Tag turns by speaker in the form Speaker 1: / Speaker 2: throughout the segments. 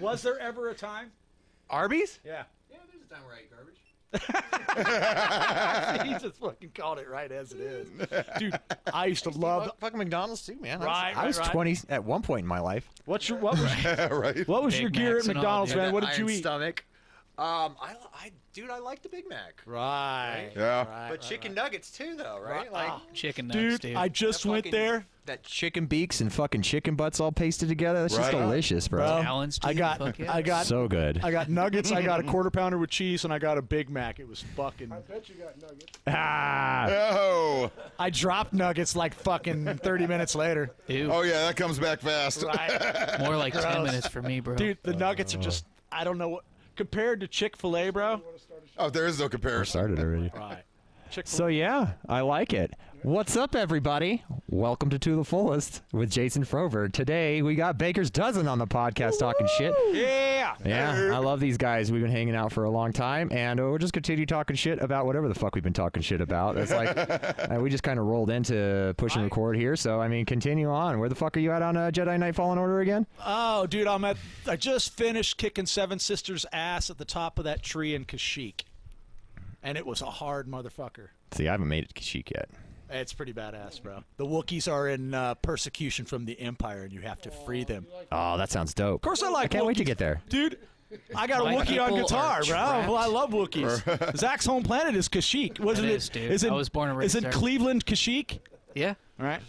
Speaker 1: Was there ever a time?
Speaker 2: Arby's?
Speaker 1: Yeah.
Speaker 3: Yeah, there's a time where I eat garbage.
Speaker 2: he just fucking called it right as it is. Dude, I used to love.
Speaker 4: Fuck- fucking McDonald's too, man.
Speaker 2: Right,
Speaker 4: I was, I was
Speaker 2: right, right.
Speaker 4: 20 at one point in my life.
Speaker 2: What's your what was
Speaker 5: right?
Speaker 2: what was
Speaker 4: Big
Speaker 2: your gear
Speaker 4: Macs
Speaker 2: at
Speaker 4: and all,
Speaker 2: McDonald's,
Speaker 4: dude.
Speaker 2: man? What
Speaker 4: That
Speaker 2: did you
Speaker 4: iron
Speaker 2: eat?
Speaker 4: Stomach. Um, I, I, dude, I like the Big Mac,
Speaker 2: Right.
Speaker 5: Yeah.
Speaker 2: right,
Speaker 4: but
Speaker 2: right,
Speaker 4: chicken
Speaker 2: right.
Speaker 4: nuggets too, though, right?
Speaker 2: Right.
Speaker 4: Like
Speaker 2: Ah,
Speaker 6: Chicken nuggets,
Speaker 2: Dude,
Speaker 6: dude.
Speaker 2: I just
Speaker 4: that
Speaker 2: went
Speaker 4: fucking-
Speaker 2: there.
Speaker 4: that chicken beaks and fucking chicken butts all pasted together. That's just
Speaker 5: Right.
Speaker 4: delicious, bro.
Speaker 6: Balanced,
Speaker 2: I
Speaker 6: dude,
Speaker 2: got,
Speaker 6: fuck yeah.
Speaker 2: I got,
Speaker 4: So good.
Speaker 2: I got nuggets. I got a quarter pounder with cheese, and I got a Big Mac. It was fucking.
Speaker 7: I bet you got nuggets.
Speaker 2: Ah,
Speaker 5: Oh,
Speaker 2: I dropped nuggets like fucking 30 minutes later.
Speaker 6: Ew.
Speaker 5: oh yeah, that comes back fast.
Speaker 6: More like ten
Speaker 2: Gross.
Speaker 6: minutes for me, bro.
Speaker 2: Dude, the nuggets are just. I don't know what compared to Chick Fil A, bro.
Speaker 7: Want to start a show?
Speaker 5: Oh, there is no comparison.
Speaker 4: started already.
Speaker 2: Right. Chick Fil
Speaker 4: So yeah, I like it. What's up, everybody? Welcome to To the Fullest with Jason Frover. Today we got Baker's Dozen on the podcast talking shit.
Speaker 2: A. Yeah.
Speaker 4: Yeah, I love these guys. We've been hanging out for a long time, and uh, we'll just continue talking shit about whatever the fuck we've been talking shit about. It's like uh, we just kind of rolled into pushing record here. So I mean, continue on. Where the fuck are you at on uh, Jedi Knight Fallen Order again?
Speaker 2: Oh, dude, I'm at. I just finished kicking Seven Sisters' ass at the top of that tree in Kashyyyk, and it was a hard motherfucker.
Speaker 4: See, I haven't made it to Kashyyyk yet.
Speaker 2: It's pretty badass, bro. The Wookiees are in uh, persecution from the Empire, and you have to free them. Of
Speaker 4: Oh, that sounds dope. Of
Speaker 2: course, I like.
Speaker 4: I can't wait to
Speaker 2: Wookiees.
Speaker 4: get there.
Speaker 2: dude. I got a
Speaker 6: My
Speaker 2: Wookiee on
Speaker 6: people
Speaker 2: guitar,
Speaker 6: are
Speaker 2: bro.
Speaker 6: trapped.
Speaker 2: Well, I love Wookiees. Zach's home planet is Kashyyyk, wasn't
Speaker 6: It
Speaker 2: it?
Speaker 6: is, dude.
Speaker 2: Isn't-
Speaker 6: I was born and raised
Speaker 2: Isn't
Speaker 6: there.
Speaker 2: Cleveland Kashyyyk?
Speaker 6: yeah,
Speaker 2: All right.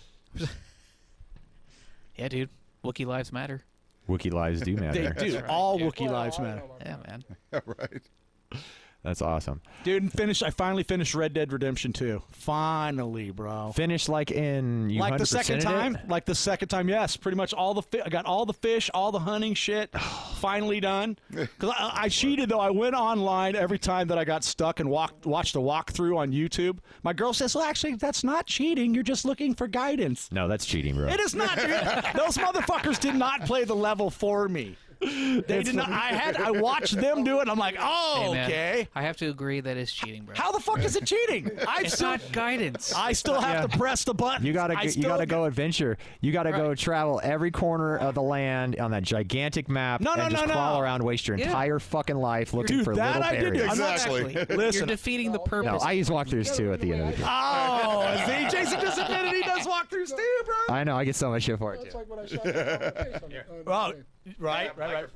Speaker 6: yeah, dude. Wookie lives matter.
Speaker 4: Wookiee lives do
Speaker 2: They
Speaker 4: matter.
Speaker 2: do. All Wookiee
Speaker 7: Well,
Speaker 2: lives
Speaker 7: I
Speaker 2: matter.
Speaker 7: don't know.
Speaker 6: Yeah, man.
Speaker 5: right.
Speaker 4: That's awesome.
Speaker 2: Dude, and finish. I finally finished Red Dead Redemption 2. Finally, bro.
Speaker 4: Finish like in you
Speaker 2: like the second
Speaker 4: 100%ed
Speaker 2: time,
Speaker 4: it?
Speaker 2: like the second time, yes. Pretty much all the fi- I got all the fish, all the hunting shit, finally done. Because I, I cheated though. I went online every time that I got stuck and walked watched a walkthrough on YouTube. My girl says, "Well, actually, that's not cheating. You're just looking for guidance."
Speaker 4: No, that's cheating, bro.
Speaker 2: It is not. dude. Those motherfuckers did not play the level for me. They did not. I had. I watched them do it. I'm like, oh,
Speaker 6: Hey, man,
Speaker 2: okay.
Speaker 6: I have to agree that it's cheating, bro.
Speaker 2: How the fuck is it cheating? I
Speaker 6: It's
Speaker 2: still,
Speaker 6: not guidance.
Speaker 2: I still have to press the button.
Speaker 4: You gotta go, you gotta go adventure. You gotta go travel every corner of the land on that gigantic map
Speaker 2: No, no,
Speaker 4: and just
Speaker 2: no,
Speaker 4: crawl
Speaker 2: no.
Speaker 4: around, waste your
Speaker 6: Yeah.
Speaker 4: entire fucking life looking
Speaker 2: Dude,
Speaker 4: for
Speaker 2: that
Speaker 4: little
Speaker 2: I did do.
Speaker 4: areas.
Speaker 2: I'm not-
Speaker 5: Exactly.
Speaker 6: You're
Speaker 2: Listen,
Speaker 6: defeating the
Speaker 4: No,
Speaker 6: purpose.
Speaker 4: I use walkthroughs too at the end of the game.
Speaker 2: Oh, see, Jason just admitted he does walkthroughs too, bro.
Speaker 4: I know I get so much shit for it
Speaker 7: That's
Speaker 4: too.
Speaker 7: like when I shot you in the face on the- on the
Speaker 2: Well,
Speaker 7: plane.
Speaker 2: Oh, right, right, right.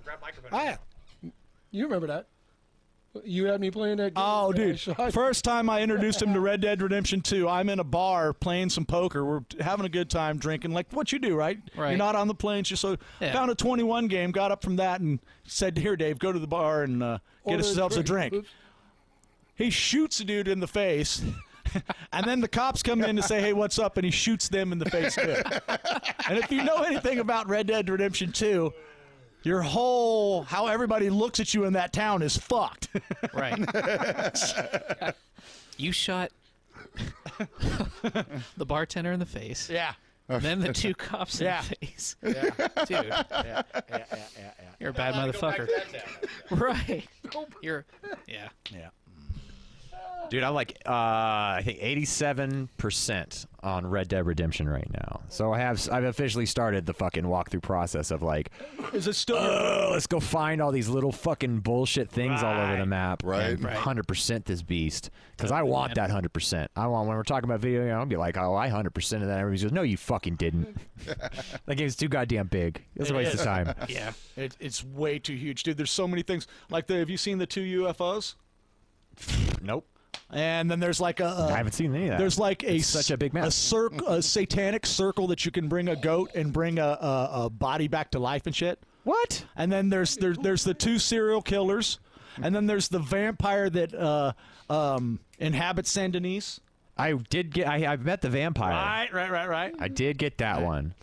Speaker 7: I, you remember that? You had me playing that game.
Speaker 2: Oh,
Speaker 7: that I
Speaker 2: dude!
Speaker 7: shot.
Speaker 2: First time I introduced him to Red Dead Redemption 2, I'm in a bar playing some poker. We're having a good time drinking, like what you do, right? You're
Speaker 6: Right.
Speaker 2: not on the planes, just so.
Speaker 6: Yeah.
Speaker 2: Found a 21 game, got up from that, and said, "Here, Dave, go to the bar and uh, get
Speaker 7: Order
Speaker 2: ourselves a drink."
Speaker 7: Oops.
Speaker 2: He shoots a dude in the face. And then the cops come in to say, "Hey, what's up?" And he shoots them in the face too. and if you know anything about Red Dead Redemption 2, your whole how everybody looks at you in that town is fucked.
Speaker 6: right. you shot the bartender in the face,
Speaker 2: Yeah.
Speaker 6: and then the two cops in
Speaker 2: Yeah.
Speaker 6: the face. Dude, you're a bad motherfucker. right. You're. Yeah.
Speaker 2: Yeah.
Speaker 4: Dude, I'm like uh, I think 87 percent on Red Dead Redemption right now. So I have I've officially started the fucking walkthrough process of like,
Speaker 2: Is it still
Speaker 4: oh, let's go find all these little fucking bullshit things all over the
Speaker 2: Right.
Speaker 4: map.
Speaker 5: Right.
Speaker 4: and
Speaker 5: Right.
Speaker 4: 100% this beast. Because I want that 100%. I want, when we're talking about video game, I'll be like, oh, I 100% of that. Everybody goes, no, you fucking didn't. that game's too goddamn big. It's a
Speaker 2: It
Speaker 4: waste
Speaker 2: is.
Speaker 4: of time.
Speaker 2: Yeah. It, it's way too huge, dude. There's so many things. Like the have you seen the two UFOs?
Speaker 4: nope.
Speaker 2: And then there's like a,
Speaker 4: I
Speaker 2: a
Speaker 4: haven't seen any of that.
Speaker 2: there's like a
Speaker 4: It's such a big mess.
Speaker 2: a circle a satanic circle that you can bring a goat and bring a, a, a body back to life and shit.
Speaker 4: what?
Speaker 2: And then there's there's there's the two serial killers, and then there's the vampire that uh, um, inhabits Saint Denis.
Speaker 4: I did get, I, I've met the vampire.
Speaker 2: right, right, right.
Speaker 4: I did get that one.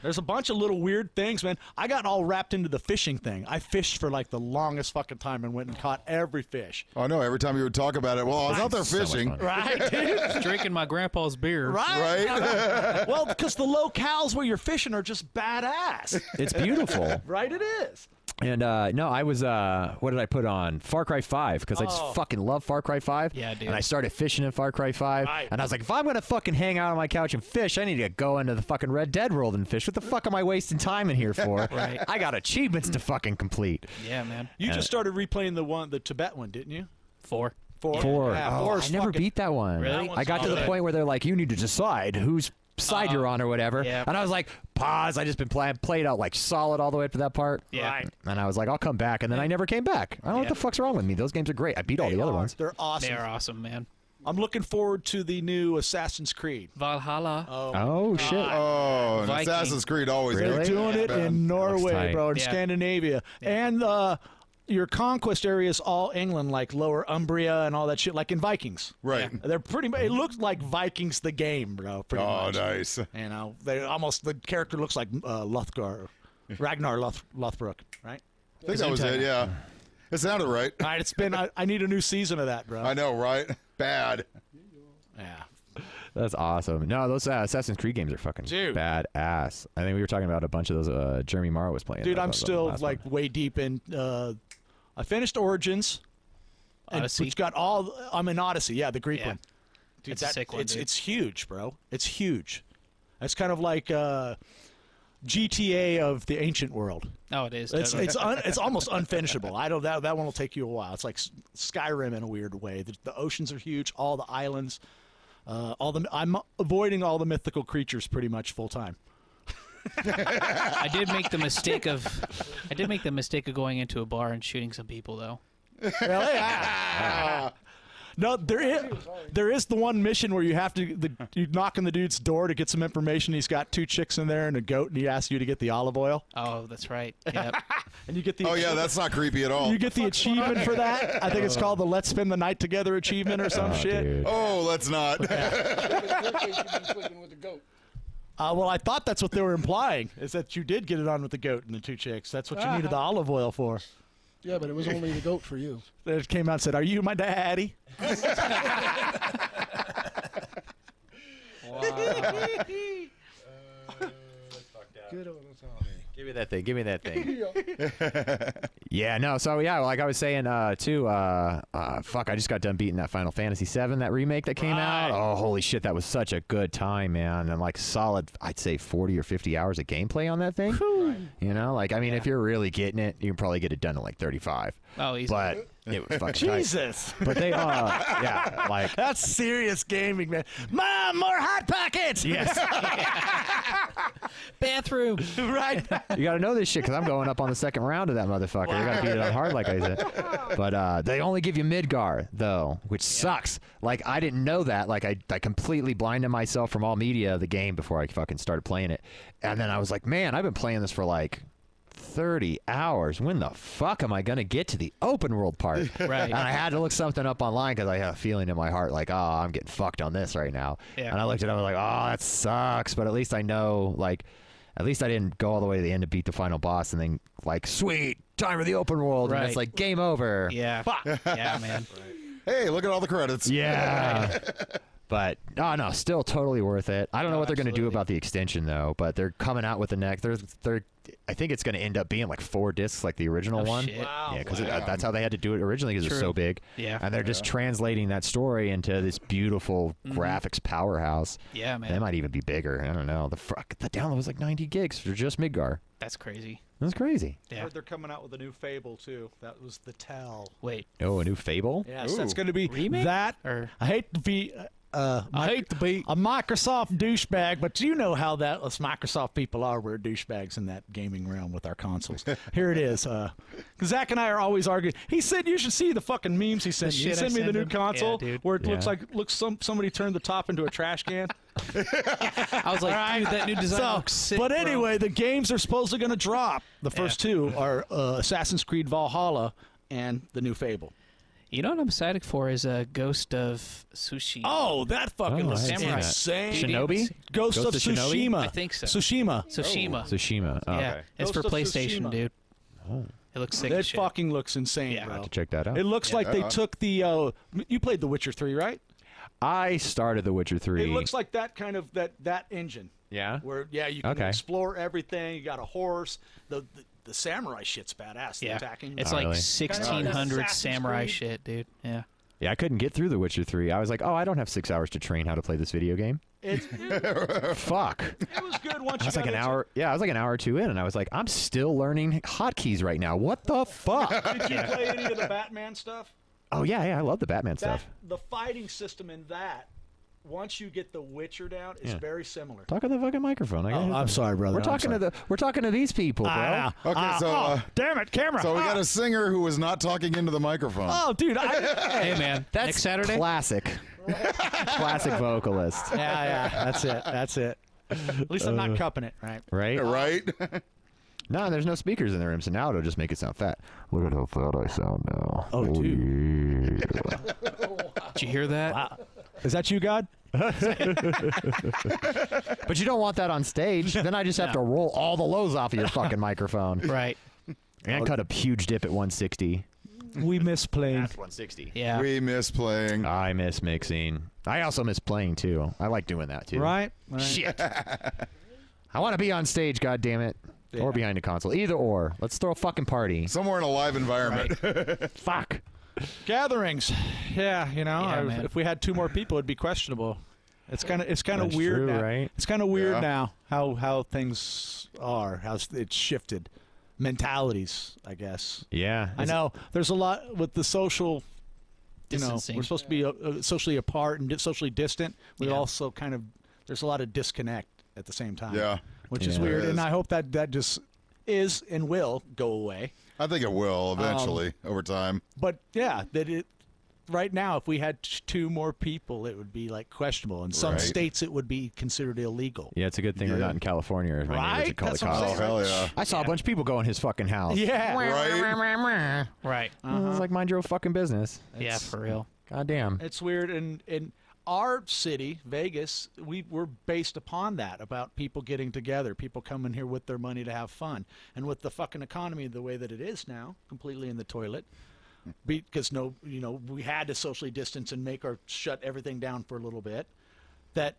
Speaker 2: There's a bunch of little weird things, man. I got all wrapped into the fishing thing. I fished for like the longest fucking time and went and caught every fish.
Speaker 5: Oh no! Every time you would talk about it, well, I was out there
Speaker 4: So much
Speaker 5: fishing.
Speaker 4: fun.
Speaker 2: Right,
Speaker 6: Just drinking my grandpa's beer.
Speaker 2: right.
Speaker 5: Right?
Speaker 2: well, because the locales where you're fishing are just badass.
Speaker 4: It's beautiful.
Speaker 2: Right, it is.
Speaker 4: And uh, no, I was uh, what did I put on Far Cry Five because I just fucking love Far Cry Five.
Speaker 6: Oh. Yeah, dude.
Speaker 4: And I started fishing in Far Cry Five, and I was like, if I'm gonna fucking hang out on my couch and fish, I need to go into the fucking Red Dead world and fish. What the fuck am I wasting time in here for?
Speaker 6: Right.
Speaker 4: I got achievements to fucking complete.
Speaker 6: Yeah, man.
Speaker 2: You just started replaying the one, the Tibet one, didn't you?
Speaker 6: Four.
Speaker 2: Four.
Speaker 4: Four.
Speaker 2: Yeah,
Speaker 4: Oh,
Speaker 2: four
Speaker 4: I
Speaker 2: is
Speaker 4: never
Speaker 2: fucking-
Speaker 4: beat that one.
Speaker 6: Really? That
Speaker 4: I got to the
Speaker 6: one's
Speaker 4: point where they're like, you need to decide whose side you're on or whatever.
Speaker 6: Uh-huh. yeah.
Speaker 4: And I was like, pause. I just been playing played out like solid all the way up to that part.
Speaker 6: Yeah. Right.
Speaker 4: And I was like, I'll come back, and then I never came back. I don't know what
Speaker 6: Yeah.
Speaker 4: the fuck's wrong with me. Those games are great. I beat all the other
Speaker 2: are.
Speaker 4: ones.
Speaker 2: They're awesome.
Speaker 6: They are awesome, man.
Speaker 2: I'm looking forward to the new Assassin's Creed.
Speaker 6: Valhalla.
Speaker 4: Oh shit.
Speaker 5: Oh, and
Speaker 6: Viking.
Speaker 5: Assassin's Creed always
Speaker 4: Really?
Speaker 5: makes
Speaker 2: Doing it
Speaker 5: man.
Speaker 2: in Norway,
Speaker 4: tight.
Speaker 2: bro, in
Speaker 6: Yeah.
Speaker 2: Scandinavia, and uh, your conquest area is all England, like Lower Umbria and all that shit, like in Vikings.
Speaker 5: Right.
Speaker 2: They're pretty. mu- It looks like Vikings the game, bro. Pretty
Speaker 5: Oh,
Speaker 2: much.
Speaker 5: nice.
Speaker 2: You know, they almost the character looks like uh, Lothgar, Ragnar Loth, Lothbrok, right?
Speaker 5: I think that was it. Yeah, it sounded right.
Speaker 2: All right, it's been. I, I need a new season of that, bro.
Speaker 5: I know, right? Bad.
Speaker 2: yeah.
Speaker 4: That's awesome. No, those uh, Assassin's Creed games are fucking
Speaker 2: Dude.
Speaker 4: badass. I think we were talking about a bunch of those. Uh, Jeremy Morrow was playing.
Speaker 2: Dude,
Speaker 4: that-
Speaker 2: I'm
Speaker 4: that- that
Speaker 2: still
Speaker 4: last
Speaker 2: like
Speaker 4: one.
Speaker 2: way deep in. Uh, I finished Origins, and,
Speaker 6: Odyssey.
Speaker 2: which got all. I'm in Odyssey, yeah, the Greek
Speaker 6: Yeah.
Speaker 2: one. Dude,
Speaker 6: That's a sick one,
Speaker 2: it's
Speaker 6: dude.
Speaker 2: it's huge, bro. It's huge. It's kind of like uh, GTA of the ancient world.
Speaker 6: oh, it is.
Speaker 2: It's
Speaker 6: totally.
Speaker 2: it's un, it's almost unfinishable. I don't that that one will take you a while. It's like S- Skyrim in a weird way. The, the oceans are huge. All the islands, uh, all the I'm avoiding all the mythical creatures pretty much full time.
Speaker 6: I did make the mistake of, I did make the mistake of going into a bar and shooting some people though.
Speaker 2: No, there is there is the one mission where you have to the, you knock on the dude's door to get some information. He's got two chicks in there and a goat, and he asks you to get the olive oil,
Speaker 6: Oh, that's right. Yep.
Speaker 2: and you get the
Speaker 5: Oh yeah, that's not creepy at all.
Speaker 2: you get the achievement for that. I think it's called the "Let's Spend the Night Together" achievement or some
Speaker 4: Uh. Oh,
Speaker 2: shit.
Speaker 4: dude.
Speaker 5: Oh, let's not.
Speaker 7: sleeping with the goat.
Speaker 2: Uh, well, I thought that's what they were implying is that you did get it on with the goat and the two chicks. That's what you needed the olive oil for.
Speaker 7: Yeah, but it was only the goat for you.
Speaker 2: Then it came out and said, "Are you my daddy?"
Speaker 7: Good old Tommy.
Speaker 4: Give me that thing. Give me that thing. yeah, no. So yeah, like I was saying uh too uh, uh fuck, I just got done beating that Final Fantasy 7 that remake that came out. Oh, holy shit, that was such a good time, man. And like solid I'd say 40 or 50 hours of gameplay on that thing. You know, like I mean, if you're really getting it, you can probably get it done in like 35.
Speaker 6: Oh, easy.
Speaker 4: But it was fucking tight.
Speaker 2: Jesus,
Speaker 4: But they uh yeah, like
Speaker 2: that's serious gaming, man. Mom, more hot pockets. Yes,
Speaker 6: Bathroom.
Speaker 2: right.
Speaker 4: You got to know this shit because I'm going up on the second round of that motherfucker. I got to beat it up hard, like I said. But uh, they only give you Midgar though, which sucks. Like I didn't know that. Like I, I completely blinded myself from all media of the game before I fucking started playing it. And then I was like, man, I've been playing this for like 30 hours. When the fuck am I going to get to the open world part?
Speaker 6: Right.
Speaker 4: And I had to look something up online because I had a feeling in my heart like, oh, I'm getting fucked on this right now.
Speaker 6: Yeah.
Speaker 4: And I looked it up and I was like, oh, that sucks. But at least I know, like, at least I didn't go all the way to the end to beat the final boss and then, like, sweet, time for the open world. And it's
Speaker 6: Right.
Speaker 4: like, game over.
Speaker 6: Yeah. Fuck. Yeah, man.
Speaker 5: hey, look at all the credits.
Speaker 4: Yeah. But no, no, still totally worth it. I don't know what they're going to do about the extension though, but they're coming out with the next. They're, they're, I think it's going to end up being like four discs, like the original
Speaker 6: Oh,
Speaker 4: one.
Speaker 6: shit. Wow.
Speaker 4: Yeah, because that's how they had to do it originally, because it's so
Speaker 6: True.
Speaker 4: big.
Speaker 6: Yeah. Mm-hmm.
Speaker 4: And they're just translating that story into this beautiful graphics powerhouse.
Speaker 6: Yeah, man.
Speaker 4: They might even be bigger. I don't know. The fuck, the download was like 90 gigs for just Midgar.
Speaker 6: That's crazy.
Speaker 4: That's crazy.
Speaker 6: Yeah.
Speaker 2: Heard they're coming out with a new Fable too. That was the tell.
Speaker 6: Wait.
Speaker 4: Oh, a new Fable.
Speaker 2: Yes, that's going to be that.
Speaker 6: Or-
Speaker 2: I hate to be. Uh,
Speaker 6: I hate to be.
Speaker 2: a Microsoft douchebag, but you know how that us Microsoft people are. We're douchebags in that gaming realm with our consoles. Here it is. Uh, Zach and I are always arguing. He said you should see the fucking memes he sent.
Speaker 6: The
Speaker 2: you. He
Speaker 6: shit I
Speaker 2: sent me the
Speaker 6: send
Speaker 2: new
Speaker 6: him.
Speaker 2: console
Speaker 6: Yeah, dude.
Speaker 2: where it looks
Speaker 4: Yeah.
Speaker 2: like looks some somebody turned the top into a trash can.
Speaker 6: I was like, dude, that new design
Speaker 2: so,
Speaker 6: looks sick.
Speaker 2: but
Speaker 6: bro.
Speaker 2: anyway, the games are supposedly going to drop. The first two are uh, Assassin's Creed Valhalla and the new Fable.
Speaker 6: you know what I'm excited for is a Ghost of Sushi.
Speaker 2: Oh, that fucking
Speaker 4: Oh, I
Speaker 2: looks
Speaker 4: haven't seen that.
Speaker 2: insane.
Speaker 4: Shinobi.
Speaker 2: Ghost, of,
Speaker 4: of Shinobi?
Speaker 2: Tsushima.
Speaker 6: I think so.
Speaker 2: Tsushima.
Speaker 6: Tsushima.
Speaker 4: Tsushima. Oh,
Speaker 6: yeah,
Speaker 4: okay.
Speaker 6: it's for
Speaker 2: Ghost of
Speaker 6: PlayStation,
Speaker 2: Tsushima. Oh.
Speaker 6: dude. It looks sick.
Speaker 2: It
Speaker 6: as shit.
Speaker 2: fucking looks insane,
Speaker 6: Yeah.
Speaker 2: bro.
Speaker 4: To check that out.
Speaker 2: It looks like they took the. Uh, you played The Witcher Three, right?
Speaker 4: I started The Witcher 3.
Speaker 2: It looks like that kind of that that engine.
Speaker 4: Yeah?
Speaker 2: Where yeah, you can
Speaker 4: Okay.
Speaker 2: explore everything. You got a horse. The the, the samurai shit's badass. The
Speaker 6: Yeah,
Speaker 2: attacking.
Speaker 6: it's
Speaker 4: Oh,
Speaker 6: like
Speaker 4: really?
Speaker 6: sixteen hundred
Speaker 1: Assassin's
Speaker 6: samurai
Speaker 1: Creed.
Speaker 6: shit, dude. Yeah,
Speaker 4: Yeah, I couldn't get through The Witcher 3. I was like, oh, I don't have six hours to train how to play this video game.
Speaker 2: It, it,
Speaker 4: Fuck.
Speaker 2: it was good once
Speaker 4: I
Speaker 2: you
Speaker 4: was like an
Speaker 2: got into
Speaker 4: hour. Yeah, I was like an hour or two in, and I was like, I'm still learning hotkeys right now. What the fuck?
Speaker 2: It. Did you play any of the Batman stuff?
Speaker 4: oh yeah, yeah, I love the Batman
Speaker 2: That
Speaker 4: stuff.
Speaker 2: the fighting system in that, once you get the Witcher down, is
Speaker 4: Yeah.
Speaker 2: very similar.
Speaker 4: Talk on the fucking microphone. I got
Speaker 2: Oh, I'm sorry, Ah, brother.
Speaker 4: We're
Speaker 2: I'm
Speaker 4: talking to the. We're talking to these people, bro. Ah, oh,
Speaker 5: Okay, so, uh,
Speaker 2: damn it, camera.
Speaker 5: So we
Speaker 2: Ah.
Speaker 5: got a singer who was not talking into the microphone.
Speaker 2: Oh, dude, I,
Speaker 6: hey man,
Speaker 4: That's
Speaker 6: next Saturday.
Speaker 4: Classic. classic vocalist.
Speaker 2: yeah, yeah, that's it, that's it. Uh, At least I'm not cupping it, right?
Speaker 4: Right?
Speaker 5: Right?
Speaker 4: No, there's no speakers in the room, so now it'll just make it sound fat. Look at how fat I sound now.
Speaker 2: Oh,
Speaker 4: dude.
Speaker 6: Did you hear that?
Speaker 2: Is that you, God?
Speaker 4: But you don't want that on stage. Then I just have to roll all the lows off of your fucking microphone
Speaker 6: Right.
Speaker 4: and cut a huge dip at 160.
Speaker 2: We miss playing.
Speaker 4: 160.
Speaker 6: Yeah.
Speaker 5: we miss playing.
Speaker 4: I miss mixing. I also miss playing too. I like doing that too.
Speaker 2: Right? Right.
Speaker 4: Shit. I want to be on stage, god damn it, or behind a console. Either or. Let's throw a fucking party.
Speaker 5: Somewhere in a live environment.
Speaker 4: Fuck.
Speaker 2: Gatherings. Yeah, you know,
Speaker 6: Yeah,
Speaker 2: I-
Speaker 6: man.
Speaker 2: if we had two more people, it'd be questionable. It's kind of it's kind of
Speaker 4: That's
Speaker 2: weird,
Speaker 4: true,
Speaker 2: now.
Speaker 4: right?
Speaker 2: It's kind of weird
Speaker 5: Yeah.
Speaker 2: now how how things are, how s- it's shifted, mentalities, I guess.
Speaker 4: Yeah.
Speaker 2: I know there's a lot with the social. You know,
Speaker 6: Distancing.
Speaker 2: we're supposed to be uh, uh, socially apart and di- socially distant. We
Speaker 6: Yeah.
Speaker 2: also kind of there's a lot of disconnect at the same time.
Speaker 5: Yeah.
Speaker 2: which is
Speaker 4: Yeah.
Speaker 2: weird,
Speaker 5: There is.
Speaker 2: and I hope that that just is and will go away.
Speaker 5: I think it will eventually over time.
Speaker 2: But yeah, that it right now, if we had t- two more people, it would be like questionable. In some
Speaker 5: Right.
Speaker 2: states, it would be considered illegal.
Speaker 4: Yeah, it's a good thing we're
Speaker 5: Yeah.
Speaker 4: not in California, or my neighbors would
Speaker 2: Right?
Speaker 4: call
Speaker 2: That's
Speaker 4: the
Speaker 2: what I'm
Speaker 5: Oh
Speaker 4: cops.
Speaker 2: saying.
Speaker 5: hell yeah.
Speaker 4: I saw a bunch of people go in his fucking house.
Speaker 2: Yeah, Uh-huh.
Speaker 5: Right?
Speaker 6: Right.
Speaker 4: I was like, mind your own fucking business.
Speaker 6: yeah, for real.
Speaker 4: God damn.
Speaker 2: it's weird. And and our city, Vegas, we were based upon that about people getting together, people coming here with their money to have fun, and with the fucking economy the way that it is now, completely in the toilet. Because no, you know, we had to socially distance and make our shut everything down for a little bit. That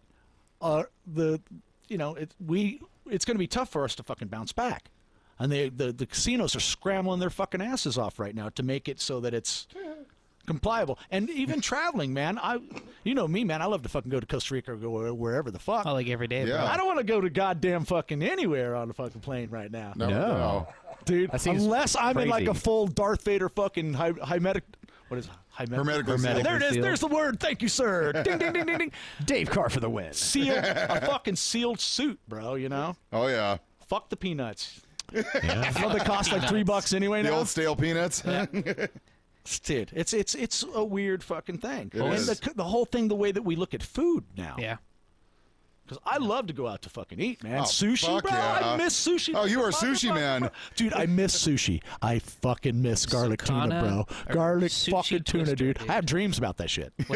Speaker 2: are the you know it, we it's going to be tough for us to fucking bounce back and they, the the casinos are scrambling their fucking asses off right now to make it so that it's compliable and even traveling man i you know me man i love to fucking go to costa rica or go wherever the fuck
Speaker 6: Oh, like every day.
Speaker 5: Yeah.
Speaker 2: i don't want to go to goddamn fucking anywhere on a fucking plane right now
Speaker 5: No.
Speaker 4: No.
Speaker 2: dude
Speaker 4: That seems
Speaker 2: unless i'm in like a
Speaker 4: crazy.
Speaker 2: full darth vader fucking hy- hymetic what is it? Hymetic?
Speaker 5: Hermetically sealed.
Speaker 2: there it is
Speaker 4: Sealed.
Speaker 2: there's the word thank you sir ding ding ding ding ding
Speaker 4: Dave Carr for the win.
Speaker 2: sealed a fucking sealed suit bro you know
Speaker 5: Oh yeah.
Speaker 2: Fuck the peanuts. Don't they cost like three bucks anyway
Speaker 5: The
Speaker 2: now?
Speaker 5: old stale peanuts.
Speaker 2: Dude, it's it's it's a weird fucking thing. and
Speaker 5: is.
Speaker 2: the c- the whole thing, the way that we look at food now.
Speaker 6: Yeah.
Speaker 2: Because I love to go out to fucking eat, man.
Speaker 5: Oh,
Speaker 2: sushi,
Speaker 5: fuck
Speaker 2: bro. I
Speaker 5: yeah.
Speaker 2: miss sushi.
Speaker 5: Oh, you are a
Speaker 2: Motherfucker,
Speaker 5: sushi man.
Speaker 2: Dude, I miss sushi. I fucking miss garlic
Speaker 6: Sakana
Speaker 2: tuna,
Speaker 6: or
Speaker 2: bro. Garlic
Speaker 6: sushi
Speaker 2: fucking tuna,
Speaker 6: twister,
Speaker 2: dude.
Speaker 6: dude.
Speaker 2: I have dreams about that shit.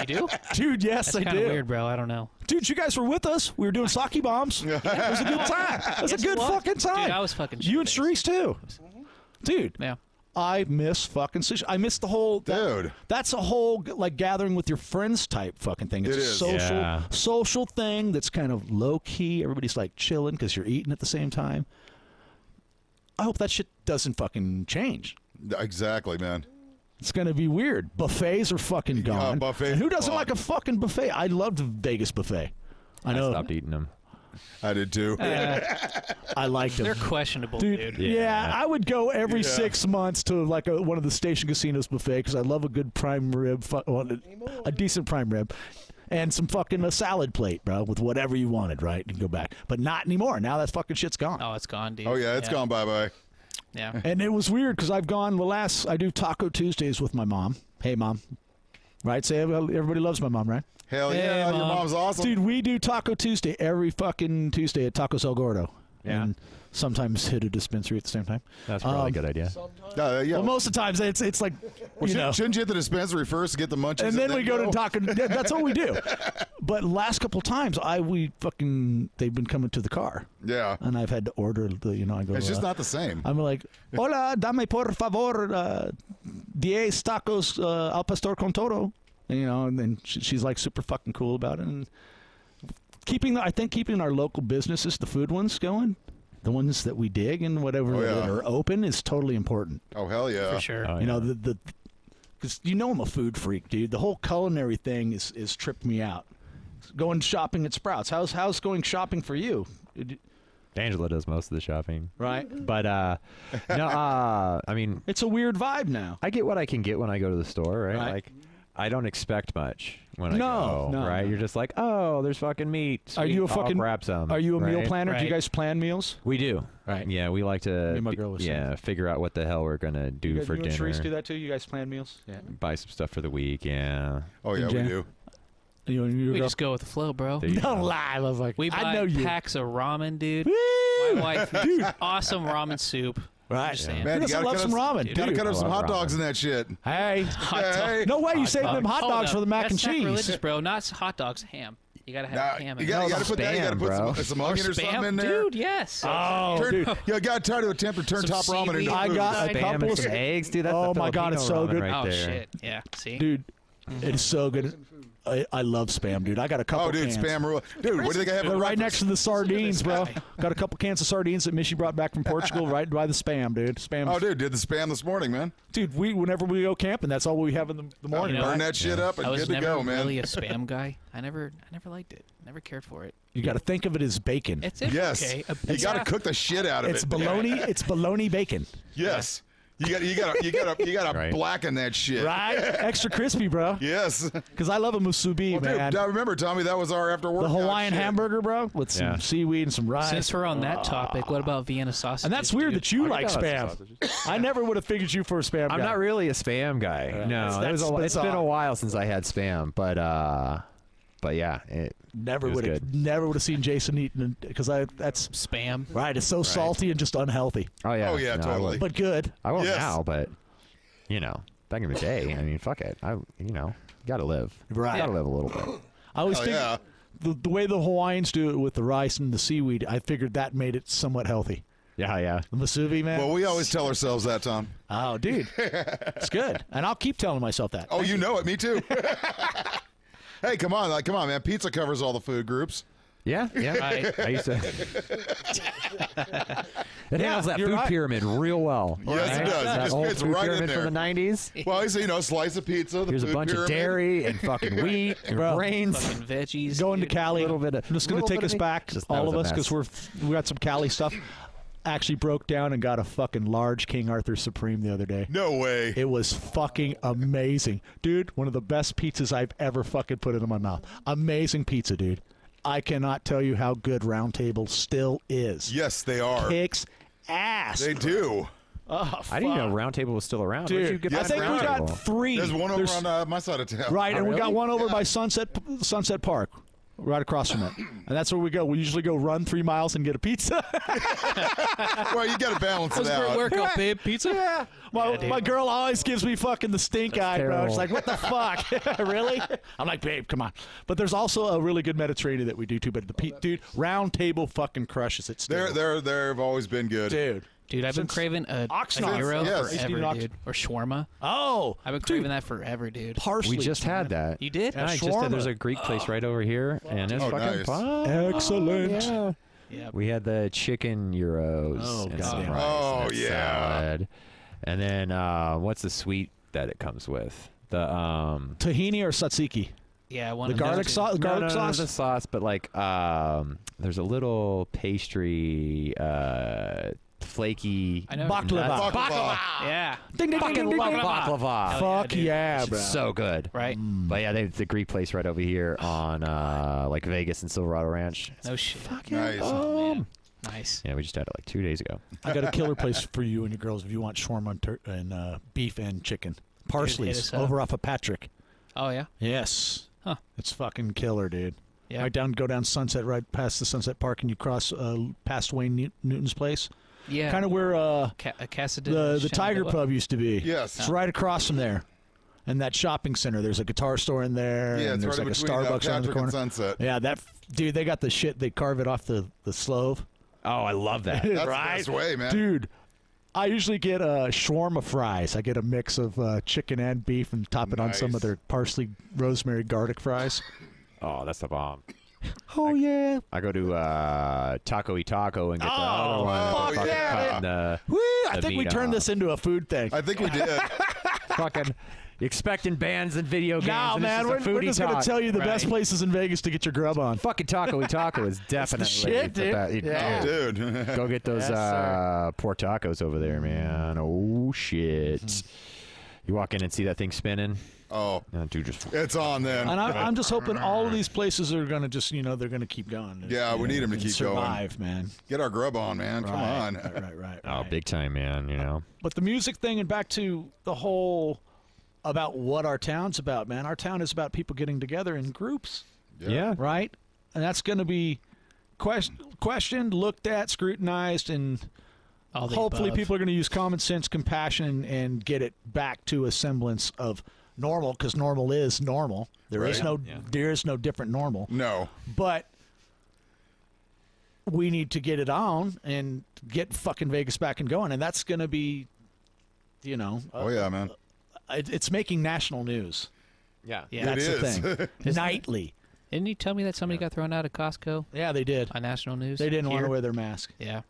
Speaker 6: You do?
Speaker 2: Dude, yes, I
Speaker 6: Kind
Speaker 2: do.
Speaker 6: of weird, bro. I don't know.
Speaker 2: Dude, you guys were with us. We were doing sake bombs. it was a good time. It was a
Speaker 6: Yes, it
Speaker 2: good
Speaker 6: was.
Speaker 2: fucking Mm-hmm.
Speaker 6: Dude,
Speaker 2: time.
Speaker 6: I was fucking
Speaker 2: You and Sharice
Speaker 6: shit-faced.
Speaker 2: too. Dude.
Speaker 6: Yeah.
Speaker 2: I miss fucking sushi. I miss the whole that-
Speaker 5: Dude.
Speaker 2: That's a whole like gathering with your friends type fucking thing. It's
Speaker 5: It
Speaker 2: a
Speaker 5: is.
Speaker 2: social
Speaker 4: Yeah.
Speaker 2: social thing that's kind of low key. Everybody's like chilling because you're eating at the same time. I hope that shit doesn't fucking change.
Speaker 5: exactly, man.
Speaker 2: It's gonna be weird. Buffets are fucking gone.
Speaker 5: buffets
Speaker 2: And who
Speaker 5: are
Speaker 2: doesn't
Speaker 5: gone.
Speaker 2: like a fucking buffet? I loved Vegas buffet. I know.
Speaker 4: Stopped eating them.
Speaker 5: I did too.
Speaker 2: I liked them.
Speaker 6: They're questionable,
Speaker 2: Dude,
Speaker 6: dude.
Speaker 2: Yeah.
Speaker 4: Yeah.
Speaker 2: I would go every
Speaker 5: Yeah.
Speaker 2: six months to like a, one of the station casinos buffet because I love a good prime rib, fu- well, a- a decent prime rib, and some fucking a salad plate, bro, with whatever you wanted, right? And go back, but not anymore. Now that fucking shit's gone.
Speaker 6: Oh, it's gone, dude.
Speaker 5: Oh yeah, it's gone bye bye.
Speaker 6: Yeah.
Speaker 2: And it was weird because I've gone the last I do Taco Tuesdays with my mom. Hey, mom. Right? Say everybody loves my mom, right?
Speaker 5: Hell
Speaker 6: Hey,
Speaker 5: yeah, your
Speaker 6: Mom.
Speaker 5: mom's awesome.
Speaker 2: Dude, we do Taco Tuesday every fucking Tuesday at Tacos El Gordo.
Speaker 4: Yeah.
Speaker 2: And sometimes hit a dispensary at the same time.
Speaker 4: That's probably
Speaker 2: Um,
Speaker 4: a good idea.
Speaker 5: Uh, yeah.
Speaker 2: Well, most of the times it's it's like you know,
Speaker 5: Shouldn't- Shouldn't you hit the dispensary first, get the munchies,
Speaker 2: and then we go to Taco. yeah, That's what we do. But last couple times, I we fucking they've been coming to the car,
Speaker 5: Yeah,
Speaker 2: and I've had to order the you know I go.
Speaker 5: it's just
Speaker 2: uh,
Speaker 5: not the same.
Speaker 2: I'm like, hola, dame por favor, uh, diez tacos uh, al pastor con todo. And, you know, and then she, she's like super fucking cool about it. And keeping, I think, keeping our local businesses, the food ones, going the ones that we dig and whatever
Speaker 5: Oh,
Speaker 2: that
Speaker 5: yeah.
Speaker 2: are open is totally important.
Speaker 5: Oh hell yeah!
Speaker 6: for sure.
Speaker 4: Oh,
Speaker 2: you know the the because you know I'm a food freak, dude. The whole culinary thing is is tripped me out. Going shopping at Sprouts. How's how's going shopping for you? It-
Speaker 4: Angela does most of the shopping.
Speaker 2: Right.
Speaker 4: But uh, no, uh, I mean,
Speaker 2: It's a weird vibe now.
Speaker 4: I get what I can get when I go to the store, right?
Speaker 2: Right.
Speaker 4: Like, I don't expect much when I
Speaker 2: No,
Speaker 4: go,
Speaker 2: no,
Speaker 4: right?
Speaker 2: no.
Speaker 4: You're just like, oh, there's fucking meat.
Speaker 2: Are you
Speaker 4: Sweet,
Speaker 2: a fucking-
Speaker 4: I'll grab some?
Speaker 2: Are you a meal
Speaker 4: right?
Speaker 2: planner? Do you
Speaker 6: Right.
Speaker 2: guys plan meals?
Speaker 4: We do.
Speaker 2: Right.
Speaker 4: Yeah, we like to
Speaker 2: Me and my
Speaker 4: fi-
Speaker 2: girl was saying
Speaker 4: yeah figure out what the hell we're gonna do
Speaker 2: You guys,
Speaker 4: for
Speaker 2: you and
Speaker 4: dinner.
Speaker 2: Sharice do that too. You guys plan meals? Yeah.
Speaker 4: Buy some stuff for the week. Yeah.
Speaker 5: Oh yeah, we
Speaker 2: Jan-
Speaker 5: do.
Speaker 2: You, you
Speaker 6: We
Speaker 2: go-
Speaker 6: just go with the flow, bro.
Speaker 4: There you
Speaker 2: don't
Speaker 4: go.
Speaker 2: lie. I was like,
Speaker 6: We buy
Speaker 2: I know you.
Speaker 6: packs of ramen, dude. My wife makes awesome ramen soup.
Speaker 2: Right.
Speaker 6: Just saying.
Speaker 5: Man,
Speaker 2: He
Speaker 5: you
Speaker 2: doesn't
Speaker 5: gotta
Speaker 2: love
Speaker 5: cut
Speaker 2: some
Speaker 5: up-
Speaker 2: ramen,
Speaker 6: dude.
Speaker 5: Gotta
Speaker 2: dude.
Speaker 5: cut up
Speaker 4: I
Speaker 5: some
Speaker 4: love
Speaker 5: hot dogs
Speaker 4: ramen.
Speaker 5: in that shit.
Speaker 2: Hey.
Speaker 6: Hot dog.
Speaker 5: Hey.
Speaker 2: No way you
Speaker 6: Hot
Speaker 2: saving them hot
Speaker 6: Hold
Speaker 2: dogs
Speaker 6: up.
Speaker 2: for the mac
Speaker 6: That's
Speaker 2: and cheese.
Speaker 6: sacrilegious, bro. Not hot dogs, ham. You gotta have
Speaker 5: Nah,
Speaker 6: ham.
Speaker 5: you
Speaker 6: in
Speaker 5: gotta,
Speaker 6: it.
Speaker 5: you gotta put that. You gotta
Speaker 4: Spam,
Speaker 5: put
Speaker 4: bro.
Speaker 5: some, some onion or something
Speaker 6: Spam?
Speaker 5: in there.
Speaker 6: dude. Yes.
Speaker 2: Oh,
Speaker 5: Turn,
Speaker 2: dude.
Speaker 5: You gotta try to attempt to turn
Speaker 6: Some
Speaker 5: top ramen
Speaker 6: seaweed.
Speaker 5: into
Speaker 2: I
Speaker 5: food.
Speaker 2: got a
Speaker 4: Bam
Speaker 2: couple
Speaker 4: and
Speaker 2: of
Speaker 4: some eggs, dude. That's
Speaker 2: Oh
Speaker 4: the
Speaker 2: my God, it's
Speaker 4: Filipino
Speaker 2: so
Speaker 4: ramen
Speaker 2: good.
Speaker 4: right
Speaker 6: oh
Speaker 4: there.
Speaker 6: shit. Yeah. See.
Speaker 2: dude.
Speaker 5: Mm-hmm.
Speaker 2: It's so good. I, I love spam, dude. I got a couple.
Speaker 5: Oh, dude,
Speaker 2: cans.
Speaker 5: spam roll. Dude, what do they have?
Speaker 2: They're
Speaker 5: for
Speaker 2: right next
Speaker 5: breakfast?
Speaker 2: to the sardines, bro.
Speaker 6: guy.
Speaker 2: Got a couple cans of sardines that Mishy brought back from Portugal, right by the spam, dude. Spam,
Speaker 5: Oh, dude, did the spam this morning, man.
Speaker 2: dude. We whenever we go camping, that's all we have in the,
Speaker 5: Oh,
Speaker 2: the morning.
Speaker 6: You know,
Speaker 5: Burn
Speaker 6: I-
Speaker 5: that shit up and
Speaker 6: I was
Speaker 5: good to
Speaker 6: never
Speaker 5: go, man.
Speaker 6: really a spam guy. I never, I never liked it. Never cared for it.
Speaker 2: You got to think of it as bacon.
Speaker 6: It's it.
Speaker 5: Yes,
Speaker 6: Okay. A-
Speaker 5: you gotta
Speaker 6: yeah.
Speaker 5: cook the shit out of
Speaker 2: It's
Speaker 5: it.
Speaker 2: bologna. It's bologna bacon,
Speaker 5: Yes, you gotta, you gotta, you gotta, you gotta
Speaker 4: Right.
Speaker 5: blacken that shit.
Speaker 2: right? Extra crispy, bro.
Speaker 5: Yes.
Speaker 2: Because I love a musubi,
Speaker 5: Dude,
Speaker 2: man.
Speaker 5: I remember, Tommy, that was our after work.
Speaker 2: the Hawaiian hamburger, bro, with some
Speaker 4: Yeah.
Speaker 2: seaweed and some rice.
Speaker 6: Since we're on that topic, what about Vienna sausage?
Speaker 2: and that's weird that you like spam. I never would have figured you for a spam.
Speaker 4: I'm
Speaker 2: guy.
Speaker 4: not really a spam guy.
Speaker 2: That's-
Speaker 4: no, that was a,
Speaker 2: that's
Speaker 4: it's been
Speaker 2: bizarre.
Speaker 4: a while since I had spam, but uh, but yeah, it,
Speaker 2: Never
Speaker 4: It was
Speaker 2: would have.
Speaker 4: good.
Speaker 2: Never would have seen Jason eating because I. That's
Speaker 6: spam.
Speaker 2: right. It's so salty and just unhealthy,
Speaker 4: oh yeah,
Speaker 5: Oh, yeah,
Speaker 4: no, I
Speaker 5: totally.
Speaker 4: won't-
Speaker 2: but good.
Speaker 4: I won't
Speaker 5: Yes.
Speaker 4: now, but you know, back in the day, I mean, fuck it, I you know, gotta live,
Speaker 2: Right.
Speaker 4: Gotta live a little bit.
Speaker 2: I always
Speaker 5: Oh,
Speaker 2: think
Speaker 5: yeah.
Speaker 2: the, the way the Hawaiians do it with the rice and the seaweed, I figured that made it somewhat healthy.
Speaker 4: Yeah, yeah.
Speaker 2: The masubi, man.
Speaker 5: Well, we always tell ourselves that, Tom.
Speaker 2: oh, dude, it's good, and I'll keep telling myself that.
Speaker 5: Oh, you know it. Me too. hey, come on, like, come on, man. Pizza covers all the food groups.
Speaker 4: Yeah, yeah.
Speaker 6: Right.
Speaker 4: I used to. it handles that
Speaker 2: you're
Speaker 4: food
Speaker 2: right.
Speaker 4: pyramid real well.
Speaker 5: Yes, it
Speaker 4: right?
Speaker 5: does. It
Speaker 4: That
Speaker 5: just
Speaker 4: old
Speaker 5: fits
Speaker 4: food
Speaker 5: right in
Speaker 4: pyramid
Speaker 5: there.
Speaker 4: from the '90s.
Speaker 5: Well, I say, you know, slice of pizza. The
Speaker 4: Here's a
Speaker 5: food
Speaker 4: bunch
Speaker 5: pyramid.
Speaker 4: of dairy and fucking wheat and
Speaker 2: Bro.
Speaker 4: grains.
Speaker 6: Fucking veggies.
Speaker 2: Going to
Speaker 6: dude.
Speaker 2: Cali,
Speaker 4: little bit of-
Speaker 2: I'm just going to
Speaker 4: little
Speaker 2: take
Speaker 4: bit of
Speaker 2: us
Speaker 4: me.
Speaker 2: back,
Speaker 4: Just- that
Speaker 2: all
Speaker 4: was
Speaker 2: of
Speaker 4: a
Speaker 2: us,
Speaker 4: mess.
Speaker 2: because we're we got some Cali stuff. Actually, broke down and got a fucking large King Arthur Supreme the other day.
Speaker 5: No way.
Speaker 2: It was fucking amazing. Dude, one of the best pizzas I've ever fucking put into my mouth. Amazing pizza, dude. I cannot tell you how good Round Table still is.
Speaker 5: Yes, they are.
Speaker 2: Kicks ass.
Speaker 5: They do.
Speaker 2: Oh,
Speaker 4: I didn't even
Speaker 2: fuck.
Speaker 4: know Round Table was still around. Where'd you
Speaker 2: Dude,
Speaker 4: get
Speaker 2: I
Speaker 4: back
Speaker 2: think we
Speaker 4: Round
Speaker 2: got
Speaker 4: Table?
Speaker 2: three.
Speaker 5: There's one over
Speaker 2: There's-
Speaker 5: on uh, my side of town.
Speaker 2: right, and we got
Speaker 4: really?
Speaker 2: one over by Sunset Sunset Park, right across from it. And that's where we go. We usually go run three miles and get a pizza.
Speaker 5: Well, you got to balance it
Speaker 6: How's your
Speaker 5: out.
Speaker 6: workout, babe? Pizza.
Speaker 2: Yeah. My,
Speaker 6: dude.
Speaker 2: my girl always gives me fucking the stink eye, bro.
Speaker 4: terrible.
Speaker 2: She's like, what the fuck? really? I'm like, babe, come on. But there's also a really good Mediterranean that we do too. But the
Speaker 5: Oh,
Speaker 2: pe- dude, round table fucking crushes it. Still.
Speaker 5: They're they're they've always been good.
Speaker 2: dude.
Speaker 6: Dude, I've been
Speaker 2: Since
Speaker 6: craving a, a
Speaker 2: Oxnard.
Speaker 6: gyro
Speaker 5: Yes.
Speaker 2: Stephen
Speaker 6: forever,
Speaker 2: Ox-
Speaker 6: dude, or shawarma.
Speaker 2: Oh,
Speaker 6: I've been craving that forever, dude.
Speaker 2: parsley.
Speaker 4: We just had that.
Speaker 6: You did?
Speaker 4: Yeah, I just
Speaker 2: shawarma.
Speaker 4: did. There's a Greek place right over here, and it's
Speaker 5: Oh,
Speaker 4: fucking
Speaker 5: nice.
Speaker 4: fun.
Speaker 2: Excellent.
Speaker 4: Yeah.
Speaker 6: Yeah.
Speaker 4: We had the chicken euros
Speaker 2: Oh,
Speaker 4: and
Speaker 2: God.
Speaker 4: some rice
Speaker 5: Oh,
Speaker 4: and a
Speaker 5: yeah.
Speaker 4: salad. And then uh, what's the sweet that it comes with? The um
Speaker 2: Tahini or tzatziki?
Speaker 6: Yeah. One
Speaker 2: The
Speaker 6: of those,
Speaker 2: garlic
Speaker 6: dude.
Speaker 2: sauce.
Speaker 4: no,
Speaker 2: Oh, Garlic
Speaker 4: no, no, not
Speaker 2: sauce.
Speaker 4: the sauce, but like um there's a little pastry uh flaky
Speaker 6: I know.
Speaker 2: Baklava.
Speaker 5: Baklava.
Speaker 6: Yeah.
Speaker 2: Ding, ding, ding, ding, ding, ding.
Speaker 4: baklava.
Speaker 2: Fuck
Speaker 6: dude.
Speaker 2: yeah, bro.
Speaker 4: It's so good.
Speaker 6: Right.
Speaker 4: But yeah, they, the Greek place right over here on uh, like Vegas and Silverado Ranch. It's
Speaker 6: No shit.
Speaker 5: Nice.
Speaker 6: Oh, man. Nice.
Speaker 4: Yeah, we just had it like two days ago.
Speaker 2: Um, I got a killer place for you and your girls if you want shawarma and, tur- and uh, beef and chicken. Parsley's
Speaker 6: us up.
Speaker 2: over off of Patrick.
Speaker 6: Oh yeah.
Speaker 2: Yes.
Speaker 6: Huh.
Speaker 2: It's fucking killer, dude.
Speaker 6: Yeah.
Speaker 2: Right down, go down Sunset, right past the Sunset Park, and you cross uh, past Wayne New- Newton's place.
Speaker 6: Yeah.
Speaker 2: Kind of where uh,
Speaker 6: Ca- uh, Cassidy.
Speaker 2: the the
Speaker 6: Shenandoah.
Speaker 2: Tiger Pub used to be.
Speaker 5: Yes.
Speaker 2: It's right across from there, and that shopping center. There's a guitar store in there.
Speaker 5: Yeah,
Speaker 2: and
Speaker 5: it's
Speaker 2: there's
Speaker 5: right in
Speaker 2: like a
Speaker 5: between uh,
Speaker 2: Starbucks around the
Speaker 5: Patrick
Speaker 2: corner.
Speaker 5: and Sunset.
Speaker 2: yeah, that f- dude, they got the shit. They carve it off the the slove.
Speaker 4: Oh, I love that.
Speaker 5: That's the best way, man.
Speaker 2: Dude, I usually get uh, shawarma fries. I get a mix of uh, chicken and beef and top it on some
Speaker 5: Nice.
Speaker 2: of their parsley, rosemary, garlic fries.
Speaker 4: oh, that's the bomb.
Speaker 2: Oh yeah.
Speaker 4: I go to uh, Taco E Taco and
Speaker 2: Oh,
Speaker 4: get the other one. and
Speaker 5: fuck
Speaker 4: fucking
Speaker 5: yeah,
Speaker 4: cut the-
Speaker 2: Woo! I
Speaker 4: The
Speaker 2: think we
Speaker 4: meat
Speaker 2: turned
Speaker 4: up.
Speaker 2: this into a food thing.
Speaker 5: I think we did.
Speaker 4: fucking expecting bands and video games.
Speaker 2: No,
Speaker 4: and
Speaker 2: man, we're,
Speaker 4: it's just a
Speaker 2: we're
Speaker 4: foodie
Speaker 2: just going
Speaker 4: talk.
Speaker 2: to tell you the best
Speaker 6: Right.
Speaker 2: places in Vegas to get your grub on.
Speaker 4: Fucking Taco E Taco is definitely
Speaker 2: shit, dude.
Speaker 4: best. Dude,
Speaker 2: Yeah.
Speaker 5: Oh, Dude.
Speaker 4: Go get those
Speaker 2: Yes, sir. Mm.
Speaker 4: uh, poor tacos over there, man. Oh shit!
Speaker 2: Mm-hmm.
Speaker 4: You walk in and see that thing spinning.
Speaker 5: oh,
Speaker 4: Uh, dude, just
Speaker 5: it's on then.
Speaker 2: And I'm, I'm just hoping all of these places are going to just, you know, they're going to keep going.
Speaker 5: Yeah, we need 'em to
Speaker 2: and
Speaker 5: keep going.
Speaker 2: survive, man.
Speaker 5: Get our grub on, man. Come
Speaker 2: Right,
Speaker 5: on.
Speaker 2: Right, right, right.
Speaker 4: oh,
Speaker 2: right.
Speaker 4: big time, man. You know.
Speaker 2: But the music thing, and back to the whole about what our town's about, man. Our town is about people getting together in groups,
Speaker 4: Yeah.
Speaker 2: right? And that's going to be question, questioned, looked at, scrutinized, and
Speaker 6: All the
Speaker 2: hopefully
Speaker 6: above.
Speaker 2: people are going to use common sense, compassion, and get it back to a semblance of normal because normal is normal. There is
Speaker 5: Right.
Speaker 2: no there is no different normal,
Speaker 5: No.
Speaker 2: but we need to get it on and get fucking Vegas back and going, and that's going to be, you know,
Speaker 5: Oh yeah, man.
Speaker 2: uh, it, it's making national news.
Speaker 4: Yeah.
Speaker 6: Yeah.
Speaker 5: It
Speaker 2: That's the
Speaker 5: is.
Speaker 2: thing. Nightly.
Speaker 6: Didn't you tell me that somebody got thrown out of Costco
Speaker 2: Yeah, they did.
Speaker 6: on national news?
Speaker 2: They didn't want
Speaker 6: Here?
Speaker 2: to wear their mask.
Speaker 6: Yeah.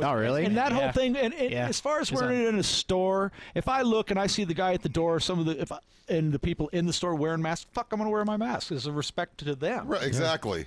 Speaker 4: Oh, really?
Speaker 2: And that whole
Speaker 6: Yeah.
Speaker 2: thing, and, and
Speaker 6: Yeah.
Speaker 2: as far as
Speaker 6: It's
Speaker 2: wearing
Speaker 6: on-
Speaker 2: it in a store, if I look and I see the guy at the door, some of the if I, and the people in the store wearing masks, fuck, I'm gonna wear my mask as a respect to them, right?
Speaker 5: Right, exactly.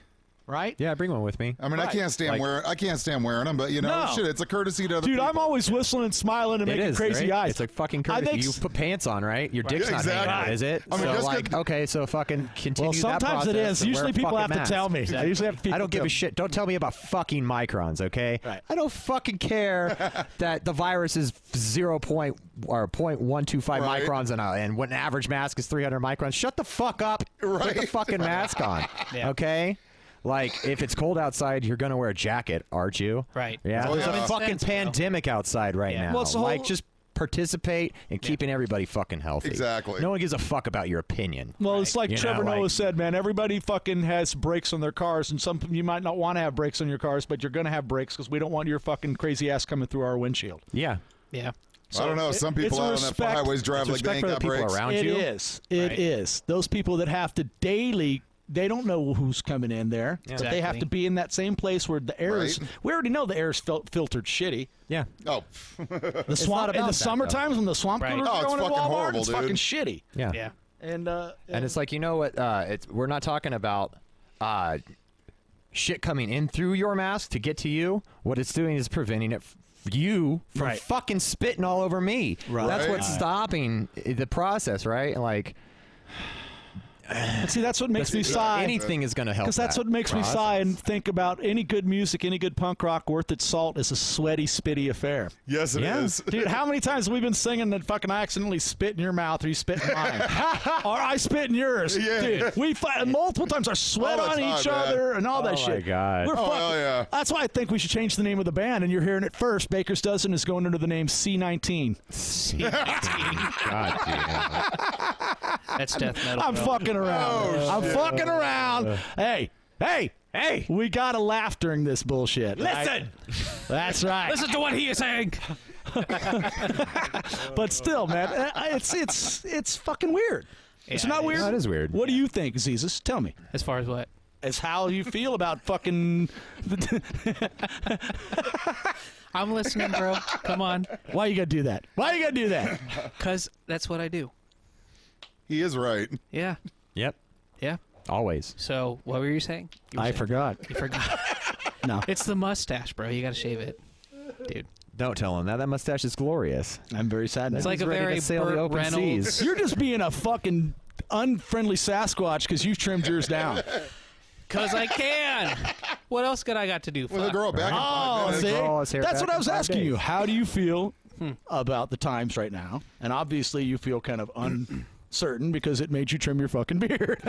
Speaker 4: yeah, bring one with me.
Speaker 5: I mean, I
Speaker 2: Right.
Speaker 5: can't stand
Speaker 4: Like-
Speaker 5: wearing. I can't stand wearing them, but you know,
Speaker 2: No.
Speaker 5: shit, it's a courtesy to other
Speaker 2: Dude,
Speaker 5: people.
Speaker 2: I'm always whistling, smiling, and
Speaker 4: It
Speaker 2: making
Speaker 4: is
Speaker 2: crazy
Speaker 4: right?
Speaker 2: eyes.
Speaker 4: It's like fucking
Speaker 2: I
Speaker 4: crazy.
Speaker 2: think
Speaker 4: you
Speaker 2: s-
Speaker 4: put pants on, right? Your dick's
Speaker 5: Yeah,
Speaker 4: not hanging out,
Speaker 5: exactly.
Speaker 4: is it?
Speaker 5: I mean,
Speaker 4: so
Speaker 5: just
Speaker 4: like,
Speaker 5: get-
Speaker 4: okay, so fucking continue.
Speaker 2: well,
Speaker 4: that
Speaker 2: sometimes it
Speaker 4: process
Speaker 2: is.
Speaker 4: and wear
Speaker 2: Usually
Speaker 4: a
Speaker 2: people
Speaker 4: fucking
Speaker 2: have
Speaker 4: mask.
Speaker 2: to tell me. I usually have people
Speaker 4: I don't give
Speaker 2: go,
Speaker 4: a shit. Don't tell me about fucking microns, okay?
Speaker 2: Right.
Speaker 4: I don't fucking care that the virus is zero point or point one two five
Speaker 5: Right.
Speaker 4: microns and a, and what an average mask is three hundred microns. Shut the fuck up. Put the
Speaker 5: Right.
Speaker 4: fucking mask on,
Speaker 6: Yeah.
Speaker 4: okay? Like if it's cold outside, you're gonna wear a jacket, aren't you?
Speaker 6: Right.
Speaker 4: Yeah.
Speaker 5: Oh,
Speaker 4: There's
Speaker 5: yeah.
Speaker 4: a fucking
Speaker 6: Sense, bro.
Speaker 4: pandemic outside right
Speaker 6: Yeah.
Speaker 4: now.
Speaker 2: Well, it's the whole-
Speaker 4: like just participate in keeping everybody fucking healthy.
Speaker 5: Exactly.
Speaker 4: No one gives a fuck about your opinion.
Speaker 2: Well, it's like
Speaker 4: You know,
Speaker 2: Trevor Noah
Speaker 4: like-
Speaker 2: said, man. Everybody fucking has brakes on their cars, and some you might not want to have brakes on your cars, but you're gonna have brakes because we don't want your fucking crazy ass coming through our windshield.
Speaker 4: Yeah.
Speaker 6: Yeah.
Speaker 5: I don't know. Some
Speaker 2: it- it's
Speaker 5: people
Speaker 2: a
Speaker 5: out on the
Speaker 2: respect-
Speaker 5: highways drive
Speaker 4: It's
Speaker 5: like they
Speaker 4: respect
Speaker 5: ain't
Speaker 4: for the
Speaker 5: got
Speaker 4: people
Speaker 5: brakes.
Speaker 4: around
Speaker 2: It
Speaker 4: you.
Speaker 2: is. It is.
Speaker 6: Right.
Speaker 2: Those people that have to daily, they don't know who's coming in there. But they have
Speaker 6: Exactly.
Speaker 2: to be in that same place where the air is.
Speaker 5: Right.
Speaker 2: We already know the air is fil- filtered shitty.
Speaker 4: Yeah.
Speaker 5: Oh,
Speaker 2: The swamp in
Speaker 4: about
Speaker 2: the
Speaker 4: that,
Speaker 2: summer
Speaker 4: though.
Speaker 2: times when the swamp
Speaker 6: Right.
Speaker 2: coolers
Speaker 5: Oh,
Speaker 2: are
Speaker 5: it's
Speaker 2: going
Speaker 5: fucking
Speaker 2: to Walmart,
Speaker 5: horrible,
Speaker 2: it's
Speaker 5: dude.
Speaker 2: fucking shitty.
Speaker 4: Yeah.
Speaker 6: Yeah.
Speaker 2: And uh,
Speaker 4: And it's like you know what? Uh, it's we're not talking about uh, shit coming in through your mask to get to you. What it's doing is preventing it. F- you from
Speaker 2: Right.
Speaker 4: fucking spitting all over me.
Speaker 2: Right.
Speaker 4: That's what's
Speaker 2: Right.
Speaker 4: stopping i- the process, right? Like
Speaker 2: see, that's what makes me sigh.
Speaker 4: anything is going to help.
Speaker 2: Because that's
Speaker 4: that
Speaker 2: what makes me
Speaker 4: process.
Speaker 2: sigh and think about any good music, any good punk rock worth its salt is a sweaty, spitty affair.
Speaker 5: yes, it is.
Speaker 4: Yeah.
Speaker 2: Dude, how many times have we been singing that fucking I accidentally spit in your mouth or you spit in mine? or I spit in yours.
Speaker 5: Yeah.
Speaker 2: Dude, we fight multiple times. I sweat
Speaker 5: All the
Speaker 2: on each
Speaker 5: time, man.
Speaker 2: other and all that
Speaker 4: Oh, my
Speaker 2: shit.
Speaker 4: God.
Speaker 2: We're
Speaker 5: Oh,
Speaker 2: fucking-
Speaker 5: hell yeah.
Speaker 2: That's why I think we should change the name of the band, and you're hearing it first. Baker's Dozen is going under the name C19.
Speaker 4: God damn.
Speaker 6: That's death metal.
Speaker 2: I'm
Speaker 5: Oh,
Speaker 6: bro.
Speaker 2: fucking around. I'm fucking around. Hey, hey,
Speaker 4: Hey,
Speaker 2: we gotta laugh during this bullshit.
Speaker 4: listen.
Speaker 2: That's right.
Speaker 6: Listen to what he is saying.
Speaker 2: But still, man, I- I- it's it's it's fucking weird. it's
Speaker 6: Yeah,
Speaker 2: not
Speaker 6: it is.
Speaker 2: weird.
Speaker 4: That is weird.
Speaker 2: What do you think, Jesus? Tell me.
Speaker 6: As far as what?
Speaker 2: It's how you feel about fucking
Speaker 6: I'm listening, bro. Come on.
Speaker 2: why you gotta do that why you gotta do that
Speaker 6: Because that's what I do.
Speaker 5: He is right.
Speaker 6: Yeah.
Speaker 4: Yep.
Speaker 6: Yeah.
Speaker 4: Always.
Speaker 6: So what were you saying? You were saying-
Speaker 2: forgot
Speaker 6: You forgot.
Speaker 2: No.
Speaker 6: It's the mustache, bro. You got to shave it. Dude.
Speaker 4: Don't tell him that. That mustache is glorious.
Speaker 2: i'm very sad
Speaker 6: It's like
Speaker 4: He's
Speaker 6: a
Speaker 4: ready to
Speaker 6: very
Speaker 4: sail the
Speaker 6: Burt
Speaker 4: open
Speaker 6: Reynolds.
Speaker 4: seas.
Speaker 2: you're just being a fucking unfriendly sasquatch because you've trimmed yours down
Speaker 6: Because I can. what else could I got to do?
Speaker 5: Well,
Speaker 6: Fuck.
Speaker 5: they grow back in five
Speaker 2: oh
Speaker 5: minutes.
Speaker 2: see
Speaker 4: Grow his hair
Speaker 2: that's
Speaker 4: back
Speaker 2: what i
Speaker 4: in
Speaker 2: was
Speaker 4: five
Speaker 2: asking
Speaker 4: days.
Speaker 2: you how do you feel about the times right now and obviously you feel kind of uncertain because it made you trim your fucking beard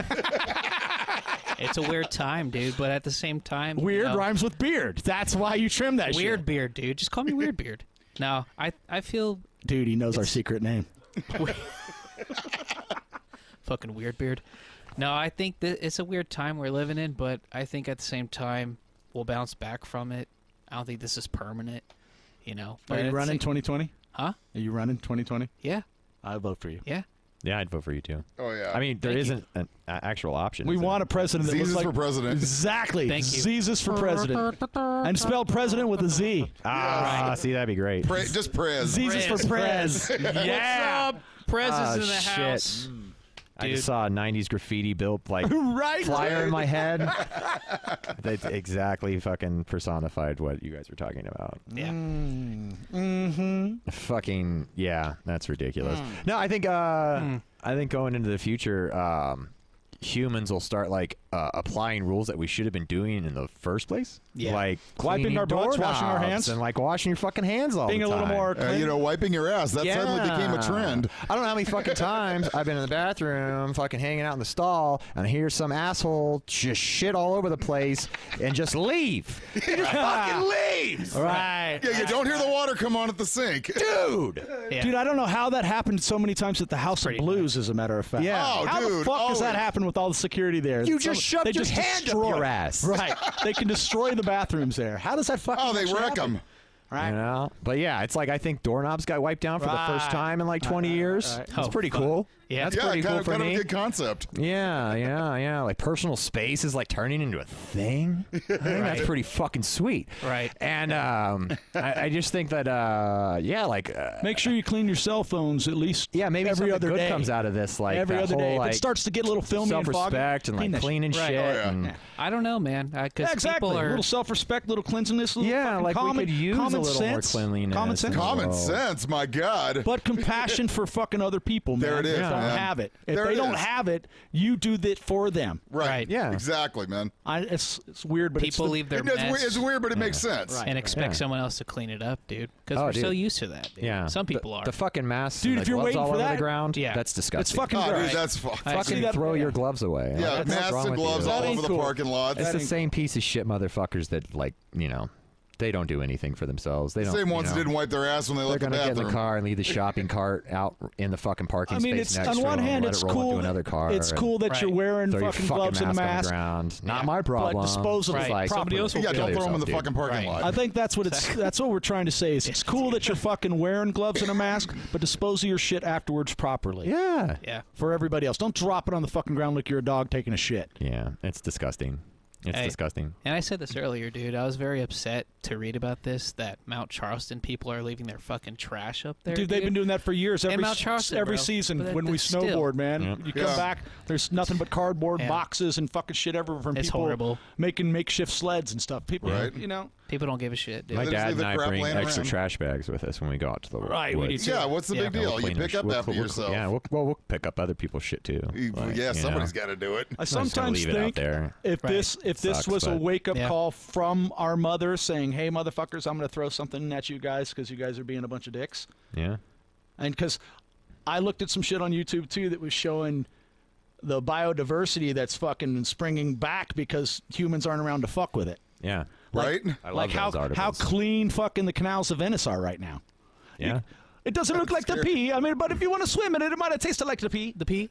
Speaker 6: It's a weird time, dude. But at the same time, you
Speaker 2: weird
Speaker 6: know,
Speaker 2: rhymes with beard that's why you trim that shit.
Speaker 6: Weird beard, dude. Just call me weird beard. No, I I feel
Speaker 2: dude he knows our secret name
Speaker 6: fucking weird beard. No, I think that it's a weird time we're living in, but I think at the same time we'll bounce back from it. I don't think this is permanent, you know. But
Speaker 2: are you
Speaker 6: it's
Speaker 2: running
Speaker 6: like-
Speaker 2: 2020
Speaker 6: Huh?
Speaker 2: are you running 2020
Speaker 6: Yeah,
Speaker 2: i vote for you
Speaker 6: yeah.
Speaker 4: Yeah, I'd vote for you too.
Speaker 5: Oh yeah.
Speaker 4: I mean, there
Speaker 6: Thank you.
Speaker 4: isn't an a- actual option.
Speaker 2: We
Speaker 4: is there?
Speaker 2: want a president that
Speaker 5: Z's
Speaker 2: looks like
Speaker 5: for president.
Speaker 2: Exactly.
Speaker 6: Thank you.
Speaker 2: Jesus for president. And spell president with a Z.
Speaker 4: Ah, see, that'd be great.
Speaker 5: Pre- just prez.
Speaker 2: Jesus for prez.
Speaker 4: yeah.
Speaker 6: What's up? Prez
Speaker 4: Ah,
Speaker 6: is in the
Speaker 4: shit.
Speaker 6: house.
Speaker 4: I
Speaker 6: Mm. Dude.
Speaker 4: just saw a '90s graffiti built like
Speaker 2: right.
Speaker 4: flyer in my head. That's exactly fucking personified what you guys were talking about.
Speaker 6: Yeah.
Speaker 4: Fucking yeah, that's ridiculous. No, I think uh, I think going into the future, um, humans will start like uh, applying rules that we should have been doing in the first place.
Speaker 6: Yeah.
Speaker 4: like
Speaker 2: Wiping
Speaker 4: cleaning
Speaker 2: our butts, washing our
Speaker 4: doorknobs,
Speaker 2: hands.
Speaker 4: and like washing your fucking hands all
Speaker 2: Being
Speaker 4: the
Speaker 2: a
Speaker 4: time.
Speaker 2: little more
Speaker 5: Uh, you know, wiping your ass. That suddenly became a
Speaker 4: Yeah.
Speaker 5: trend.
Speaker 4: I don't know how many fucking times I've been in the bathroom, fucking hanging out in the stall, and I hear some asshole just shit all over the place and just leave.
Speaker 5: Fucking leaves.
Speaker 4: Right.
Speaker 5: Yeah, you don't hear the water come on at the sink.
Speaker 4: Dude.
Speaker 6: Yeah.
Speaker 2: Dude, I don't know how that happened so many times at the House of Blues, as a matter of fact.
Speaker 4: Yeah.
Speaker 5: Oh,
Speaker 2: How the
Speaker 5: dude,
Speaker 2: fuck does that
Speaker 5: always.
Speaker 2: happen with all the security there?
Speaker 4: You just
Speaker 2: Some-
Speaker 4: shoved
Speaker 2: they
Speaker 4: your
Speaker 2: just
Speaker 4: hand up
Speaker 2: destroy
Speaker 4: your
Speaker 2: it.
Speaker 4: ass.
Speaker 2: Right. they can destroy the bathrooms there. How does that fucking
Speaker 5: Oh, they
Speaker 2: actually
Speaker 5: wreck
Speaker 2: happen?
Speaker 5: them.
Speaker 2: Right.
Speaker 4: You know? But yeah, it's like I think doorknobs got wiped down for the first
Speaker 2: Right.
Speaker 4: time in like 20 years.
Speaker 2: right.
Speaker 4: That's
Speaker 6: Oh,
Speaker 4: pretty
Speaker 6: fuck.
Speaker 4: cool.
Speaker 6: Yeah.
Speaker 4: That's
Speaker 5: yeah,
Speaker 4: pretty
Speaker 5: kind
Speaker 4: cool
Speaker 5: of,
Speaker 4: for
Speaker 5: kind
Speaker 4: me.
Speaker 5: of a good concept.
Speaker 4: Yeah, yeah, yeah. Like personal space is like turning into a thing. I think that's pretty fucking sweet.
Speaker 6: Right.
Speaker 4: And um, I, I just think that uh, yeah, like uh,
Speaker 2: Make sure you clean your cell phones at least
Speaker 4: yeah, maybe
Speaker 2: every
Speaker 4: something
Speaker 2: other
Speaker 4: good
Speaker 2: day.
Speaker 4: comes out of this. Like
Speaker 2: every
Speaker 4: that
Speaker 2: other
Speaker 4: whole,
Speaker 2: day. If
Speaker 4: like,
Speaker 2: it starts to get a little filmy and foggy,
Speaker 4: self-respect and,
Speaker 2: clean
Speaker 4: like
Speaker 2: that
Speaker 4: cleaning
Speaker 2: shit.
Speaker 4: shit.
Speaker 6: Right.
Speaker 5: yeah.
Speaker 4: and-
Speaker 6: I don't know, man. Because
Speaker 2: Yeah, exactly.
Speaker 6: people
Speaker 2: A
Speaker 6: are.
Speaker 2: little self-respect, little cleanliness, little
Speaker 4: Yeah,
Speaker 2: fucking
Speaker 4: like, we
Speaker 2: common,
Speaker 4: could use a
Speaker 2: common
Speaker 4: little more
Speaker 2: sense,
Speaker 4: cleanliness
Speaker 2: common
Speaker 4: and
Speaker 2: sense,
Speaker 4: all
Speaker 5: Common
Speaker 4: Oh.
Speaker 5: sense, my God.
Speaker 2: but compassion for fucking other people. Man.
Speaker 5: There it is,
Speaker 2: They don't
Speaker 5: man.
Speaker 2: have it. If
Speaker 5: There
Speaker 2: they
Speaker 5: it
Speaker 2: don't
Speaker 5: is.
Speaker 2: have it, you do that for them.
Speaker 5: right.
Speaker 6: Right.
Speaker 4: Yeah.
Speaker 5: Exactly, man.
Speaker 2: I, it's, it's weird, but it's
Speaker 6: people
Speaker 2: the-
Speaker 6: leave their
Speaker 5: It's, we-
Speaker 6: mess
Speaker 5: it's weird, but it makes sense.
Speaker 2: Right.
Speaker 6: and expect
Speaker 4: Yeah.
Speaker 6: someone else to clean it up, dude. Because
Speaker 4: Oh,
Speaker 6: we're so
Speaker 4: dude.
Speaker 6: used to that. Dude.
Speaker 4: yeah.
Speaker 6: Some
Speaker 4: The-
Speaker 6: people are.
Speaker 4: The fucking masks, and
Speaker 2: Dude,
Speaker 4: the
Speaker 2: if you're
Speaker 4: gloves
Speaker 2: waiting
Speaker 4: all
Speaker 2: for
Speaker 4: over
Speaker 2: that-
Speaker 4: the ground,
Speaker 6: Yeah.
Speaker 4: that's disgusting.
Speaker 2: It's fucking
Speaker 5: Oh,
Speaker 2: gross.
Speaker 5: dude, that's fucked.
Speaker 6: I
Speaker 2: See
Speaker 4: fucking
Speaker 2: that-
Speaker 4: throw your gloves away.
Speaker 5: Yeah,
Speaker 4: Like, what's
Speaker 5: masks
Speaker 4: wrong
Speaker 5: and
Speaker 4: with you?
Speaker 5: gloves
Speaker 2: That
Speaker 5: all
Speaker 2: ain't
Speaker 5: over the
Speaker 2: cool.
Speaker 5: parking lot.
Speaker 4: It's
Speaker 2: That
Speaker 4: the
Speaker 2: ain't-
Speaker 4: same piece of shit motherfuckers that like you know they don't do anything for themselves. They don't.
Speaker 5: Same
Speaker 4: you
Speaker 5: ones that
Speaker 4: know,
Speaker 5: didn't wipe their ass when they
Speaker 4: They're
Speaker 5: left the
Speaker 4: gonna get in the
Speaker 5: bathroom.
Speaker 4: car and leave the shopping cart out in the fucking parking
Speaker 2: I mean,
Speaker 4: space
Speaker 2: it's
Speaker 4: next
Speaker 2: on
Speaker 4: to
Speaker 2: one
Speaker 4: them,
Speaker 2: hand,
Speaker 4: let
Speaker 2: it's
Speaker 4: it roll
Speaker 2: cool.
Speaker 4: into another car.
Speaker 2: It's
Speaker 4: and
Speaker 2: cool that
Speaker 6: Right.
Speaker 2: you're wearing
Speaker 4: Throw your
Speaker 2: fucking gloves and
Speaker 4: mask on
Speaker 2: a
Speaker 4: the
Speaker 2: mask.
Speaker 4: ground. Not my problem.
Speaker 2: disposable.
Speaker 6: Right.
Speaker 4: It's like,
Speaker 2: Somebody
Speaker 4: don't
Speaker 2: else
Speaker 4: put
Speaker 2: will
Speaker 4: it-
Speaker 5: Yeah,
Speaker 4: kill
Speaker 5: don't throw them in the
Speaker 4: yourself,
Speaker 5: fucking parking
Speaker 6: Right.
Speaker 2: I
Speaker 5: lot.
Speaker 2: think that's what it's. That's what we're trying to say. Is it's cool that you're fucking wearing gloves and a mask, but dispose of your shit afterwards properly.
Speaker 4: dude. Yeah.
Speaker 6: yeah.
Speaker 2: For everybody else, don't drop it on the fucking ground like you're a dog taking a shit.
Speaker 4: Yeah, it's disgusting. It's
Speaker 6: Hey.
Speaker 4: disgusting.
Speaker 6: And I said this earlier, dude. I was very upset to read about this that Mount Charleston people are leaving their fucking trash up there.
Speaker 2: Dude, they've been doing that for years. Every,
Speaker 6: Mount
Speaker 2: s-
Speaker 6: Charleston,
Speaker 2: every
Speaker 6: bro.
Speaker 2: season
Speaker 6: But that-
Speaker 2: when we
Speaker 6: that's still-
Speaker 2: snowboard, man, you come
Speaker 5: Yeah.
Speaker 2: back, there's nothing but cardboard
Speaker 6: Yeah.
Speaker 2: boxes and fucking shit everywhere from
Speaker 6: It's
Speaker 2: people
Speaker 6: horrible.
Speaker 2: making makeshift sleds and stuff. People,
Speaker 5: Right.
Speaker 2: you know,
Speaker 6: People don't give a shit, dude.
Speaker 4: My
Speaker 5: They just
Speaker 4: dad
Speaker 5: leave
Speaker 4: and
Speaker 5: the
Speaker 4: I
Speaker 5: crap
Speaker 4: bring
Speaker 5: laying
Speaker 4: extra
Speaker 5: around.
Speaker 4: trash bags with us when we go out to the
Speaker 2: Right, we
Speaker 4: Woods.
Speaker 2: do too.
Speaker 5: Yeah, what's the
Speaker 6: Yeah.
Speaker 5: big
Speaker 4: And we'll
Speaker 5: deal? You
Speaker 4: clean our
Speaker 5: pick
Speaker 4: sh-
Speaker 5: up
Speaker 4: we'll-
Speaker 5: after
Speaker 4: we'll-
Speaker 5: yourself.
Speaker 4: Yeah, we'll, well, we'll pick up other people's shit too.
Speaker 5: You-
Speaker 4: Like,
Speaker 5: yeah,
Speaker 4: you
Speaker 5: somebody's
Speaker 4: know.
Speaker 5: got to do it.
Speaker 2: I
Speaker 4: I'm just gonna
Speaker 2: sometimes
Speaker 4: leave it out
Speaker 2: think
Speaker 4: there.
Speaker 2: if
Speaker 6: Right.
Speaker 2: this if this
Speaker 4: Sucks,
Speaker 2: was a
Speaker 4: but-
Speaker 2: wake up
Speaker 6: Yeah.
Speaker 2: call from our mother saying, "Hey, motherfuckers, I'm going to throw something at you guys because you guys are being a bunch of dicks,"
Speaker 4: Yeah.
Speaker 2: and because I looked at some shit on YouTube too that was showing the biodiversity that's fucking springing back because humans aren't around to fuck with it.
Speaker 4: Yeah.
Speaker 5: Right?
Speaker 4: I love
Speaker 2: like how
Speaker 4: those articles.
Speaker 2: how clean fucking the canals of Venice are right now.
Speaker 4: yeah.
Speaker 2: It doesn't look like the
Speaker 5: scared.
Speaker 2: pee. I mean, but if you want to swim in it, it might have tasted like the pee. The pee,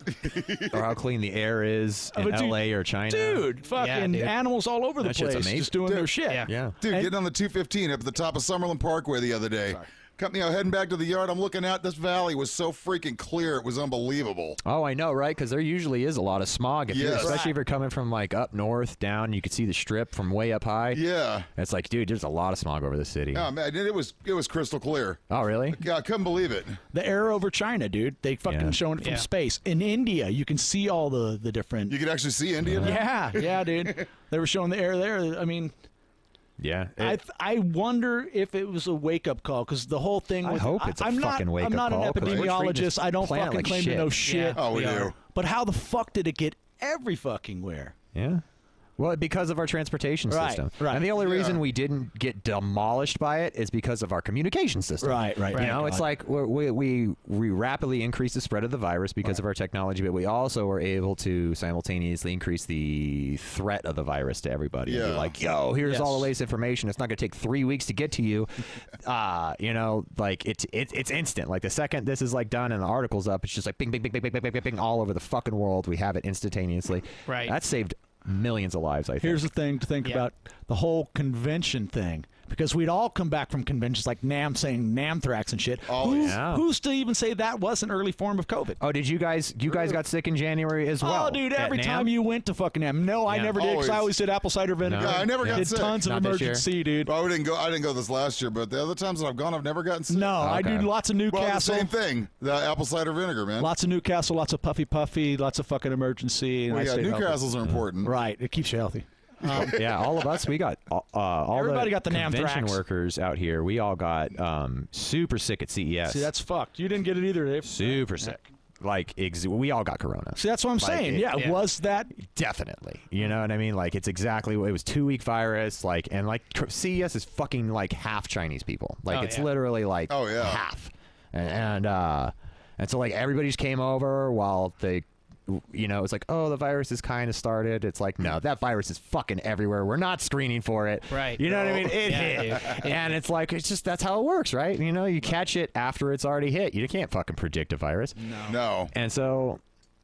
Speaker 4: or how clean the air is in
Speaker 2: But dude-
Speaker 4: LA or China.
Speaker 2: dude. Fucking
Speaker 6: dude.
Speaker 2: animals all over the
Speaker 4: That shit's
Speaker 2: place,
Speaker 4: amazing.
Speaker 2: just doing their shit.
Speaker 6: Yeah.
Speaker 4: Yeah.
Speaker 5: Dude,
Speaker 2: And-
Speaker 5: getting on the 215 up at the top of Summerlin Parkway the other day. Company, I'm heading back to the yard. I'm looking out. This valley was so freaking clear. It was unbelievable.
Speaker 4: Oh, I know, right? Because there usually is a lot of smog, if you're,
Speaker 5: Yes.
Speaker 4: especially
Speaker 2: Right.
Speaker 4: if you're coming from like up north down. You could see the strip from way up high.
Speaker 5: Yeah.
Speaker 4: It's like, dude, there's a lot of smog over the city.
Speaker 5: Oh, man. It was, it was crystal clear.
Speaker 4: oh, really?
Speaker 5: Yeah, I couldn't believe it.
Speaker 2: The air over China, dude. They fucking
Speaker 4: Yeah.
Speaker 2: showing it from
Speaker 6: Yeah.
Speaker 2: space. In India, you can see all the the different.
Speaker 5: You could actually see India. now?
Speaker 2: yeah, yeah, dude. They were showing the air there. I mean,
Speaker 4: Yeah.
Speaker 2: I
Speaker 4: It-
Speaker 2: th- I wonder if it was a wake up call because the whole thing.
Speaker 4: I
Speaker 2: With,
Speaker 4: hope it's a
Speaker 2: I'm
Speaker 4: fucking
Speaker 2: not,
Speaker 4: wake-up
Speaker 2: I'm not
Speaker 4: call,
Speaker 2: an
Speaker 4: 'cause we're treating this
Speaker 2: epidemiologist. I don't
Speaker 4: planet
Speaker 2: fucking
Speaker 4: like
Speaker 2: claim
Speaker 4: shit.
Speaker 2: to know shit.
Speaker 5: Oh, we
Speaker 6: We
Speaker 5: do.
Speaker 6: are.
Speaker 2: But how the fuck did it get every fucking where?
Speaker 4: yeah. Well, because of our transportation
Speaker 2: Right,
Speaker 4: system.
Speaker 2: right.
Speaker 4: And the only
Speaker 5: Yeah.
Speaker 4: reason we didn't get demolished by it is because of our communication system.
Speaker 2: Right, right,
Speaker 4: You
Speaker 2: right.
Speaker 4: know, it's
Speaker 2: God.
Speaker 4: like we're- we, we, we rapidly increased the spread of the virus because of our technology, but we also were able to simultaneously increase the threat of the virus to everybody. And be
Speaker 5: Yeah.
Speaker 4: like, yo, here's all the
Speaker 2: Yes.
Speaker 4: latest information. It's not going to take three weeks to get to you. uh, you know, like it's it, it's instant. Like the second this is like done and the article's up, it's just like bing, bing, bing, bing, bing, bing, bing, bing, bing, all over the fucking world. We have it instantaneously.
Speaker 6: Right.
Speaker 4: That saved millions of lives, I think.
Speaker 2: Here's the thing to think
Speaker 6: Yeah.
Speaker 2: about: the whole convention thing. because we'd all come back from conventions like Nam saying Namthrax and shit.
Speaker 5: Oh,
Speaker 2: who's,
Speaker 4: yeah.
Speaker 2: who's to even say that was an early form of COVID?
Speaker 4: Oh, did you guys? You guys got sick in January as well?
Speaker 2: oh, dude,
Speaker 4: at
Speaker 2: every
Speaker 4: NAMM?
Speaker 2: time you went to fucking Nam. No, I
Speaker 4: Yeah.
Speaker 2: never did 'cause I always
Speaker 5: Always.
Speaker 2: did apple cider vinegar.
Speaker 5: Yeah, I never got
Speaker 2: did
Speaker 5: sick.
Speaker 2: tons of
Speaker 4: Not this year.
Speaker 2: emergency, dude.
Speaker 5: Well, I didn't go. I didn't go this last year, but the other times that I've gone, I've never gotten sick.
Speaker 2: No, I
Speaker 4: Okay.
Speaker 2: do lots of
Speaker 5: Well, the
Speaker 2: Newcastle.
Speaker 5: same thing. The apple cider vinegar, man.
Speaker 2: Lots of Newcastle, lots of puffy puffy, lots of fucking emergency. And
Speaker 5: Well,
Speaker 2: I
Speaker 5: yeah,
Speaker 2: stayed healthy.
Speaker 5: Newcastles are important.
Speaker 2: Right, it keeps you healthy.
Speaker 4: Um, yeah, all of us. We got uh, all
Speaker 2: Everybody
Speaker 4: the
Speaker 2: got the
Speaker 4: convention
Speaker 2: Namthrax.
Speaker 4: workers out here. We all got um, super sick at CES.
Speaker 2: See, that's fucked. You didn't get it either, Dave.
Speaker 4: super sick. Like ex- we all got corona.
Speaker 2: See, that's what I'm saying.
Speaker 4: it-
Speaker 2: yeah,
Speaker 6: yeah.
Speaker 2: was that
Speaker 4: Definitely. You know what I mean? Like it's exactly what it was two week virus. Like and like tr- CES is fucking like half Chinese people. Like
Speaker 6: Oh,
Speaker 4: it's
Speaker 6: yeah.
Speaker 4: literally like
Speaker 5: Oh, yeah.
Speaker 4: half. And, and uh and so like everybody just came over while they you know, it's like, oh, the virus is kind of started. It's like, no, that virus is fucking everywhere. We're not screening for it.
Speaker 6: Right.
Speaker 4: You know what I mean? It
Speaker 6: Yeah,
Speaker 4: hit. And it's like, it's just, that's how it works, right? You know, you catch it after it's already hit. You can't fucking predict a virus.
Speaker 5: No.
Speaker 4: And so,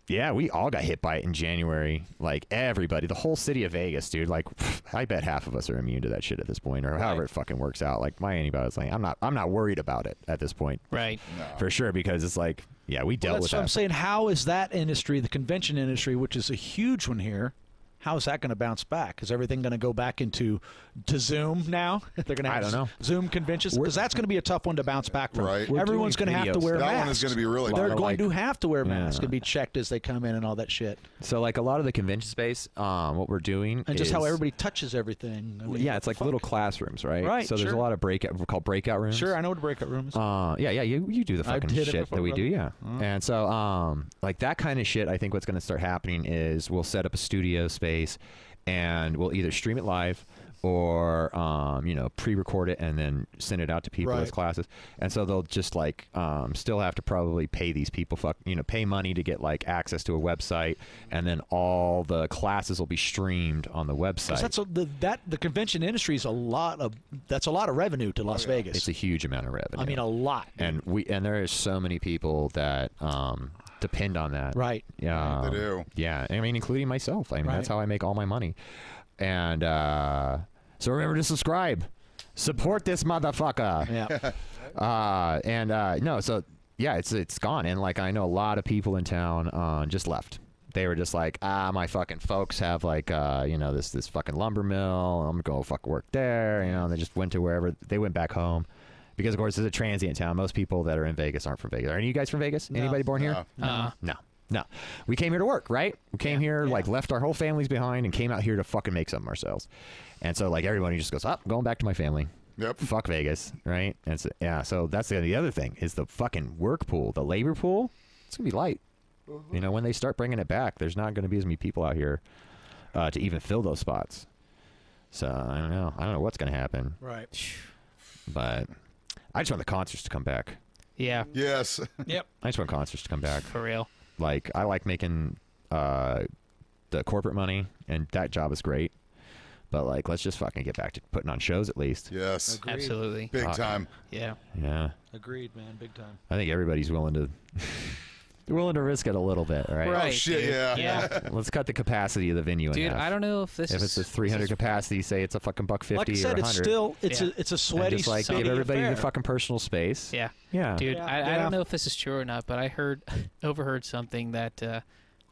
Speaker 4: yeah, we all got hit by it in January. Like everybody, the whole city of Vegas, dude. Like, I bet half of us are immune to that shit at this point, or however it fucking works out. Like my antibiotics, like I'm not, I'm not worried about it at this point,
Speaker 6: Right.
Speaker 4: for sure, because it's like, yeah, we dealt
Speaker 2: Well,
Speaker 4: with
Speaker 2: that's what I'm
Speaker 4: that.
Speaker 2: saying. How is that industry, the convention industry, which is a huge one here, how is that going to bounce back? Is everything going to go back into to Zoom now? They're going to
Speaker 4: I
Speaker 2: have
Speaker 4: don't know.
Speaker 2: Zoom conventions because that's going to be a tough one to bounce back from.
Speaker 5: Right. We're
Speaker 2: Everyone's
Speaker 4: doing
Speaker 2: going to have to
Speaker 4: videos.
Speaker 2: wear
Speaker 5: That
Speaker 2: masks.
Speaker 5: one is gonna be really
Speaker 2: They're
Speaker 5: tough.
Speaker 2: going
Speaker 4: Like-
Speaker 2: to have to wear masks
Speaker 4: Yeah.
Speaker 2: and be checked as they come in and all that shit.
Speaker 4: So like a lot of the convention space, um, what we're doing
Speaker 2: And just how
Speaker 4: is-
Speaker 2: everybody touches everything. I mean,
Speaker 4: yeah,
Speaker 2: what
Speaker 4: it's
Speaker 2: the
Speaker 4: like
Speaker 2: fuck?
Speaker 4: little classrooms, right?
Speaker 2: Right,
Speaker 4: So there's a
Speaker 2: sure.
Speaker 4: lot of breakout, we're called breakout rooms.
Speaker 2: Sure, I know what a breakout room is.
Speaker 4: Uh, yeah, yeah, you, you do the
Speaker 2: I
Speaker 4: fucking
Speaker 2: did it
Speaker 4: shit that
Speaker 2: before,
Speaker 4: we do,
Speaker 2: brother. Mm.
Speaker 4: yeah. And so, um, like that kind of shit, I think what's going to start happening is we'll set up a studio space, and we'll either stream it live or um, you know pre-record it and then send it out to people as
Speaker 2: Right.
Speaker 4: classes. And so they'll just like um, still have to probably pay these people fuck you know pay money to get like access to a website, and then all the classes will be streamed on the website.
Speaker 2: Because that's a, the, that the convention industry is a lot of that's a lot of revenue to
Speaker 5: Oh,
Speaker 2: Las Vegas.
Speaker 4: it's a huge amount of revenue.
Speaker 2: I mean, a lot.
Speaker 4: and we and there is so many people that um depend on that
Speaker 2: Right.
Speaker 4: yeah
Speaker 5: They do.
Speaker 4: yeah i mean including myself i mean that's
Speaker 2: Right.
Speaker 4: how i make all my money and uh so remember to subscribe support this motherfucker
Speaker 2: yeah.
Speaker 4: uh and uh no so yeah it's it's gone and like i know a lot of people in town uh just left they were just like ah my fucking folks have like uh you know this this fucking lumber mill i'm gonna go fuck work there you know and they just went to wherever they went back home because of course it's a transient town most people that are in vegas aren't from vegas are any of you guys from vegas anybody born here
Speaker 6: Uh,
Speaker 4: no no we came here to work right we came here like left our whole families behind and came out here to fucking make something ourselves and so like everybody just goes up going back to my family
Speaker 5: Yep.
Speaker 4: fuck Vegas, right? And so, yeah, so that's the, the other thing is the fucking work pool, the labor pool. It's gonna be light. You know, when they start bringing it back, there's not gonna be as many people out here uh, to even fill those spots. So I don't know. I don't know what's gonna happen,
Speaker 2: Right.
Speaker 4: but I just want the concerts to come back.
Speaker 6: yeah.
Speaker 5: Yes.
Speaker 2: Yep.
Speaker 4: I just want concerts to come back.
Speaker 6: For real.
Speaker 4: Like I like making uh, the corporate money, and that job is great. But like, let's just fucking get back to putting on shows at least.
Speaker 5: Yes.
Speaker 2: Agreed.
Speaker 6: Absolutely.
Speaker 5: Big
Speaker 4: Fuck.
Speaker 5: time.
Speaker 6: Yeah.
Speaker 4: yeah.
Speaker 2: Agreed, man. Big time.
Speaker 4: I think everybody's willing to willing to risk it a little bit, right?
Speaker 5: Oh, shit,
Speaker 6: dude.
Speaker 5: yeah.
Speaker 6: Yeah.
Speaker 4: Let's cut the capacity of the venue in
Speaker 6: Dude,
Speaker 4: half.
Speaker 6: I don't know if this
Speaker 4: if it's
Speaker 6: is
Speaker 4: a 300
Speaker 6: this is-
Speaker 4: capacity, say it's a fucking buck 50
Speaker 2: Like I said,
Speaker 4: or
Speaker 2: it's
Speaker 4: 100.
Speaker 2: still it's
Speaker 6: Yeah.
Speaker 2: a it's a
Speaker 4: and
Speaker 2: sweaty.
Speaker 4: just like
Speaker 2: sunny
Speaker 4: give everybody
Speaker 2: affair.
Speaker 4: their fucking personal space.
Speaker 6: Yeah.
Speaker 4: Yeah.
Speaker 6: Dude,
Speaker 2: Yeah.
Speaker 6: I, I
Speaker 2: Yeah.
Speaker 6: don't know if this is true or not, but I heard overheard something that uh,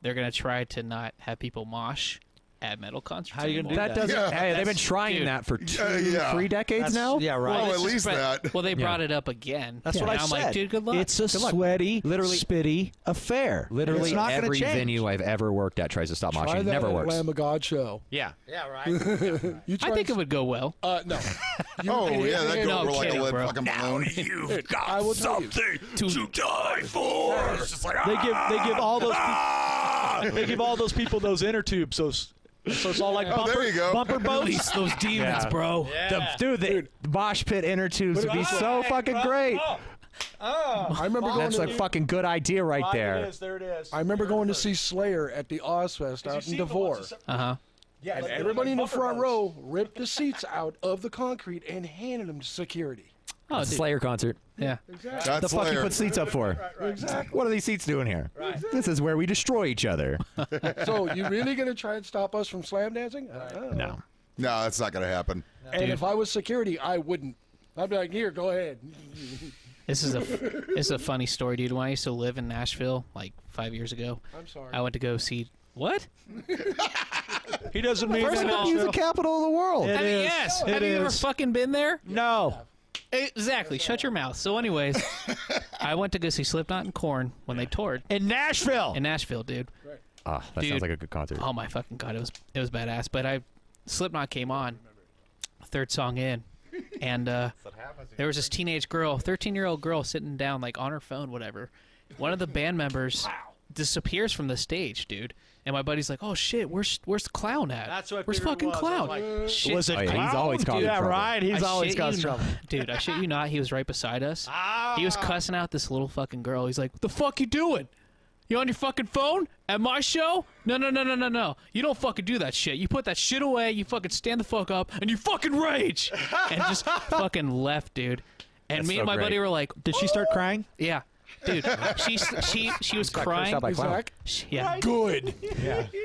Speaker 6: they're gonna try to not have people mosh at metal concerts.
Speaker 2: How you gonna do
Speaker 6: anymore.
Speaker 4: that doesn't.
Speaker 5: Yeah.
Speaker 4: Hey, they've been
Speaker 6: That's-
Speaker 4: trying
Speaker 6: dude.
Speaker 4: that for two,
Speaker 5: Yeah, yeah.
Speaker 4: three decades
Speaker 2: That's-
Speaker 4: now.
Speaker 2: Yeah, right.
Speaker 5: Well,
Speaker 6: Well,
Speaker 5: at
Speaker 6: it's
Speaker 5: least
Speaker 6: just brought-
Speaker 5: that.
Speaker 6: Well, they
Speaker 4: Yeah.
Speaker 6: brought it up again.
Speaker 2: That's what
Speaker 6: And
Speaker 2: I
Speaker 6: I'm
Speaker 2: said.
Speaker 6: like, dude, good luck.
Speaker 2: It's a
Speaker 4: Good luck.
Speaker 2: sweaty,
Speaker 4: Literally-
Speaker 2: literally spitty affair.
Speaker 4: Literally
Speaker 2: it's not gonna
Speaker 4: every
Speaker 2: change.
Speaker 4: venue I've ever worked at tries to stop
Speaker 7: Try
Speaker 4: moshing.
Speaker 7: that
Speaker 4: Never
Speaker 7: at
Speaker 4: works.
Speaker 7: Lamb of God show.
Speaker 4: Yeah.
Speaker 7: You
Speaker 6: I
Speaker 7: tried-
Speaker 6: think it would go well.
Speaker 7: Uh, no. You-
Speaker 5: Oh yeah, that
Speaker 7: no,
Speaker 6: I'm
Speaker 5: go over like a
Speaker 6: kidding,
Speaker 5: lead
Speaker 6: bro.
Speaker 5: fucking balloon.
Speaker 3: You've got
Speaker 7: I will tell you.
Speaker 3: something to, die for. It's just like,
Speaker 2: They give they give all those people,
Speaker 3: ah!
Speaker 2: they give all those people those inner tubes. Those so it's all like
Speaker 5: Oh,
Speaker 2: bumper,
Speaker 5: there you go.
Speaker 2: bumper boats.
Speaker 6: Release those demons,
Speaker 4: Yeah.
Speaker 6: bro.
Speaker 1: ah!
Speaker 4: The, dude, the mosh pit inner tubes would be so fucking great.
Speaker 7: I remember going.
Speaker 4: That's
Speaker 7: To,
Speaker 4: a fucking good idea right there.
Speaker 2: There it is.
Speaker 7: I remember going to see Slayer at the Ozfest out in Devore.
Speaker 6: Uh huh.
Speaker 2: Yeah,
Speaker 7: And everybody in the front row ripped the seats out of the concrete and handed them to security.
Speaker 6: Oh,
Speaker 4: That's a
Speaker 6: dude.
Speaker 4: Slayer concert.
Speaker 6: yeah.
Speaker 5: God
Speaker 4: the fuck you
Speaker 5: Slayer.
Speaker 4: put seats up for?
Speaker 7: Exactly.
Speaker 4: What are these seats doing here? This is where we destroy each other.
Speaker 7: So you really gonna try and stop us from slam dancing? Uh, I don't know.
Speaker 4: No.
Speaker 5: No, that's not going to happen.
Speaker 7: And if I was security, I wouldn't. I'd be like, here, go ahead.
Speaker 6: This is a this is a funny story, dude. When I used to live in Nashville, like five years ago,
Speaker 7: I'm sorry.
Speaker 6: I went to go see what?
Speaker 2: He doesn't mean
Speaker 6: First of all,
Speaker 4: He's the capital of the world.
Speaker 2: It
Speaker 6: I mean,
Speaker 2: is.
Speaker 6: yes.
Speaker 2: It
Speaker 6: Have you ever
Speaker 2: is.
Speaker 6: fucking been there?
Speaker 2: No.
Speaker 6: Exactly. Shut your mouth. So, anyways, I went to go see Slipknot and Corn when they toured
Speaker 2: In Nashville.
Speaker 6: in Nashville, dude.
Speaker 4: Ah, that
Speaker 6: Dude.
Speaker 4: sounds like a good concert.
Speaker 6: Oh my fucking god, it was it was badass. But I Slipknot came on, third song in, and uh, there was this teenage girl, thirteen year old girl, sitting down like on her phone, whatever. One of the band members disappears from the stage, dude. And my buddy's like, "Oh shit, where's where's the clown at?
Speaker 2: That's what I
Speaker 6: where's
Speaker 2: figured it was.
Speaker 6: fucking
Speaker 2: I was
Speaker 6: clown?
Speaker 2: like,
Speaker 6: shit.
Speaker 2: was it
Speaker 4: Oh, yeah, he's
Speaker 2: Clown?
Speaker 4: always causing
Speaker 2: Yeah,
Speaker 4: trouble.
Speaker 2: right. He's
Speaker 6: I
Speaker 2: always
Speaker 6: shit you
Speaker 2: causing
Speaker 6: not-
Speaker 2: trouble. Ah.
Speaker 6: dude. I shit you not. He was right beside us. He was cussing out this little fucking girl. He's like, "The fuck you doing? You on your fucking phone at my show? No, no, no, no, no, no. You don't fucking do that shit. You put that shit away. You fucking stand the fuck up and you fucking rage and just fucking left, dude. And me
Speaker 4: so
Speaker 6: and my
Speaker 4: great.
Speaker 6: buddy were like,
Speaker 2: Did she start crying?
Speaker 6: "Yeah, dude. She she she was crying.
Speaker 4: Cursed out by clown.
Speaker 7: Zach,
Speaker 6: She- yeah,
Speaker 2: Good.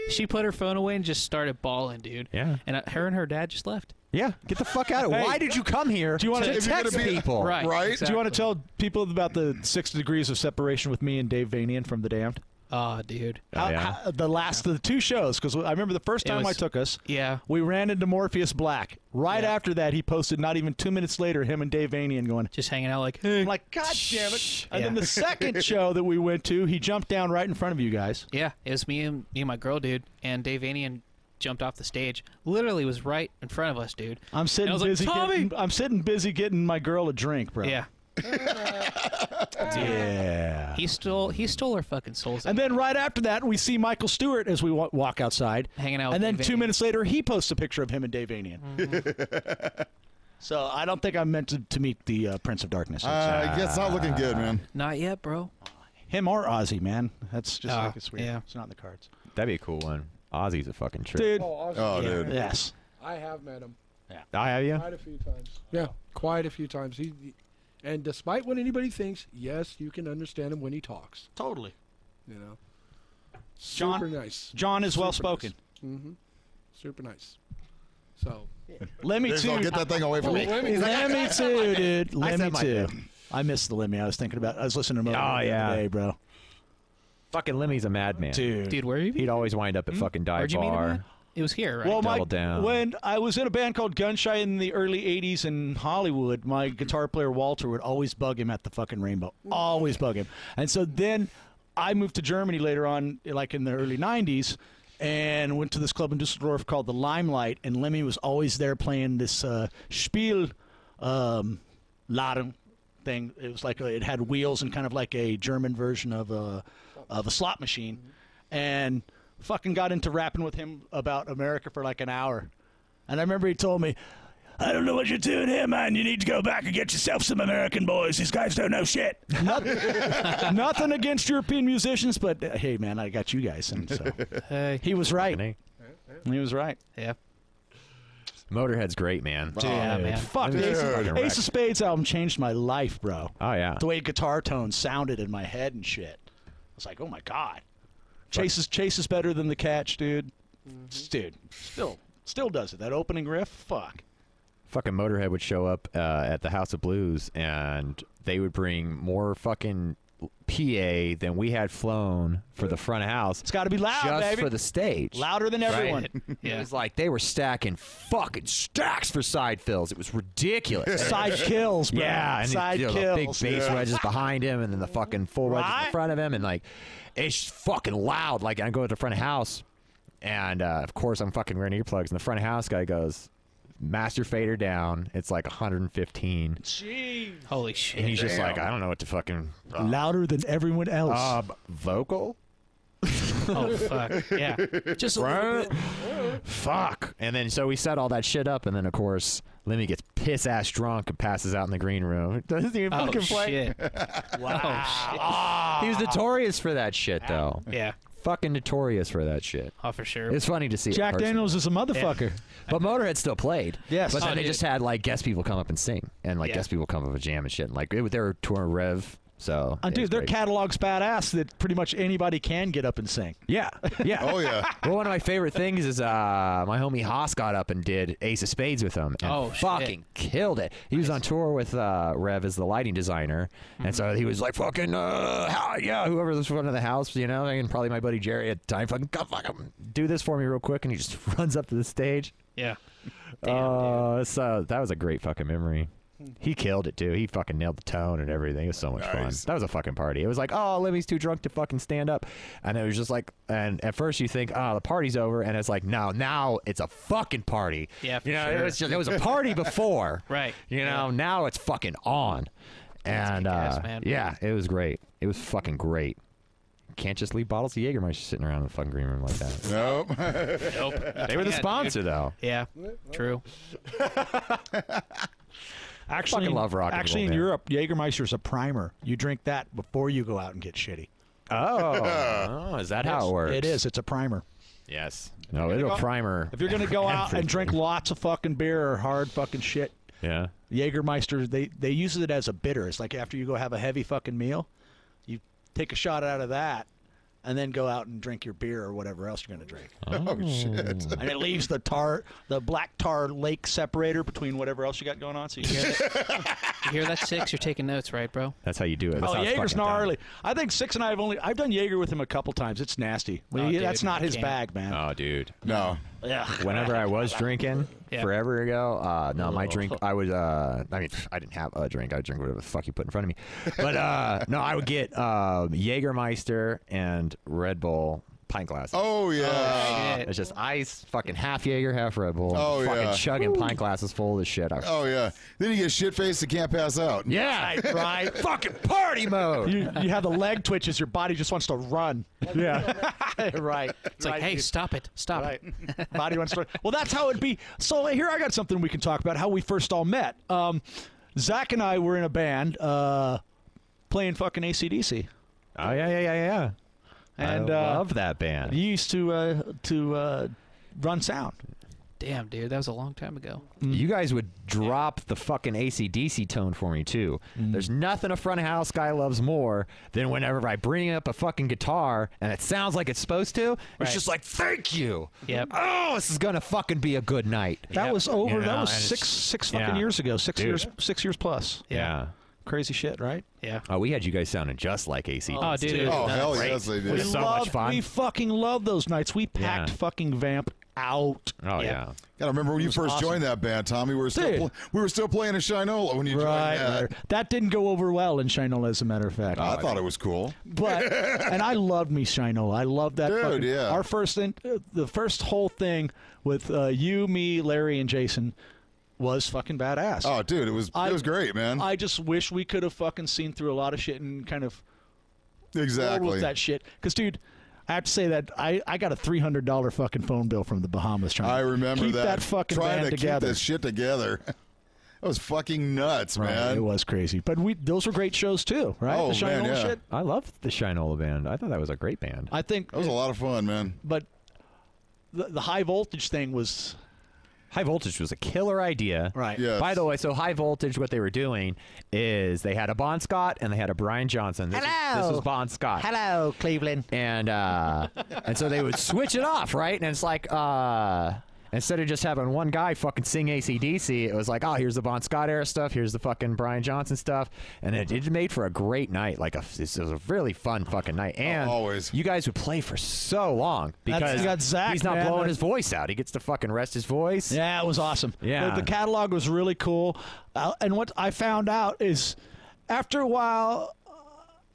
Speaker 6: she put her phone away and just started bawling, dude.
Speaker 4: Yeah.
Speaker 6: And uh, her and her dad just left.
Speaker 4: Yeah, get the fuck out of here.
Speaker 2: Hey.
Speaker 4: Why did you come here? Do
Speaker 2: you wanna-
Speaker 4: to
Speaker 2: If
Speaker 5: you're gonna
Speaker 4: text
Speaker 5: be-
Speaker 4: people?
Speaker 6: Right.
Speaker 5: Right?
Speaker 2: Do you want to
Speaker 6: exactly.
Speaker 2: tell people about the six degrees of separation with me and Dave Vanian from The Damned?
Speaker 6: Oh, dude.
Speaker 4: Oh, yeah.
Speaker 2: how- the last of the two shows, because I remember the first
Speaker 6: It
Speaker 2: time I
Speaker 6: was-
Speaker 2: took us,
Speaker 6: Yeah.
Speaker 2: we ran into Morpheus Black. Right
Speaker 6: Yeah.
Speaker 2: after that, he posted not even two minutes later, him and Dave Vanian going,
Speaker 6: Just hanging out like, hey.
Speaker 2: I'm like, God damn it. And then
Speaker 6: Yeah.
Speaker 2: the second show that we went to, he jumped down right in front of you guys.
Speaker 6: Yeah, it was me and me and my girl, dude. And Dave Anian jumped off the stage. Literally was right in front of us, dude.
Speaker 2: I'm
Speaker 6: And I
Speaker 2: sitting
Speaker 6: was like,
Speaker 2: busy
Speaker 6: "Tommy!"
Speaker 2: getting, I'm sitting busy getting my girl a drink, bro.
Speaker 6: Yeah.
Speaker 2: Yeah.
Speaker 6: He stole he stole our fucking souls.
Speaker 2: And then right after that, we see Michael Stewart as we wa- walk outside,
Speaker 6: Hanging out
Speaker 2: And
Speaker 6: with
Speaker 2: then
Speaker 6: Dave
Speaker 2: two
Speaker 6: Vanian.
Speaker 2: minutes later, he posts a picture of him and Dave Anian. so I don't think I'm meant to, to meet the uh, Prince of Darkness.
Speaker 5: Uh, yeah, it's not looking good, man.
Speaker 6: Not yet, bro.
Speaker 2: Him or Ozzy, man. That's just
Speaker 6: Ah,
Speaker 2: like it's weird.
Speaker 6: yeah.
Speaker 2: It's not in the cards,
Speaker 4: That'd be a cool one. Ozzy's a fucking trip.
Speaker 2: dude.
Speaker 7: Oh, awesome.
Speaker 5: Oh, dude.
Speaker 2: Yes.
Speaker 7: I have met him
Speaker 4: I have you.
Speaker 7: quite a few times. Yeah, quite a few times. He, he- and despite what anybody thinks, yes, you can understand him when he talks.
Speaker 2: Totally.
Speaker 7: You know,
Speaker 2: John-
Speaker 7: super nice,
Speaker 2: John is well
Speaker 7: Super nice.
Speaker 2: spoken.
Speaker 7: super nice. So oh,
Speaker 2: Lemmy
Speaker 5: There's no
Speaker 2: too.
Speaker 5: get that thing away from me.
Speaker 2: Lemmy too, dude. Lemmy
Speaker 4: said my
Speaker 2: too. I missed the Lemmy. I was thinking about. I was listening to him
Speaker 4: Oh, yeah.
Speaker 2: today, bro.
Speaker 4: Fucking Lemmy's a madman.
Speaker 2: Dude.
Speaker 6: Dude, where have you been?
Speaker 4: He'd always wind up at fucking dive
Speaker 6: Hmm? Where'd you meet him?
Speaker 4: bar.
Speaker 6: at? It was here, right?
Speaker 2: Well, my,
Speaker 4: Double down.
Speaker 2: when I was in a band called Gunshy in the early '80s in Hollywood, my guitar player Walter would always bug him at the fucking Rainbow, always bug him. And so then I moved to Germany later on, like in the early '90s, and went to this club in Düsseldorf called the Limelight, and Lemmy was always there playing this uh, Spiel um, Laden thing. It was like a, it had wheels and kind of like a German version of a of a slot machine, and fucking got into rapping with him about America for like an hour. And I remember he told me, "I don't know what you're doing here, man. You need to go back and get yourself some American boys. These guys don't know shit. Nothing, nothing against European musicians, but uh, hey, man, I got you guys." And so
Speaker 6: Hey.
Speaker 2: he was right.
Speaker 4: Hey.
Speaker 2: He was right.
Speaker 6: Yeah.
Speaker 4: Motorhead's great, man.
Speaker 5: Oh,
Speaker 6: Yeah,
Speaker 2: Dude,
Speaker 6: man.
Speaker 2: Fuck
Speaker 4: Dude.
Speaker 2: Ace,
Speaker 4: Fucking
Speaker 2: of,
Speaker 4: wrecked.
Speaker 2: Ace of Spades album changed my life, bro.
Speaker 4: Oh yeah.
Speaker 2: The way guitar tones sounded in my head and shit. I was like, oh my god. Chase is Chase is better than the catch, dude. Dude, still still does it. That opening riff, fuck.
Speaker 4: fucking Motorhead would show up uh, at the House of Blues, and they would bring more fucking PA than we had flown for the front of house.
Speaker 2: It's got to be loud,
Speaker 4: just
Speaker 2: baby.
Speaker 4: for the stage.
Speaker 2: Louder than everyone.
Speaker 4: It
Speaker 6: Yeah.
Speaker 4: was like they were stacking fucking stacks for side fills. It was ridiculous.
Speaker 2: Side kills, bro.
Speaker 4: Yeah, and it-
Speaker 2: side
Speaker 4: you know, the big
Speaker 2: kills.
Speaker 4: bass wedges behind him, and then the fucking full wedges
Speaker 2: Right?
Speaker 4: in front of him, and like it's just fucking loud. Like I go to the front of house, and uh, of course I'm fucking wearing earplugs, and the front of house guy goes, "Master fader down." It's like 115,
Speaker 6: Holy
Speaker 4: and
Speaker 6: shit.
Speaker 4: he's just like, "I don't know what to fucking uh,
Speaker 2: Louder than everyone else.
Speaker 4: uh, vocal."
Speaker 6: Oh fuck. Yeah. Just a little bit.
Speaker 4: Fuck. And then so we set all that shit up, and then of course Lemmy gets piss ass drunk and passes out in the green room. Doesn't even
Speaker 6: Oh
Speaker 4: fucking play.
Speaker 6: shit. wow.
Speaker 4: He was notorious for that shit though.
Speaker 6: Yeah.
Speaker 4: Fucking notorious for that shit.
Speaker 6: Oh for sure.
Speaker 4: It's funny to see. it in
Speaker 2: Jack
Speaker 4: person.
Speaker 2: Daniels is a motherfucker.
Speaker 4: But Motorhead still played.
Speaker 2: Yes.
Speaker 4: But then
Speaker 6: Oh,
Speaker 4: they
Speaker 6: dude.
Speaker 4: just had like guest people come up and sing, and like
Speaker 6: Yeah.
Speaker 4: guest people come up and jam and shit. And like it, they were touring Rev So
Speaker 2: Uh,
Speaker 4: it was
Speaker 2: dude, their
Speaker 4: great.
Speaker 2: catalog's badass that pretty much anybody can get up and sing.
Speaker 4: Yeah, yeah.
Speaker 5: Oh yeah.
Speaker 4: Well, one of my favorite things is uh, my homie Haas got up and did Ace of Spades with him and
Speaker 6: Oh, shit.
Speaker 4: fucking killed it. He was on tour with uh, Rev as the lighting designer, and
Speaker 6: Mm-hmm.
Speaker 4: so he was like fucking uh, how- yeah, whoever was front of the house, you know, and probably my buddy Jerry at the time, fucking come fucking do this for me real quick, and he just runs up to the stage.
Speaker 6: Yeah.
Speaker 4: Uh, so that was a great fucking memory. He killed it too. He fucking nailed the tone and everything. It was so much fun. That was a fucking party. It was like, oh, Limmy's too drunk to fucking stand up, and it was just like, and at first you think, oh, the party's over, and it's like, no, now it's a fucking party.
Speaker 6: Yeah, for
Speaker 4: you know, it
Speaker 6: sure.
Speaker 4: was just it was a party before,
Speaker 6: Right.
Speaker 4: You know, now it's fucking on, and
Speaker 6: kick-ass,
Speaker 4: uh,
Speaker 6: man.
Speaker 4: yeah, it was great. It was fucking great. Can't just leave bottles of Jägermeister sitting around in the fucking green room like that.
Speaker 5: Nope.
Speaker 6: Nope.
Speaker 4: they were the
Speaker 6: Yeah, dude.
Speaker 4: sponsor though.
Speaker 6: Yeah. True.
Speaker 2: Actually,
Speaker 4: Fucking love rock and
Speaker 2: Actually,
Speaker 4: roll,
Speaker 2: in
Speaker 4: man.
Speaker 2: Europe, Jägermeister's a primer. You drink that before you go out and get shitty.
Speaker 4: Oh, oh, is that how it works?
Speaker 2: It is. It's a primer.
Speaker 4: Yes. No, it'll primer.
Speaker 2: If you're gonna go out and drink lots of fucking beer or hard fucking shit,
Speaker 4: yeah.
Speaker 2: Jägermeister they they use it as a bitter. It's like after you go have a heavy fucking meal, you take a shot out of that, and then go out and drink your beer or whatever else you're gonna drink.
Speaker 5: Oh shit.
Speaker 2: and it leaves the tar the black tar lake separator between whatever else you got going on. So you can't.
Speaker 6: You hear that six? You're taking notes, right, bro?
Speaker 4: That's how you do it. That's
Speaker 2: Oh,
Speaker 4: how it's
Speaker 2: Jaeger's
Speaker 4: fucking done.
Speaker 2: gnarly. I think Six and I have only I've done Jaeger with him a couple times. It's nasty.
Speaker 6: Oh,
Speaker 2: He-
Speaker 6: dude,
Speaker 2: that's not
Speaker 6: I
Speaker 2: his
Speaker 6: can't.
Speaker 2: bag, man.
Speaker 4: Oh, dude.
Speaker 5: No.
Speaker 2: yeah.
Speaker 4: Whenever I was drinking
Speaker 6: Yeah.
Speaker 4: forever ago, uh, no, my drink, I would, uh, I mean, I didn't have a drink. I would drink whatever the fuck you put in front of me. But uh, no, I would get uh, Jägermeister and Red Bull pint glasses.
Speaker 5: Oh yeah.
Speaker 6: Shit.
Speaker 4: It's just ice, fucking half Jaeger, half Red Bull. and
Speaker 5: Oh,
Speaker 4: fucking
Speaker 5: yeah.
Speaker 4: chugging pint glasses full of this shit. I was,
Speaker 5: Oh yeah. Then you get shit faced and can't pass out.
Speaker 4: Yeah.
Speaker 2: Right, right.
Speaker 4: fucking party mode.
Speaker 2: You, you have the leg twitches. Your body just wants to run. Yeah. right.
Speaker 6: It's like, hey, stop it. Stop
Speaker 2: Right.
Speaker 6: it.
Speaker 2: Body wants to. Well, that's how it'd be. So here I got something we can talk about how we first all met. Um, Zach and I were in a band uh, playing fucking ACDC.
Speaker 4: Oh, yeah, yeah, yeah, yeah.
Speaker 2: And,
Speaker 4: I
Speaker 2: uh,
Speaker 4: love that band.
Speaker 2: You used to uh, to uh, run sound.
Speaker 6: Damn, dude. That was a long time ago.
Speaker 4: You guys would drop the fucking ACDC tone for me, too. There's nothing a front of house guy loves more than whenever I bring up a fucking guitar and it sounds like it's supposed to.
Speaker 6: Right.
Speaker 4: It's just like, thank you.
Speaker 6: Yep.
Speaker 4: Oh, this is going to fucking be a good night.
Speaker 2: That was over.
Speaker 4: You
Speaker 2: that
Speaker 4: know,
Speaker 2: was
Speaker 4: and it's-
Speaker 2: six six fucking
Speaker 4: yeah.
Speaker 2: years ago. Six
Speaker 4: Dude.
Speaker 2: years six years plus.
Speaker 4: yeah.
Speaker 2: Crazy shit, right?
Speaker 6: Yeah.
Speaker 4: Oh, we had you guys sounding just like ACDC.
Speaker 6: Oh, dude. it was
Speaker 5: Oh
Speaker 6: nuts.
Speaker 5: hell yes they
Speaker 4: It
Speaker 5: did.
Speaker 4: was so much
Speaker 2: Loved-
Speaker 4: fun.
Speaker 2: We fucking love those nights. We packed
Speaker 4: Yeah.
Speaker 2: fucking vamp out.
Speaker 4: Oh,
Speaker 6: Yeah.
Speaker 4: yeah.
Speaker 5: God, I remember when you first joined that band, Tommy. We were still
Speaker 2: Dude.
Speaker 5: pl- we were still playing a Shinola when you
Speaker 2: Right.
Speaker 5: joined that.
Speaker 2: right. That didn't go over well in Shinola, as a matter of fact.
Speaker 5: I thought it was cool.
Speaker 2: but and I loved me Shinola. I loved that.
Speaker 5: Dude,
Speaker 2: fucking-
Speaker 5: yeah.
Speaker 2: Our first in, uh, the first whole thing with uh, you, me, Larry, and Jason was fucking badass.
Speaker 5: Oh, dude, it was
Speaker 2: I-
Speaker 5: it was great, man.
Speaker 2: I just wish we could have fucking seen through a lot of shit and kind of rolled
Speaker 5: exactly.
Speaker 2: with that shit. Because dude. I have to say that I, I got a three hundred dollar fucking phone bill from the Bahamas trying.
Speaker 5: I
Speaker 2: to
Speaker 5: remember
Speaker 2: keep
Speaker 5: that.
Speaker 2: fucking
Speaker 5: trying
Speaker 2: band
Speaker 5: to
Speaker 2: together.
Speaker 5: keep that shit together. That was fucking nuts,
Speaker 2: Right,
Speaker 5: man.
Speaker 2: It was crazy, but we those were great shows too, right?
Speaker 5: Oh,
Speaker 2: the Shinola
Speaker 5: man, yeah.
Speaker 2: shit.
Speaker 4: I loved the Shinola band. I thought that was a great band.
Speaker 2: I think,
Speaker 5: That was a lot of fun, man.
Speaker 2: but the, the high voltage thing was
Speaker 4: High Voltage was a killer idea.
Speaker 2: right.
Speaker 5: Yeah.
Speaker 4: By the way, so High Voltage, what they were doing is they had a Bon Scott and they had a Brian Johnson. This Was, this
Speaker 2: Hello.
Speaker 4: was Bon Scott.
Speaker 2: Hello, Cleveland.
Speaker 4: And uh, and so they would switch it off, right? And it's like uh, instead of just having one guy fucking sing ACDC, it was like, oh, here's the Bon Scott era stuff, here's the fucking Brian Johnson stuff, and it, it made for a great night. Like a, this was a really fun fucking night. And
Speaker 5: Always.
Speaker 4: you guys would play for so long
Speaker 2: That's-
Speaker 4: because
Speaker 2: you got Zach,
Speaker 4: he's not
Speaker 2: man.
Speaker 4: blowing his voice out. He gets to fucking rest his voice.
Speaker 2: Yeah, it was awesome.
Speaker 4: Yeah.
Speaker 2: the, the catalog was really cool, uh, and what I found out is, after a while, uh,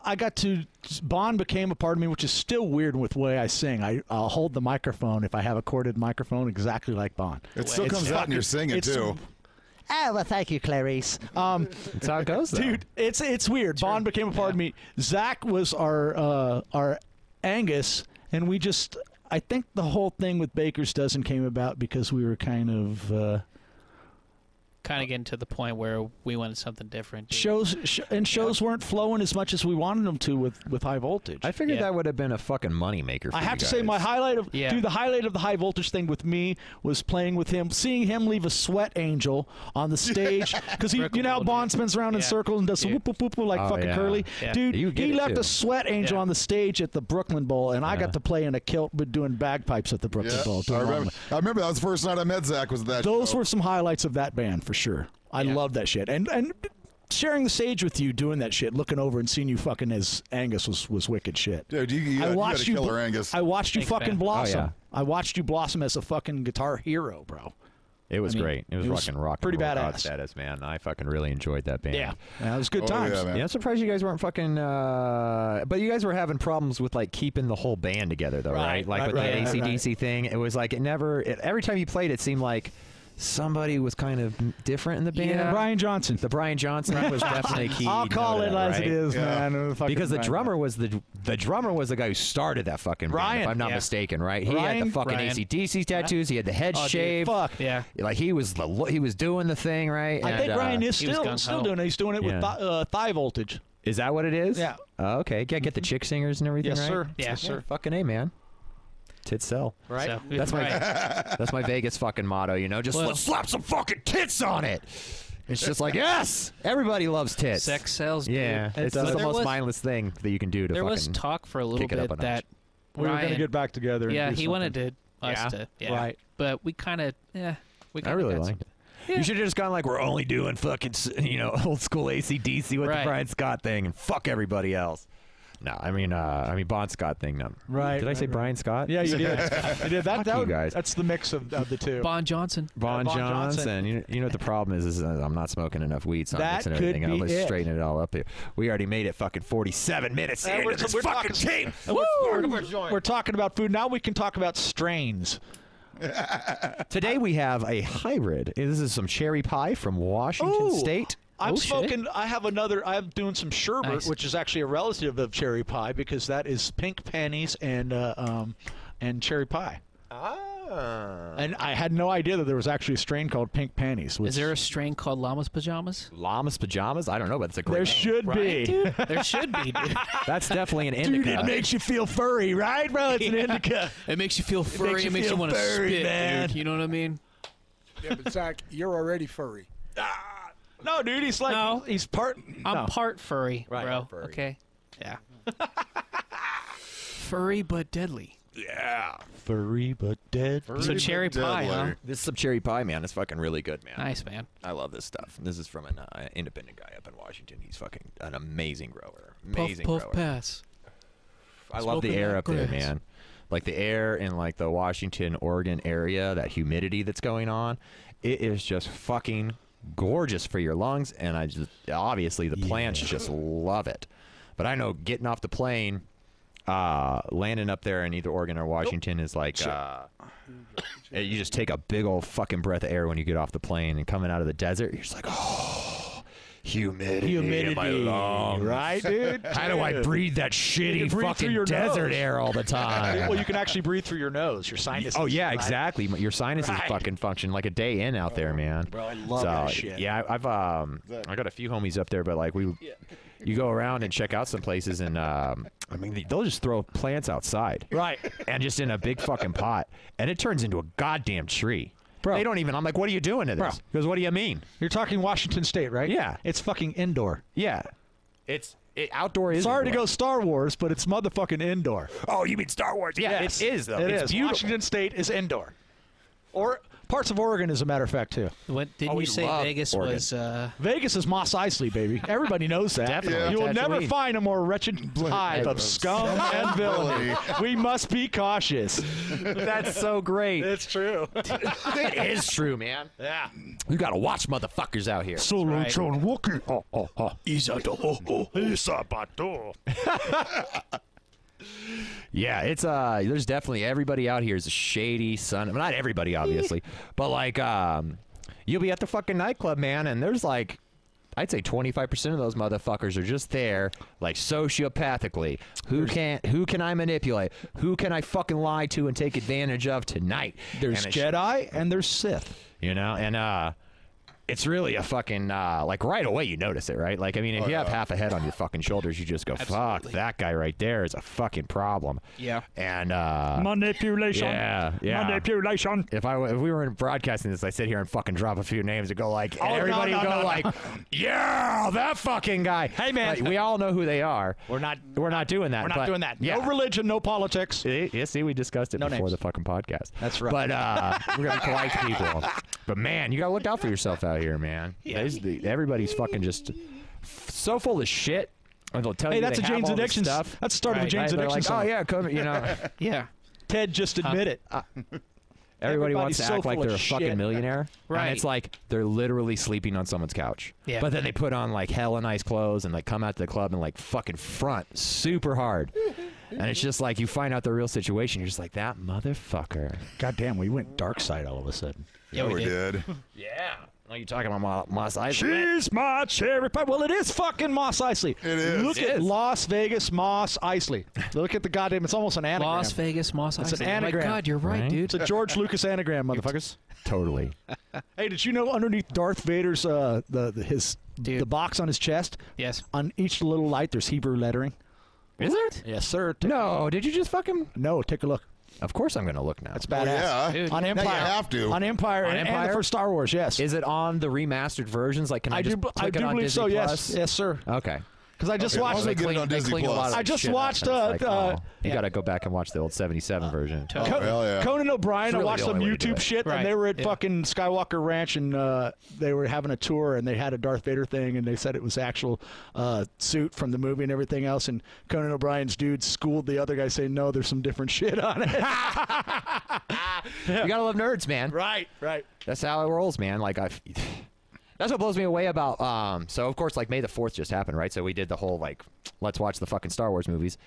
Speaker 2: I got to Bond became a part of me, which is still weird with the way I sing. I I'll hold the microphone if I have a corded microphone exactly like Bond.
Speaker 5: It still comes out and you're singing
Speaker 2: it's-
Speaker 5: too.
Speaker 2: Oh well, thank you, Clarice. Um,
Speaker 4: That's how it goes, though.
Speaker 2: dude. It's it's weird. Bond became a part of me. Zach was our uh, our Angus, and we just I think the whole thing with Baker's dozen came about because we were kind of uh,
Speaker 6: kind of getting to the point where we wanted something different. dude.
Speaker 2: Shows sh- and shows weren't flowing as much as we wanted them to with, with high voltage.
Speaker 4: I figured
Speaker 6: Yeah.
Speaker 4: that would have been a fucking moneymaker for
Speaker 2: I have
Speaker 4: you
Speaker 2: to say,
Speaker 4: guys.
Speaker 2: my highlight of
Speaker 6: Yeah.
Speaker 2: dude, the highlight of the high voltage thing with me was playing with him, seeing him leave a sweat angel on the stage because he, you know, how
Speaker 6: Circle, dude.
Speaker 2: Bond spins around in
Speaker 6: Yeah.
Speaker 2: circles and does some
Speaker 6: Dude.
Speaker 2: whoop whoop whoop whoop like
Speaker 4: Oh,
Speaker 2: fucking
Speaker 4: yeah.
Speaker 2: curly,
Speaker 6: Yeah.
Speaker 2: dude.
Speaker 4: You get
Speaker 2: he
Speaker 4: it,
Speaker 2: left
Speaker 4: too.
Speaker 2: a sweat angel
Speaker 6: Yeah.
Speaker 2: on the stage at the Brooklyn Bowl, and I got to play in a kilt, but doing bagpipes at the Brooklyn
Speaker 5: Yeah,
Speaker 2: Bowl.
Speaker 5: I
Speaker 2: doing all
Speaker 5: remember.
Speaker 2: my-
Speaker 5: I remember that was the first night I met Zach. Was that
Speaker 2: Those
Speaker 5: show.
Speaker 2: were some highlights of that band for sure. I love that shit, and and sharing the stage with you, doing that shit, looking over and seeing you fucking as Angus was was wicked shit.
Speaker 5: dude? You, you,
Speaker 2: I
Speaker 5: you
Speaker 2: watched
Speaker 5: had a
Speaker 2: you,
Speaker 5: killer
Speaker 2: bl-
Speaker 5: Angus.
Speaker 2: I watched you
Speaker 6: Thanks,
Speaker 2: fucking
Speaker 6: man.
Speaker 2: blossom.
Speaker 4: Oh, yeah.
Speaker 2: I watched you blossom as a fucking guitar hero, bro.
Speaker 4: It was
Speaker 2: I mean,
Speaker 4: great. It was
Speaker 2: it was
Speaker 4: fucking rock. and
Speaker 2: pretty
Speaker 4: roll God
Speaker 2: badass.
Speaker 4: Status, man. I fucking really enjoyed that band.
Speaker 2: that was good
Speaker 5: Oh,
Speaker 2: times.
Speaker 5: yeah, man.
Speaker 4: Yeah, I'm surprised you guys weren't fucking. Uh, but you guys were having problems with like keeping the whole band together, though, right?
Speaker 2: Right,
Speaker 4: Like
Speaker 2: right,
Speaker 4: with
Speaker 2: right, right,
Speaker 4: the ACDC thing, it was like it never. It, every time you played, it seemed like somebody was kind of m- different in the band.
Speaker 6: Yeah.
Speaker 2: Brian Johnson.
Speaker 4: The Brian Johnson was definitely key.
Speaker 2: I'll
Speaker 4: you
Speaker 2: call
Speaker 4: know
Speaker 2: it
Speaker 4: that,
Speaker 2: as
Speaker 4: right?
Speaker 2: it is,
Speaker 5: Yeah.
Speaker 2: man. Oh, fucking
Speaker 4: Because the
Speaker 2: Brian.
Speaker 4: drummer was the the drummer was the guy who started that fucking band, if
Speaker 2: Brian.
Speaker 4: I'm not
Speaker 6: Yeah.
Speaker 4: mistaken, right? He had
Speaker 2: Ryan-
Speaker 4: the fucking
Speaker 6: Ryan.
Speaker 4: ACDC tattoos. He had the head
Speaker 6: dude,
Speaker 4: shave.
Speaker 2: Oh, fuck.
Speaker 6: Yeah.
Speaker 4: Like he was the lo- he was doing the thing, right?
Speaker 2: I think
Speaker 4: And, uh,
Speaker 2: Ryan is
Speaker 6: he was
Speaker 2: still
Speaker 6: gung
Speaker 2: still
Speaker 6: ho.
Speaker 2: doing it. He's doing it
Speaker 4: Yeah.
Speaker 2: with th- uh, thigh voltage.
Speaker 4: Is that what it is?
Speaker 2: Yeah. Mm-hmm.
Speaker 4: Oh, okay. Yeah, get the chick singers and everything.
Speaker 2: Yes,
Speaker 4: right?
Speaker 2: sir.
Speaker 6: Yeah.
Speaker 2: Yes,
Speaker 4: Yeah,
Speaker 2: sir.
Speaker 4: Fucking a man. Tits sell.
Speaker 2: Right.
Speaker 6: So,
Speaker 4: That's my
Speaker 6: right.
Speaker 4: that's my Vegas fucking motto. You know, just
Speaker 6: Well-
Speaker 4: let's slap some fucking tits on it. It's just like yes, everybody loves tits.
Speaker 6: sex sells. dude.
Speaker 4: Yeah,
Speaker 2: It
Speaker 4: it's just
Speaker 2: does.
Speaker 4: the
Speaker 6: There
Speaker 4: most
Speaker 6: was-
Speaker 4: mindless thing that you can do to
Speaker 6: There
Speaker 4: fucking.
Speaker 6: was talk for a little
Speaker 4: kick it up
Speaker 6: bit
Speaker 4: a notch.
Speaker 6: that
Speaker 2: We were
Speaker 6: Ryan,
Speaker 2: gonna get back together. and
Speaker 6: yeah,
Speaker 2: do
Speaker 6: he wanted to us
Speaker 4: Yeah.
Speaker 6: to yeah,
Speaker 2: Right.
Speaker 6: But we kind of yeah,
Speaker 4: I
Speaker 6: we kinda
Speaker 4: really
Speaker 6: got
Speaker 4: liked it.
Speaker 6: Yeah.
Speaker 4: You should have just gone like we're only doing fucking s- you know old school ACDC with the
Speaker 6: Right.
Speaker 4: Brian Scott thing and fuck everybody else. No, I mean uh, I mean Bon Scott thing. No.
Speaker 2: Right,
Speaker 4: Did I
Speaker 2: right,
Speaker 4: say
Speaker 2: right.
Speaker 4: Brian Scott?
Speaker 2: Yeah, you did. you did. That,
Speaker 4: Fuck
Speaker 2: that
Speaker 4: you
Speaker 2: would-
Speaker 4: guys.
Speaker 2: That's the mix of, of the two.
Speaker 6: Bon Johnson.
Speaker 4: Bon,
Speaker 2: Bon
Speaker 4: Johnson.
Speaker 2: Johnson.
Speaker 4: You, you know what the problem is? Is uh, I'm not smoking enough weed, so I'm
Speaker 2: That
Speaker 4: mixing
Speaker 2: could
Speaker 4: everything up.
Speaker 2: be
Speaker 4: Let's
Speaker 2: it.
Speaker 4: straighten it all up here. We already made it fucking 47 minutes
Speaker 2: And
Speaker 4: into
Speaker 2: we're-
Speaker 4: this
Speaker 2: we're
Speaker 4: fucking tape.
Speaker 2: And we're,
Speaker 1: Woo!
Speaker 2: we're- we're talking about food. Now we can talk about strains.
Speaker 4: Today we have a hybrid. This is some cherry pie from Washington
Speaker 2: Ooh.
Speaker 4: State.
Speaker 2: I'm
Speaker 6: Oh, shit.
Speaker 2: smoking. I have another. I'm doing some sherbet,
Speaker 6: Nice.
Speaker 2: which is actually a relative of cherry pie because that is pink panties and uh, um, and cherry pie. Ah. And I had no idea that there was actually a strain called pink panties. Which
Speaker 6: Is there a strain called Llama's Pajamas?
Speaker 4: Llamas pajamas? I don't know, but it's a great.
Speaker 2: There
Speaker 4: name.
Speaker 2: should
Speaker 6: Oh, Right,
Speaker 2: be.
Speaker 6: dude. There should be. Dude.
Speaker 4: That's definitely an indica.
Speaker 2: makes you feel furry, right, bro? It's an indica.
Speaker 6: It makes you feel furry. It makes
Speaker 2: you
Speaker 6: you,
Speaker 2: feel
Speaker 6: want to
Speaker 2: furry,
Speaker 6: spit,
Speaker 2: man.
Speaker 6: dude. You know what I mean?
Speaker 7: Yeah, but Zach, you're already furry.
Speaker 2: No, dude, he's like
Speaker 6: No.
Speaker 2: he's part.
Speaker 6: I'm
Speaker 2: no.
Speaker 6: part furry,
Speaker 2: Right,
Speaker 6: bro.
Speaker 2: part furry.
Speaker 6: Okay. Yeah. furry but deadly.
Speaker 2: furry but dead.
Speaker 6: So cherry pie, huh?
Speaker 4: This is some cherry pie, man. It's fucking really good, man.
Speaker 6: Nice, man.
Speaker 4: I love this stuff. This is from an uh, independent guy up in Washington. He's fucking an amazing grower.
Speaker 6: Puff,
Speaker 4: Amazing
Speaker 6: puff,
Speaker 4: grower.
Speaker 6: pass.
Speaker 4: I love the
Speaker 6: Smoking
Speaker 4: air
Speaker 6: that
Speaker 4: up there,
Speaker 6: grass.
Speaker 4: man. Like the air in like the Washington, Oregon area, that humidity that's going on, it is just fucking gorgeous for your lungs. And I just obviously the plants just love it. But I know getting off the plane, uh, landing up there in either Oregon or Washington is like uh, you just take a big old fucking breath of air when you get off the plane and coming out of the desert, you're just like, oh, humidity, in my
Speaker 2: Humidity,
Speaker 4: lungs.
Speaker 2: right, dude?
Speaker 4: How do I breathe that
Speaker 2: can
Speaker 4: shitty
Speaker 2: breathe through
Speaker 4: fucking
Speaker 2: your
Speaker 4: desert
Speaker 2: nose.
Speaker 4: air all the time?
Speaker 2: well, you can actually breathe through your nose, your sinuses.
Speaker 4: oh yeah,
Speaker 2: right?
Speaker 4: exactly. Your sinuses
Speaker 2: Right.
Speaker 4: fucking function like a day in out there, man.
Speaker 2: Bro, I love
Speaker 4: so,
Speaker 2: that shit.
Speaker 4: Yeah, I- I've um, I got a few homies up there, but like we, you go around and check out some places, and um, I mean they'll just throw plants outside,
Speaker 2: Right.
Speaker 4: and just in a big fucking pot, and it turns into a goddamn tree.
Speaker 2: Bro.
Speaker 4: They don't even. I'm like, what are you doing to this? Because what do you mean?
Speaker 2: You're talking Washington State, right?
Speaker 4: Yeah.
Speaker 2: It's fucking indoor.
Speaker 4: Yeah, it's it, outdoor is.
Speaker 2: Sorry to
Speaker 4: indoor.
Speaker 2: go Star Wars, but it's motherfucking indoor.
Speaker 3: Oh, you mean Star Wars?
Speaker 4: Yeah,
Speaker 2: Yes.
Speaker 4: it is though.
Speaker 2: It
Speaker 4: it's
Speaker 2: is.
Speaker 4: beautiful.
Speaker 2: Washington State is indoor. Or parts of Oregon, as a matter of fact, too.
Speaker 6: What didn't
Speaker 4: Oh, we
Speaker 6: you say
Speaker 4: love
Speaker 6: Vegas
Speaker 4: Oregon.
Speaker 6: was uh
Speaker 2: Vegas is Moss Isley, baby. Everybody knows that.
Speaker 4: Definitely.
Speaker 2: You will never
Speaker 4: Tatooine.
Speaker 2: find a more wretched hive of scum and villainy. We must be cautious.
Speaker 4: That's so great.
Speaker 2: It's true.
Speaker 4: it is true, man. Yeah. You gotta watch motherfuckers out here.
Speaker 2: Solo
Speaker 6: right.
Speaker 2: John Walker.
Speaker 4: Yeah, it's uh there's definitely everybody out here is a shady son. Well, not everybody obviously, but like um you'll be at the fucking nightclub, man, and there's like I'd say 25% of those motherfuckers are just there like sociopathically. Who can who can I manipulate? Who can I fucking lie to and take advantage of tonight?
Speaker 2: There's
Speaker 4: And it's-
Speaker 2: Jedi and there's Sith.
Speaker 4: you know and uh it's really a fucking uh, like right away you notice it, right? Like I
Speaker 2: Oh,
Speaker 4: mean, if you have half a head on your fucking shoulders, you just go, "Fuck,
Speaker 6: Absolutely.
Speaker 4: that guy right there is a fucking problem."
Speaker 6: Yeah.
Speaker 4: And uh,
Speaker 2: Manipulation.
Speaker 4: Yeah, yeah.
Speaker 2: Manipulation.
Speaker 4: if I w- if we were in broadcasting this, I sit here and fucking drop a few names and go like, and
Speaker 2: Oh, no,
Speaker 4: everybody
Speaker 2: no,
Speaker 4: would go
Speaker 2: no, no.
Speaker 4: like, "Yeah, that fucking guy." Hey
Speaker 2: man.
Speaker 4: we all know who they are.
Speaker 2: We're not.
Speaker 4: We're not doing that.
Speaker 2: We're not
Speaker 4: but-
Speaker 2: doing that.
Speaker 4: Yeah.
Speaker 2: No religion, no politics.
Speaker 4: See, yeah, see, we discussed it
Speaker 6: No
Speaker 4: before
Speaker 6: names.
Speaker 4: the fucking podcast.
Speaker 2: That's right.
Speaker 4: But uh, we're gonna be polite to people. But man, you gotta look out for yourself out here, man. There's the- everybody's fucking just f- so full of shit. And they'll tell
Speaker 2: Hey,
Speaker 4: you
Speaker 2: that's a
Speaker 4: they have
Speaker 2: Jane's
Speaker 4: all this
Speaker 2: Addiction. s-
Speaker 4: stuff.
Speaker 2: That's the start of a
Speaker 6: Right.
Speaker 2: Jane's
Speaker 4: Right? They're
Speaker 2: Addiction.
Speaker 4: like,
Speaker 2: song.
Speaker 4: oh yeah, come, you know,
Speaker 6: Yeah.
Speaker 2: Ted just admit it.
Speaker 4: everybody wants
Speaker 2: Everybody's
Speaker 4: to
Speaker 2: so
Speaker 4: act like
Speaker 2: full
Speaker 4: they're
Speaker 2: of
Speaker 4: a fucking
Speaker 2: shit.
Speaker 4: millionaire,
Speaker 6: Right.
Speaker 4: And it's like they're literally sleeping on someone's couch.
Speaker 6: Yeah.
Speaker 4: But then they put on like hella nice clothes and like come out to the club and like fucking front super hard, and it's just like you find out the real situation. You're just like that motherfucker.
Speaker 2: God damn, we went dark side all of a sudden.
Speaker 6: Yeah, we, did.
Speaker 4: Yeah. Are you talking about Mo- Moss Isley?
Speaker 2: She's my cherry pie. Well, it is fucking Moss Isley. It
Speaker 5: is.
Speaker 2: Look
Speaker 4: It
Speaker 2: at
Speaker 4: is.
Speaker 2: Las Vegas Moss Isley. Look at the goddamn. It's almost an anagram.
Speaker 6: Las Vegas, Moss
Speaker 2: It's an
Speaker 6: Isley. Oh my
Speaker 2: anagram,
Speaker 6: God, you're right,
Speaker 4: right?
Speaker 6: dude.
Speaker 2: It's a George Lucas anagram, motherfuckers.
Speaker 4: Totally.
Speaker 2: Hey, did you know underneath Darth Vader's uh the, the his
Speaker 6: Dude.
Speaker 2: the box on his chest?
Speaker 6: Yes.
Speaker 2: On each little light, there's Hebrew lettering.
Speaker 4: Is it?
Speaker 2: Yes, sir. Ta-
Speaker 4: No, did you just fucking?
Speaker 2: no, take a look.
Speaker 4: Of course I'm gonna look now.
Speaker 2: That's badass.
Speaker 5: Oh, yeah.
Speaker 6: Dude.
Speaker 2: On
Speaker 6: Now you
Speaker 2: Empire.
Speaker 5: have to.
Speaker 2: On Empire.
Speaker 4: On
Speaker 2: and- And
Speaker 4: Empire?
Speaker 2: the first Star Wars. Yes.
Speaker 4: Is it on the remastered versions? Like, can I,
Speaker 2: I do.
Speaker 4: just
Speaker 2: b- I
Speaker 4: click it
Speaker 2: do
Speaker 4: on
Speaker 2: believe
Speaker 4: Disney
Speaker 2: so.
Speaker 4: Plus?
Speaker 2: Yes. Yes, sir.
Speaker 4: Okay.
Speaker 2: Because I just
Speaker 5: Okay,
Speaker 2: watched.
Speaker 5: once we
Speaker 2: the
Speaker 5: get it on
Speaker 4: They
Speaker 5: Disney
Speaker 4: clean a lot
Speaker 5: Plus.
Speaker 4: of
Speaker 2: I just
Speaker 4: shit up,
Speaker 2: watched,
Speaker 4: and it's
Speaker 2: uh,
Speaker 4: like,
Speaker 2: uh,
Speaker 4: oh, you
Speaker 6: yeah.
Speaker 4: got to go back and watch the old '77 version.
Speaker 6: totally.
Speaker 2: Co-
Speaker 5: Oh, hell yeah.
Speaker 2: Oh, Conan O'Brien.
Speaker 4: It's really
Speaker 2: I watched
Speaker 4: the
Speaker 2: some
Speaker 4: only way to do
Speaker 2: YouTube
Speaker 4: it.
Speaker 2: shit,
Speaker 6: Right,
Speaker 2: and they were at
Speaker 6: yeah.
Speaker 2: fucking Skywalker Ranch, and uh, they were having a tour, and they had a Darth Vader thing, and they said it was actual uh, suit from the movie and everything else. And Conan O'Brien's dude schooled the other guy, saying, "No, there's some different shit on it."
Speaker 4: You gotta love nerds, man.
Speaker 2: right, right.
Speaker 4: That's how it rolls, man. Like I, that's what blows me away about. Um, so of course, like May the Fourth just happened, right? So we did the whole like, let's watch the fucking Star Wars movies,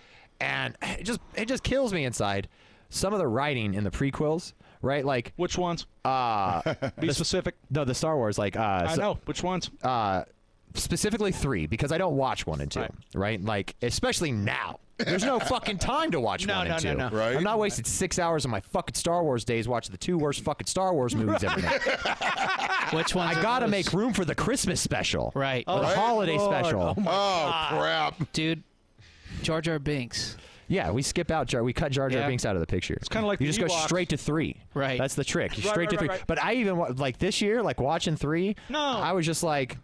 Speaker 4: and it just it just kills me inside. Some of the writing in the prequels, right? Like,
Speaker 2: Which ones?
Speaker 4: uh,
Speaker 2: Be specific.
Speaker 4: no, the Star Wars, like, uh,
Speaker 2: I
Speaker 4: so-
Speaker 2: know which ones.
Speaker 4: uh, specifically three because I don't watch one and two, right? Like, especially now. There's no fucking time to watch one
Speaker 2: no,
Speaker 4: and
Speaker 2: no,
Speaker 4: two.
Speaker 2: no.
Speaker 5: Right.
Speaker 4: I'm not wasting six hours of my fucking Star Wars days watching the two worst fucking Star Wars movies ever made.
Speaker 6: Which one?
Speaker 4: I gotta make Oh. room for the Christmas special.
Speaker 6: Right.
Speaker 4: Or the
Speaker 5: Right?
Speaker 4: holiday
Speaker 2: Lord.
Speaker 4: special.
Speaker 5: Oh crap!
Speaker 6: dude. Jar Jar Binks.
Speaker 4: Yeah, we skip out Jar. We cut Jar Jar
Speaker 6: Yeah.
Speaker 4: Binks out of the picture. It's
Speaker 2: kinda like
Speaker 4: you
Speaker 2: the
Speaker 4: just go
Speaker 2: Ewoks.
Speaker 4: straight to three.
Speaker 6: Right.
Speaker 4: That's the trick. You straight
Speaker 2: right,
Speaker 4: to
Speaker 2: right,
Speaker 4: three.
Speaker 2: right.
Speaker 4: But I even wa- like this year, like watching three.
Speaker 2: No.
Speaker 4: I was just like,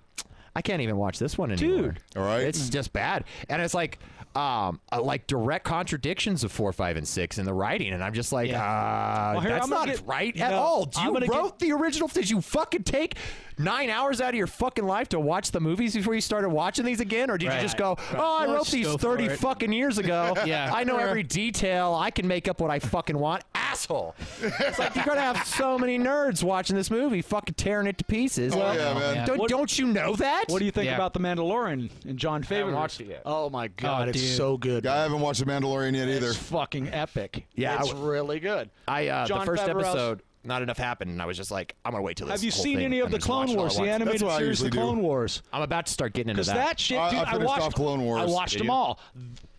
Speaker 4: I can't even watch this one anymore.
Speaker 2: Dude.
Speaker 5: All right.
Speaker 4: It's just bad, and it's like, um, uh, like direct contradictions of four, five, and six in the writing, and I'm just like,
Speaker 6: Yeah.
Speaker 4: uh,
Speaker 2: Well, here,
Speaker 4: that's
Speaker 2: I'm
Speaker 4: not
Speaker 2: gonna get-
Speaker 4: right at
Speaker 2: No,
Speaker 4: all. Do
Speaker 2: I'm
Speaker 4: you
Speaker 2: gonna get-
Speaker 4: wrote the original? Did you fucking take nine hours out of your fucking life to watch the movies before you started watching these again, or did you
Speaker 6: Right.
Speaker 4: just go, oh, I
Speaker 6: Let's
Speaker 4: wrote these
Speaker 6: go for
Speaker 4: thirty
Speaker 6: it.
Speaker 4: fucking years ago.
Speaker 6: Yeah.
Speaker 4: I know every detail. I can make up what I fucking want. Asshole. It's like you're gonna have so many nerds watching this movie, fucking tearing it to pieces.
Speaker 5: Oh, yeah, man.
Speaker 6: yeah.
Speaker 4: Don't,
Speaker 2: What-
Speaker 4: don't you know that?
Speaker 2: What do you think
Speaker 6: Yeah.
Speaker 2: about the Mandalorian and John Favreau?
Speaker 4: watched it yet.
Speaker 2: Oh my god, it's
Speaker 6: dude.
Speaker 2: so good.
Speaker 5: I haven't watched The Mandalorian yet either.
Speaker 2: It's fucking epic.
Speaker 4: Yeah, I
Speaker 2: it's
Speaker 4: w-
Speaker 2: really good.
Speaker 4: I uh, the
Speaker 2: John
Speaker 4: first
Speaker 2: Favreau's-
Speaker 4: episode, not enough happened, and I was just like, I'm gonna wait till this.
Speaker 2: Have you
Speaker 4: whole
Speaker 2: seen
Speaker 4: thing
Speaker 2: any of
Speaker 4: and
Speaker 2: the
Speaker 4: just watch
Speaker 2: Clone
Speaker 4: it all at
Speaker 2: Wars, the
Speaker 4: once.
Speaker 2: animated
Speaker 5: what I
Speaker 2: series, The
Speaker 5: usually do.
Speaker 2: Clone Wars?
Speaker 4: I'm about to start getting into
Speaker 2: Because that shit,
Speaker 5: I-
Speaker 2: dude,
Speaker 5: I finished
Speaker 2: watched
Speaker 5: off Clone Wars.
Speaker 2: I watched
Speaker 4: Did
Speaker 2: them
Speaker 4: you?
Speaker 2: all.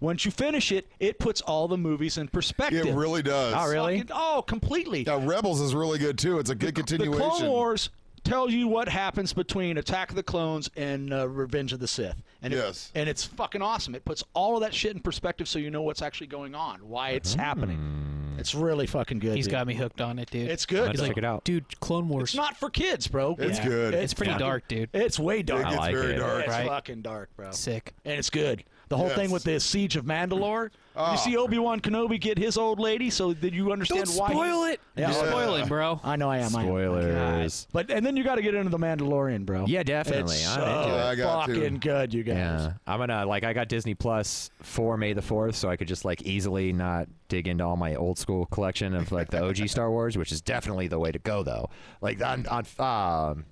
Speaker 2: Once you finish it, it puts all the movies in perspective.
Speaker 5: It really does.
Speaker 4: Oh, really?
Speaker 2: Fucking- oh, completely.
Speaker 5: Yeah, Rebels is really good too. It's a good
Speaker 2: the
Speaker 5: continuation.
Speaker 2: Clone Wars tell you what happens between Attack of the Clones and uh, Revenge of the Sith. And it-
Speaker 5: Yes.
Speaker 2: and it's fucking awesome. It puts all of that shit in perspective, so you know what's actually going on, why it's happening. It's really fucking good.
Speaker 6: Hmm. He's
Speaker 2: dude.
Speaker 6: got me hooked on it, dude.
Speaker 2: It's good.
Speaker 4: Let's
Speaker 2: It's
Speaker 4: check
Speaker 2: like-
Speaker 4: it out.
Speaker 6: dude. Clone Wars.
Speaker 2: It's not for kids, bro.
Speaker 5: It's good.
Speaker 6: It's pretty
Speaker 2: fucking-
Speaker 6: dark, dude.
Speaker 2: It's way dark.
Speaker 5: It gets
Speaker 4: like
Speaker 5: very
Speaker 4: it.
Speaker 5: dark.
Speaker 2: It's
Speaker 6: Right.
Speaker 2: fucking dark, bro.
Speaker 6: sick.
Speaker 2: And it's good. The whole
Speaker 5: Yes. Ah.
Speaker 2: thing with the siege of Mandalore. You see Obi Wan Kenobi get his old lady, so that you understand why. he-
Speaker 6: it.
Speaker 2: Yeah.
Speaker 6: You're spoiling, bro.
Speaker 2: I know I am. I am.
Speaker 4: Spoilers.
Speaker 2: But and then you got to get into the Mandalorian, bro.
Speaker 4: Yeah, definitely.
Speaker 2: It's
Speaker 4: I'm
Speaker 2: so
Speaker 4: into it.
Speaker 5: I got to.
Speaker 2: fucking good, you guys.
Speaker 4: Yeah, I'm gonna like I got Disney Plus for May the fourth, so I could just like easily not dig into all my old school collection of like the OG Star Wars, which is definitely the way to go though. Like on on um,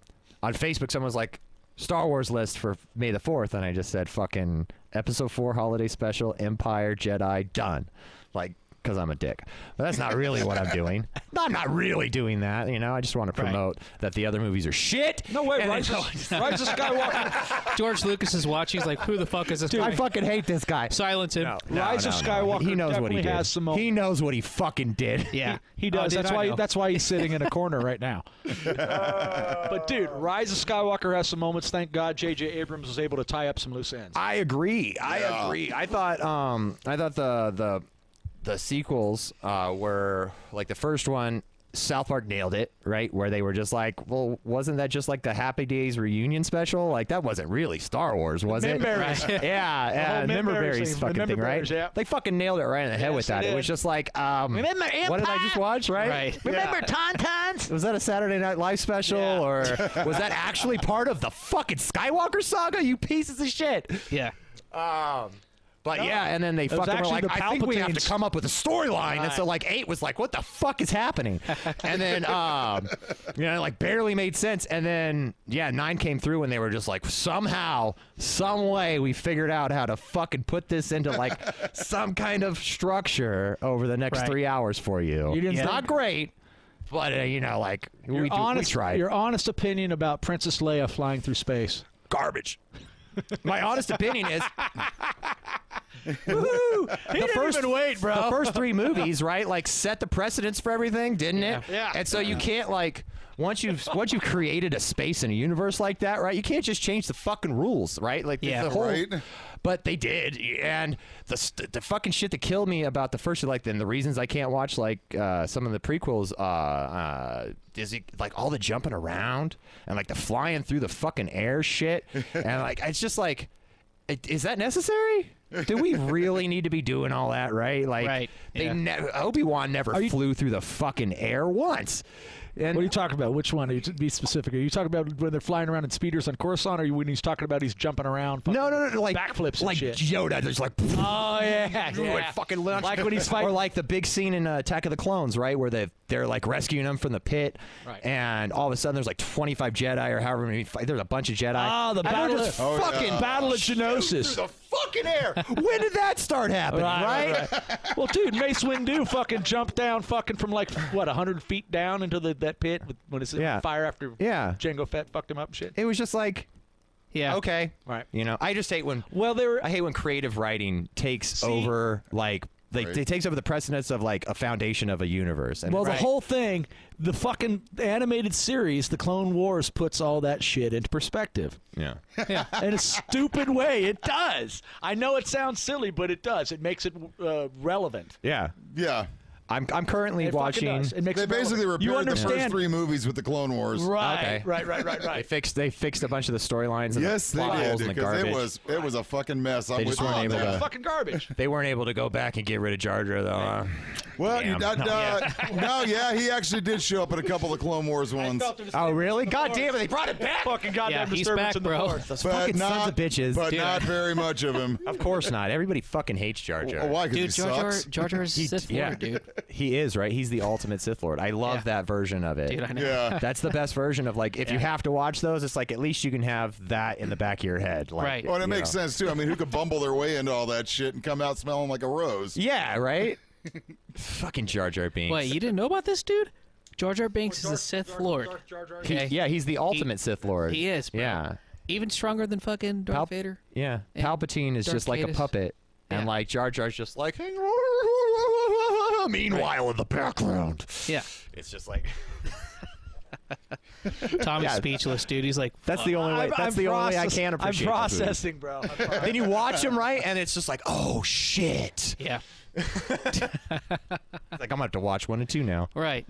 Speaker 4: on Facebook, someone's like Star Wars list for May the fourth, and I just said fucking Episode four Holiday Special, Empire, Jedi, done. Like because I'm a dick. But that's not really what I'm doing. I'm not really doing that. You know, I just want to promote that the other movies are shit.
Speaker 1: No way,
Speaker 4: and
Speaker 1: Rise
Speaker 4: then-
Speaker 1: of, Rise of Skywalker.
Speaker 6: George Lucas is watching. He's like, who the fuck is this
Speaker 4: I
Speaker 6: guy?
Speaker 4: fucking hate this guy.
Speaker 6: Silence him.
Speaker 2: Rise of Skywalker
Speaker 4: He knows what he
Speaker 2: definitely
Speaker 4: did.
Speaker 2: has some.
Speaker 4: he knows what he fucking did.
Speaker 6: Yeah,
Speaker 2: He does.
Speaker 6: Oh, did
Speaker 2: that's
Speaker 6: I
Speaker 2: why.
Speaker 6: know?
Speaker 2: That's why he's sitting in a corner right now. but dude, Rise of Skywalker has some moments. Thank God, J.J. Abrams was able to tie up some loose ends.
Speaker 4: I agree. I
Speaker 5: Yeah.
Speaker 4: agree. I thought um I thought the the the sequels uh, were like the first one South Park nailed it, right? Where they were just like, well, wasn't that just like the Happy Days reunion special? Like that wasn't really Star Wars, was it?
Speaker 2: Memberries.
Speaker 4: yeah, yeah,
Speaker 2: whole
Speaker 4: member
Speaker 2: memberries
Speaker 4: berries
Speaker 2: thing,
Speaker 4: fucking thing,
Speaker 2: remember
Speaker 4: right?
Speaker 2: berries, yeah.
Speaker 4: They fucking nailed it right in the head
Speaker 2: Yes,
Speaker 4: with
Speaker 2: they
Speaker 4: that. It
Speaker 2: did.
Speaker 4: was just like, um,
Speaker 2: Remember
Speaker 4: what did I just watch? Right?
Speaker 6: Right.
Speaker 4: Remember Tauntaun? Was that a Saturday Night Live special,
Speaker 6: Yeah.
Speaker 4: or was that actually part of the fucking Skywalker saga? You pieces of shit.
Speaker 6: Yeah.
Speaker 4: But yeah, and then they
Speaker 2: was
Speaker 4: fucking were
Speaker 2: actually
Speaker 4: like,
Speaker 2: the
Speaker 4: I think we have to
Speaker 2: Palpatines.
Speaker 4: come up with a storyline. And so like eight was like, what the fuck is happening? and then um, you know, like barely made sense. And then yeah, nine came through and they were just like, somehow, some way, we figured out how to fucking put this into like some kind of structure over the next
Speaker 6: Right.
Speaker 4: three hours for you.
Speaker 2: You didn't
Speaker 4: it's
Speaker 2: think-
Speaker 4: not great, but uh, you know, like we, do,
Speaker 2: honest,
Speaker 4: we tried.
Speaker 2: Your honest opinion about Princess Leia flying through space.
Speaker 4: garbage. My honest opinion is the first wait, bro. The first three movies, right? Like set the precedence for everything, didn't it?
Speaker 2: Yeah.
Speaker 4: And so you can't like once you've once you've created a space and a universe like that, right? You can't just change the fucking rules, right? Like the-
Speaker 6: Yeah.
Speaker 4: the whole
Speaker 5: Right.
Speaker 4: but they did, and the st- the fucking shit that killed me about the first, like, then the reasons I can't watch like uh, some of the prequels, uh, uh, is it, like all the jumping around and like the flying through the fucking air shit, and like it's just like, i- is that necessary? Do we really need to be doing all that, right? Like,
Speaker 6: Right,
Speaker 4: they
Speaker 6: yeah.
Speaker 4: ne- Obi Wan never flew through the fucking air once. And
Speaker 2: What are you talking about? Which one? Are you to be specific. Are you talking about when they're flying around in speeders on Coruscant, or when he's talking about he's jumping around?
Speaker 4: no, no, no, like
Speaker 2: Backflips and
Speaker 4: like
Speaker 2: shit.
Speaker 4: Yoda, just like.
Speaker 2: Oh yeah,
Speaker 4: Ooh, it fucking launched. Like when he's fighting, or like the big scene in uh, Attack of the Clones, right, where they they're like rescuing him from the pit,
Speaker 2: Right.
Speaker 4: and all of a sudden there's like 25 Jedi or however many. Fight. There's a bunch of Jedi.
Speaker 2: Ah, the
Speaker 4: And they're
Speaker 2: battle
Speaker 4: just
Speaker 2: of-
Speaker 4: fucking
Speaker 5: Oh, yeah.
Speaker 2: Battle of Genosis.
Speaker 4: the fucking air. when did that start happening? Right.
Speaker 2: well, dude, Mace Windu fucking jumped down fucking from like what hundred feet down into the, that pit with, when it's in
Speaker 4: Yeah.
Speaker 2: fire after
Speaker 4: Yeah.
Speaker 2: Jango Fett fucked him up and shit.
Speaker 4: It was just like
Speaker 6: Yeah.
Speaker 4: okay,
Speaker 2: Right.
Speaker 4: You know, I just hate when
Speaker 2: Well, they were.
Speaker 4: I hate when creative writing takes over like. Like,
Speaker 5: Right.
Speaker 4: It takes over the precedence of like a foundation of a universe. And
Speaker 2: well,
Speaker 4: Right.
Speaker 2: the whole thing, the fucking animated series, The Clone Wars, puts all that shit into perspective.
Speaker 4: yeah.
Speaker 2: in a stupid way. It does. I know it sounds silly, but it does. It makes it uh, relevant.
Speaker 4: yeah.
Speaker 5: Yeah.
Speaker 4: I'm I'm currently
Speaker 2: It fucking
Speaker 4: watching.
Speaker 2: does. It makes
Speaker 5: They
Speaker 2: it relevant.
Speaker 5: basically
Speaker 2: you
Speaker 5: repaired the
Speaker 2: understand.
Speaker 5: first three movies with the Clone Wars.
Speaker 2: Right,
Speaker 4: Okay.
Speaker 2: right, right, right,
Speaker 4: They
Speaker 2: right.
Speaker 4: fixed they fixed a bunch of the storylines. and
Speaker 5: Yes,
Speaker 4: the
Speaker 5: they
Speaker 4: plot holes
Speaker 5: did
Speaker 4: and the
Speaker 5: because
Speaker 4: garbage.
Speaker 5: it was it was a fucking mess. I'm
Speaker 4: They
Speaker 5: with
Speaker 4: just
Speaker 5: you
Speaker 4: weren't
Speaker 5: on
Speaker 4: able
Speaker 5: that.
Speaker 4: to-
Speaker 2: Fucking garbage.
Speaker 4: They weren't able to go back and get rid of Jar Jar though. huh?
Speaker 5: Well, you,
Speaker 4: Damn.
Speaker 5: uh, uh, no, yeah, he actually did show up in a couple of Clone Wars ones.
Speaker 4: oh really? God damn it! They brought it back.
Speaker 2: Fucking goddamn
Speaker 6: Yeah, he's
Speaker 2: disturbance
Speaker 6: back,
Speaker 2: in the
Speaker 6: bro.
Speaker 2: force.
Speaker 4: Those
Speaker 5: but
Speaker 4: fucking
Speaker 5: not,
Speaker 4: sons of bitches.
Speaker 5: But
Speaker 6: Dude.
Speaker 5: not very much of him.
Speaker 4: of course not. Everybody fucking hates Jar Jar.
Speaker 5: Why? Because he
Speaker 6: Dude, George
Speaker 5: sucks.
Speaker 6: George is
Speaker 4: He-
Speaker 6: Sith
Speaker 4: yeah.
Speaker 6: Lord, dude.
Speaker 4: He is right. He's the ultimate Sith Lord. I love
Speaker 6: Yeah.
Speaker 4: that version of it.
Speaker 6: Dude, I know.
Speaker 5: Yeah.
Speaker 4: That's the best version of like if you have to watch those, it's like at least you can have that in the back of your head. Like,
Speaker 6: Right.
Speaker 5: Well, and it
Speaker 4: you
Speaker 5: makes
Speaker 4: know.
Speaker 5: sense too. I mean, who could bumble their way into all that shit and come out smelling like a rose?
Speaker 4: Yeah. Right. fucking Jar Jar Binks.
Speaker 6: Wait, you didn't know about this, dude? George R. Banks is a Sith Lord.
Speaker 4: He-
Speaker 6: Okay.
Speaker 4: yeah, he's the ultimate Sith Lord.
Speaker 6: He is, bro.
Speaker 4: Yeah.
Speaker 6: Even stronger than fucking Darth
Speaker 4: Pal-
Speaker 6: Vader.
Speaker 4: Yeah,
Speaker 6: And
Speaker 4: Palpatine is
Speaker 6: Darth
Speaker 4: just like
Speaker 6: Vader's-
Speaker 4: a puppet,
Speaker 6: Yeah.
Speaker 4: and like Jar Jar's just like. Meanwhile, in the background,
Speaker 6: Yeah.
Speaker 4: it's just like
Speaker 6: Tommy's
Speaker 4: Yeah.
Speaker 6: speechless, dude. He's like,
Speaker 4: that's the only way.
Speaker 2: I'm-
Speaker 4: That's
Speaker 2: I'm
Speaker 4: the only way I
Speaker 2: process-
Speaker 4: can appreciate.
Speaker 2: I'm
Speaker 4: this movie.
Speaker 2: processing, bro. I'm processing.
Speaker 4: Then you watch him right, and it's just like, oh shit!
Speaker 6: yeah.
Speaker 4: It's like I'm gonna have to watch one and two now.
Speaker 6: Right.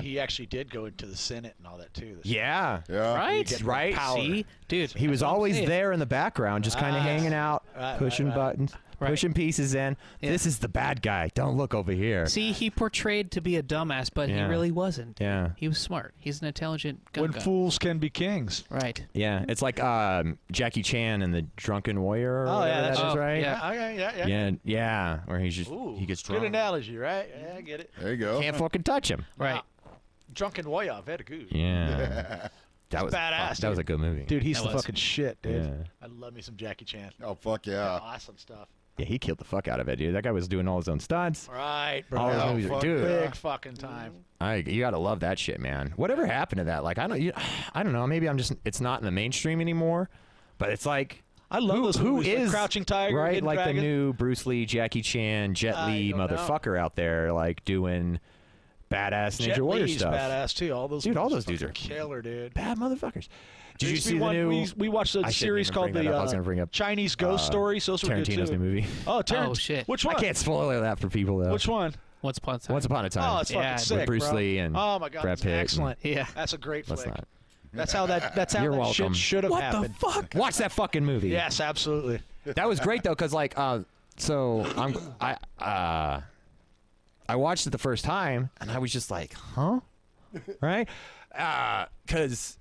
Speaker 2: he actually did go into the Senate and all that too. This
Speaker 4: Yeah,
Speaker 5: Yeah.
Speaker 6: Right?
Speaker 4: right.
Speaker 6: See? Dude.
Speaker 4: He was always
Speaker 6: saying. Ah.
Speaker 4: there in the background, just kind of
Speaker 2: Right.
Speaker 4: hanging out,
Speaker 2: Right,
Speaker 4: pushing
Speaker 2: right, right.
Speaker 4: buttons,
Speaker 6: Right.
Speaker 4: pushing pieces in.
Speaker 6: Yeah.
Speaker 4: This is the bad guy. Don't look over here.
Speaker 6: See, he portrayed to be a dumbass, but
Speaker 4: Yeah.
Speaker 6: he really wasn't.
Speaker 4: Yeah.
Speaker 6: He was smart. He's an intelligent gun
Speaker 2: When
Speaker 6: guy.
Speaker 2: fools can be kings.
Speaker 6: right.
Speaker 4: Yeah, it's like um, Jackie Chan and the Drunken Warrior. Or
Speaker 2: Oh, yeah,
Speaker 4: whatever
Speaker 2: that's-
Speaker 4: that is,
Speaker 6: oh,
Speaker 4: right.
Speaker 6: yeah.
Speaker 2: Okay, yeah, yeah.
Speaker 4: Yeah, yeah, where he's just
Speaker 2: Ooh,
Speaker 4: he gets
Speaker 2: good
Speaker 4: drunk.
Speaker 2: analogy, right? Yeah, I get it.
Speaker 5: There you go.
Speaker 4: Can't fucking touch him.
Speaker 6: Right.
Speaker 2: Drunken warrior, very good.
Speaker 4: Yeah, that was
Speaker 2: badass,
Speaker 4: fuck, that was
Speaker 2: dude.
Speaker 4: a good movie.
Speaker 2: Dude, he's
Speaker 6: That
Speaker 2: the
Speaker 6: was.
Speaker 2: fucking shit, dude.
Speaker 4: Yeah.
Speaker 2: I love me some Jackie Chan.
Speaker 5: Oh fuck yeah!
Speaker 2: Awesome stuff.
Speaker 4: Yeah, he killed the fuck out of it, dude. That guy was doing all his own stunts.
Speaker 1: Right,
Speaker 4: All
Speaker 1: bro.
Speaker 4: his
Speaker 5: Oh,
Speaker 4: movies,
Speaker 5: fuck
Speaker 4: dude.
Speaker 1: Big fucking time.
Speaker 4: I you gotta love that shit, man. Whatever happened to that? Like I don't, you, I don't know. Maybe I'm just. It's not in the mainstream anymore, but it's like.
Speaker 1: I love
Speaker 4: who,
Speaker 1: those
Speaker 4: who
Speaker 1: movies, like
Speaker 4: is
Speaker 1: Crouching Tiger,
Speaker 4: right?
Speaker 1: Hidden
Speaker 4: Like the
Speaker 1: Dragon?
Speaker 4: new Bruce Lee, Jackie Chan, Jet
Speaker 1: I
Speaker 4: Li
Speaker 1: don't know.
Speaker 4: motherfucker out there, like doing badass Ninja
Speaker 1: Jet
Speaker 4: Warrior
Speaker 1: Li's
Speaker 4: stuff.
Speaker 1: badass too. All those
Speaker 4: Dude, all
Speaker 1: movies
Speaker 4: those dudes
Speaker 1: fucking
Speaker 4: are-
Speaker 1: killer, dude.
Speaker 4: Bad motherfuckers. Did you
Speaker 1: Makes me
Speaker 4: see the
Speaker 1: want-
Speaker 4: new?
Speaker 1: We, we watched a
Speaker 4: I shouldn't
Speaker 1: series
Speaker 4: even
Speaker 1: called
Speaker 4: bring
Speaker 1: the
Speaker 4: that up. I was
Speaker 1: uh,
Speaker 4: gonna bring up,
Speaker 1: Chinese Ghost
Speaker 4: uh,
Speaker 1: Stories. Those were good
Speaker 4: Tarantino's
Speaker 1: too.
Speaker 4: new movie.
Speaker 1: Oh, Tarant-
Speaker 6: Oh, shit.
Speaker 1: Which
Speaker 4: I
Speaker 1: one?
Speaker 4: can't spoil that for people though.
Speaker 1: Which one?
Speaker 6: Once upon a time.
Speaker 4: Once upon a time.
Speaker 1: Oh, it's fucking
Speaker 6: Yeah, with
Speaker 1: sick,
Speaker 4: Bruce
Speaker 1: bro.
Speaker 4: Lee and
Speaker 1: oh my god,
Speaker 4: Brad
Speaker 1: that's
Speaker 4: Pitt and-
Speaker 1: excellent.
Speaker 6: yeah.
Speaker 1: That's a great
Speaker 4: Let's
Speaker 1: flick.
Speaker 4: not.
Speaker 1: That's how that. That's how
Speaker 4: You're
Speaker 1: that
Speaker 4: welcome.
Speaker 1: shit should have
Speaker 4: what
Speaker 1: happened.
Speaker 4: the fuck? Watch that fucking movie.
Speaker 1: Yes, absolutely.
Speaker 4: that was great though, because like, uh, so I'm I uh, I watched it the first time, and I was just like, huh, right? Because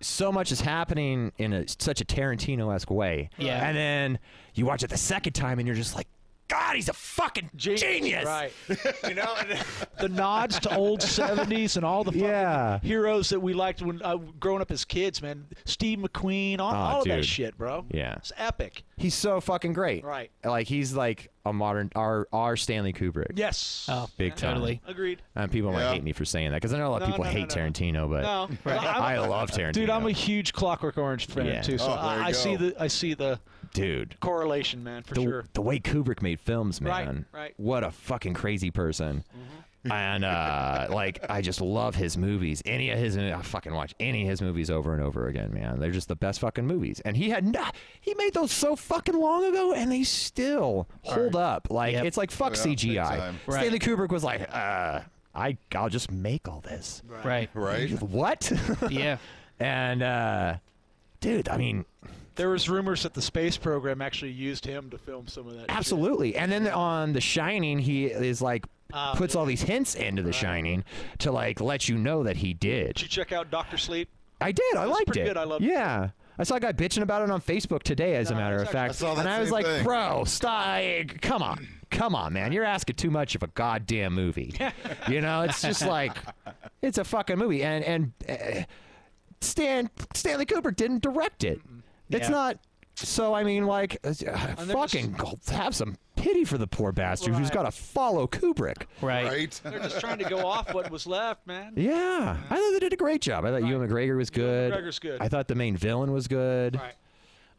Speaker 4: so much is happening in a, such a Tarantino-esque way.
Speaker 6: Yeah.
Speaker 4: And then you watch it the second time, and you're just like, God, he's a fucking genius.
Speaker 1: Right. you know, the nods to old '70s and all the fucking
Speaker 4: Yeah.
Speaker 1: heroes that we liked when uh, growing up as kids, man. Steve McQueen, all, all of that
Speaker 4: Ah, dude.
Speaker 1: shit, bro.
Speaker 4: Yeah.
Speaker 1: it's epic.
Speaker 4: He's so fucking great.
Speaker 1: Right.
Speaker 4: Like he's like a modern our our Stanley Kubrick.
Speaker 1: Yes.
Speaker 6: Oh,
Speaker 4: Big time.
Speaker 6: totally.
Speaker 1: Agreed.
Speaker 4: And people might
Speaker 5: Yeah.
Speaker 4: hate me for saying that because I know a lot of
Speaker 1: No,
Speaker 4: people
Speaker 1: no, no,
Speaker 4: hate
Speaker 1: no.
Speaker 4: Tarantino, but
Speaker 1: No,
Speaker 4: I
Speaker 1: I'm-
Speaker 4: love Tarantino.
Speaker 1: dude, I'm a huge Clockwork Orange fan
Speaker 4: Yeah.
Speaker 1: too. So
Speaker 5: Oh,
Speaker 1: I,
Speaker 5: there you
Speaker 1: I see
Speaker 5: go.
Speaker 1: the I see the
Speaker 4: dude.
Speaker 1: correlation, man, for
Speaker 4: The,
Speaker 1: sure.
Speaker 4: the way Kubrick made films,
Speaker 1: Right,
Speaker 4: man.
Speaker 1: right. Mm-hmm.
Speaker 4: What a fucking crazy person. And uh, like, I just love his movies. Any of his, I fucking watch any of his movies over and over again, man. They're just the best fucking movies. And he had, no, he made those so fucking long ago, and they still hold up. Like,
Speaker 6: Yep.
Speaker 4: it's like fuck
Speaker 5: Yeah, big
Speaker 4: CGI.
Speaker 5: time.
Speaker 6: Right.
Speaker 4: Stanley Kubrick was like, uh, I, I'll just make all this.
Speaker 6: Right.
Speaker 5: Right?
Speaker 4: What?
Speaker 6: Yeah.
Speaker 4: and uh, dude, I mean,
Speaker 1: There was rumors that the space program actually used him to film some of that. shit.
Speaker 4: Absolutely. And then on The Shining, he is like
Speaker 1: Ah,
Speaker 4: puts all these hints into The Shining to like let you know that he
Speaker 1: Did
Speaker 4: did.
Speaker 1: you check out Doctor Sleep?
Speaker 4: I did. I
Speaker 1: That's
Speaker 4: liked
Speaker 1: pretty
Speaker 4: it.
Speaker 1: good. I loved it.
Speaker 4: yeah. I saw a guy bitching about it on Facebook today, as a
Speaker 1: No,
Speaker 4: matter of
Speaker 1: it's actually-
Speaker 4: fact.
Speaker 5: I saw that
Speaker 4: and I was
Speaker 5: same
Speaker 4: like,
Speaker 5: thing.
Speaker 4: bro, stop. Come on. Come on, man. You're asking too much of a goddamn movie. you know, it's just like, it's a fucking movie. And, and uh, Stan Stanley Kubrick didn't direct it.
Speaker 1: Yeah.
Speaker 4: It's not. So I mean, like, uh,
Speaker 1: there was-
Speaker 4: fucking go- have some pity for the poor bastard who's
Speaker 1: Right.
Speaker 4: got to follow Kubrick.
Speaker 6: Right.
Speaker 5: Right?
Speaker 1: They're just trying to go off what was left, man.
Speaker 4: Yeah, I thought they did a great job. I thought Ewan McGregor was good.
Speaker 1: McGregor's good.
Speaker 4: I thought the main villain was good.
Speaker 1: Right.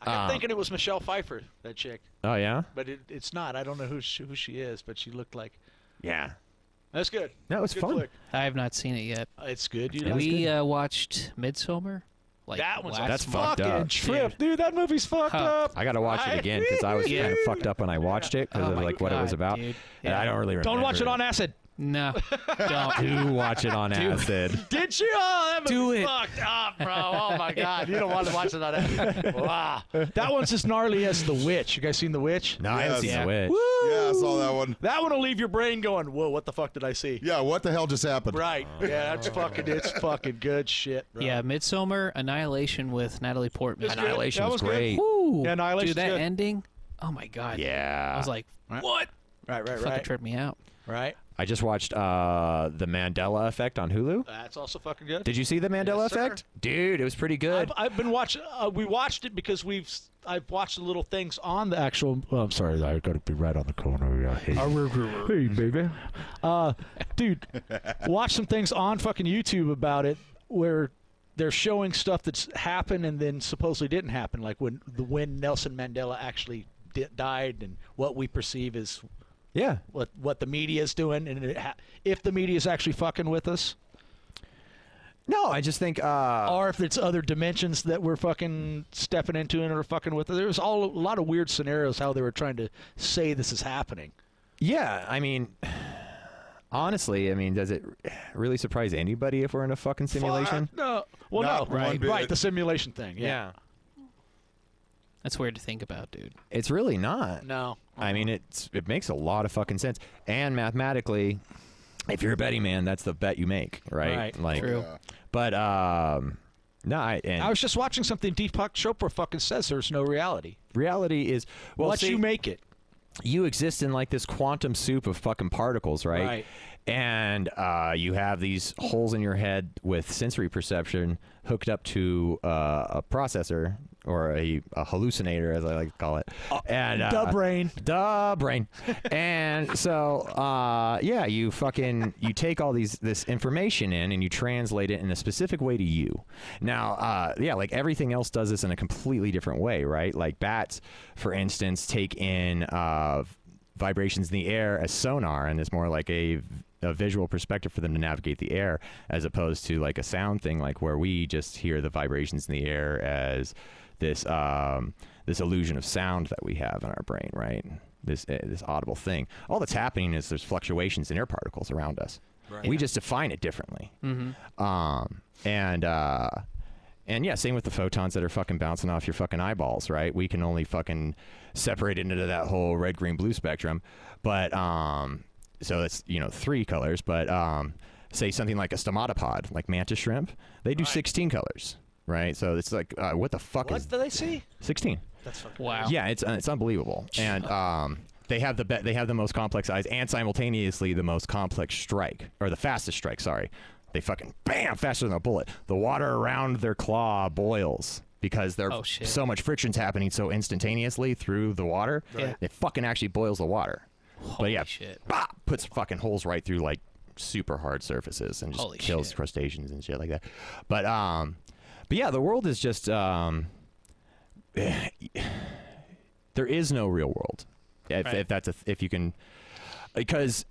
Speaker 1: I kept
Speaker 4: Um,
Speaker 1: thinking it was Michelle Pfeiffer, that chick,
Speaker 4: Oh yeah,
Speaker 1: but it, it's not. I don't know who she, who she is, but she looked like
Speaker 4: yeah.
Speaker 1: that's good.
Speaker 4: No, it was
Speaker 1: good
Speaker 4: fun.
Speaker 1: flick. Uh,
Speaker 6: I have not seen it yet.
Speaker 1: It's good. You know,
Speaker 6: We uh, watched Midsummer. Like
Speaker 1: that one's a
Speaker 6: last
Speaker 4: That's
Speaker 6: month.
Speaker 4: fucked
Speaker 1: fucking
Speaker 4: up.
Speaker 1: trip, dude. That movie's fucked
Speaker 6: Huh.
Speaker 1: up.
Speaker 4: I got to watch it again because I was
Speaker 6: Yeah.
Speaker 4: kind of fucked up when I watched it because
Speaker 6: Oh
Speaker 4: of
Speaker 6: my
Speaker 4: like what it was
Speaker 6: God,
Speaker 4: about.
Speaker 6: dude.
Speaker 4: And
Speaker 6: Yeah.
Speaker 4: I don't really remember.
Speaker 1: Don't watch it on acid.
Speaker 6: No. Don't.
Speaker 4: Do watch it on acid.
Speaker 1: Did you? Oh, that
Speaker 6: Do
Speaker 1: movie's
Speaker 6: it.
Speaker 1: fucked up, bro. Oh my god, you don't want to watch it on acid. Wow, that one's as gnarly as The Witch. You guys seen The Witch?
Speaker 4: No, I haven't seen
Speaker 5: Yes.
Speaker 4: the
Speaker 6: Yeah.
Speaker 4: witch.
Speaker 5: Yeah, I saw that one.
Speaker 1: That one will leave your brain going, "Whoa, what the fuck did I see?"
Speaker 5: Yeah, what the hell just happened?
Speaker 1: Right. Yeah, that's fucking. It's fucking good shit. Bro.
Speaker 6: yeah, Midsummer, Annihilation with Natalie Portman.
Speaker 1: It's good.
Speaker 4: Annihilation
Speaker 1: That
Speaker 4: was
Speaker 1: was good.
Speaker 4: great.
Speaker 6: Woo!
Speaker 1: Yeah, Annihilation's
Speaker 6: Dude, that
Speaker 1: good.
Speaker 6: ending. Oh my god.
Speaker 4: Yeah.
Speaker 6: I was like, what?
Speaker 1: Right. Right.
Speaker 6: Fucking
Speaker 1: Right.
Speaker 6: tripped me out.
Speaker 1: Right.
Speaker 4: I just watched uh, the Mandela Effect on Hulu.
Speaker 1: That's also fucking good.
Speaker 4: Did you see the Mandela
Speaker 1: Yes, sir.
Speaker 4: Effect, dude? It was pretty good.
Speaker 1: I've, I've been watching. Uh, we watched it because we've. s- I've watched the little things on the actual. um, Well, I'm sorry, I got to be right on the corner. Yeah, Hey, hey baby, uh, dude, watch some things on fucking YouTube about it where they're showing stuff that's happened and then supposedly didn't happen, like when the when Nelson Mandela actually di- died and what we perceive as
Speaker 4: yeah,
Speaker 1: what what the media is doing and it ha- if the media is actually fucking with us
Speaker 4: no, I just think uh,
Speaker 1: or if it's other dimensions that we're fucking stepping into and are fucking with. There's all a lot of weird scenarios how they were trying to say this is happening.
Speaker 4: Yeah, I mean, honestly, I mean, does it really surprise anybody if we're in a fucking simulation?
Speaker 1: Fuck, no, well,
Speaker 5: Not
Speaker 1: no,
Speaker 5: one
Speaker 1: right,
Speaker 5: bit.
Speaker 1: right, the simulation thing. Yeah,
Speaker 6: That's weird to think about, dude.
Speaker 4: it's really not.
Speaker 1: no,
Speaker 4: I mean, it's it makes a lot of fucking sense. And mathematically, if you're a betting man, that's the bet you make, right?
Speaker 1: Right,
Speaker 4: Like,
Speaker 6: True.
Speaker 4: but um, no, I, and
Speaker 1: I was just watching something Deepak Chopra fucking says. There's no reality.
Speaker 4: reality is well,
Speaker 1: Let
Speaker 4: see,
Speaker 1: you make it.
Speaker 4: you exist in like this quantum soup of fucking particles, right?
Speaker 1: Right.
Speaker 4: And uh, you have these holes in your head with sensory perception hooked up to uh, a processor or a, a hallucinator, as I like to call it. and uh,
Speaker 2: Duh, brain.
Speaker 4: Duh, brain. and so, uh, yeah, you fucking you take all these this information in and you translate it in a specific way to you. Now, uh, yeah, like everything else does this in a completely different way, right? Like bats, for instance, take in uh, vibrations in the air as sonar, and it's more like a a visual perspective for them to navigate the air as opposed to like a sound thing like where we just hear the vibrations in the air as this um, this illusion of sound that we have in our brain right this uh, this audible thing all that's happening is there's fluctuations in air particles around us we just define it differently um, and uh, and yeah, same with the photons that are fucking bouncing off your fucking eyeballs, right? We can only fucking separate it into that whole red, green, blue spectrum. But um, so it's you know three colors. But um, say something like a stomatopod, like mantis shrimp, they do sixteen colors, right? So it's like uh, what the fuck is
Speaker 1: What did they see?
Speaker 4: sixteen?
Speaker 6: Wow.
Speaker 4: Yeah, it's uh, it's unbelievable, and um, they have the be- they have the most complex eyes and simultaneously the most complex strike or the fastest strike. Sorry, they fucking bam faster than a bullet. The water around their claw boils because there
Speaker 6: Oh, shit.
Speaker 4: so much friction's happening so instantaneously through the water.
Speaker 6: Yeah.
Speaker 4: It fucking actually boils the water. but
Speaker 6: Holy
Speaker 4: yeah,
Speaker 6: shit.
Speaker 4: bah, puts fucking holes right through like super hard surfaces and just
Speaker 6: Holy
Speaker 4: kills
Speaker 6: shit.
Speaker 4: crustaceans and shit like that. But um, but yeah, the world is just um, there is no real world. If,
Speaker 6: Right.
Speaker 4: if that's a, if you can, because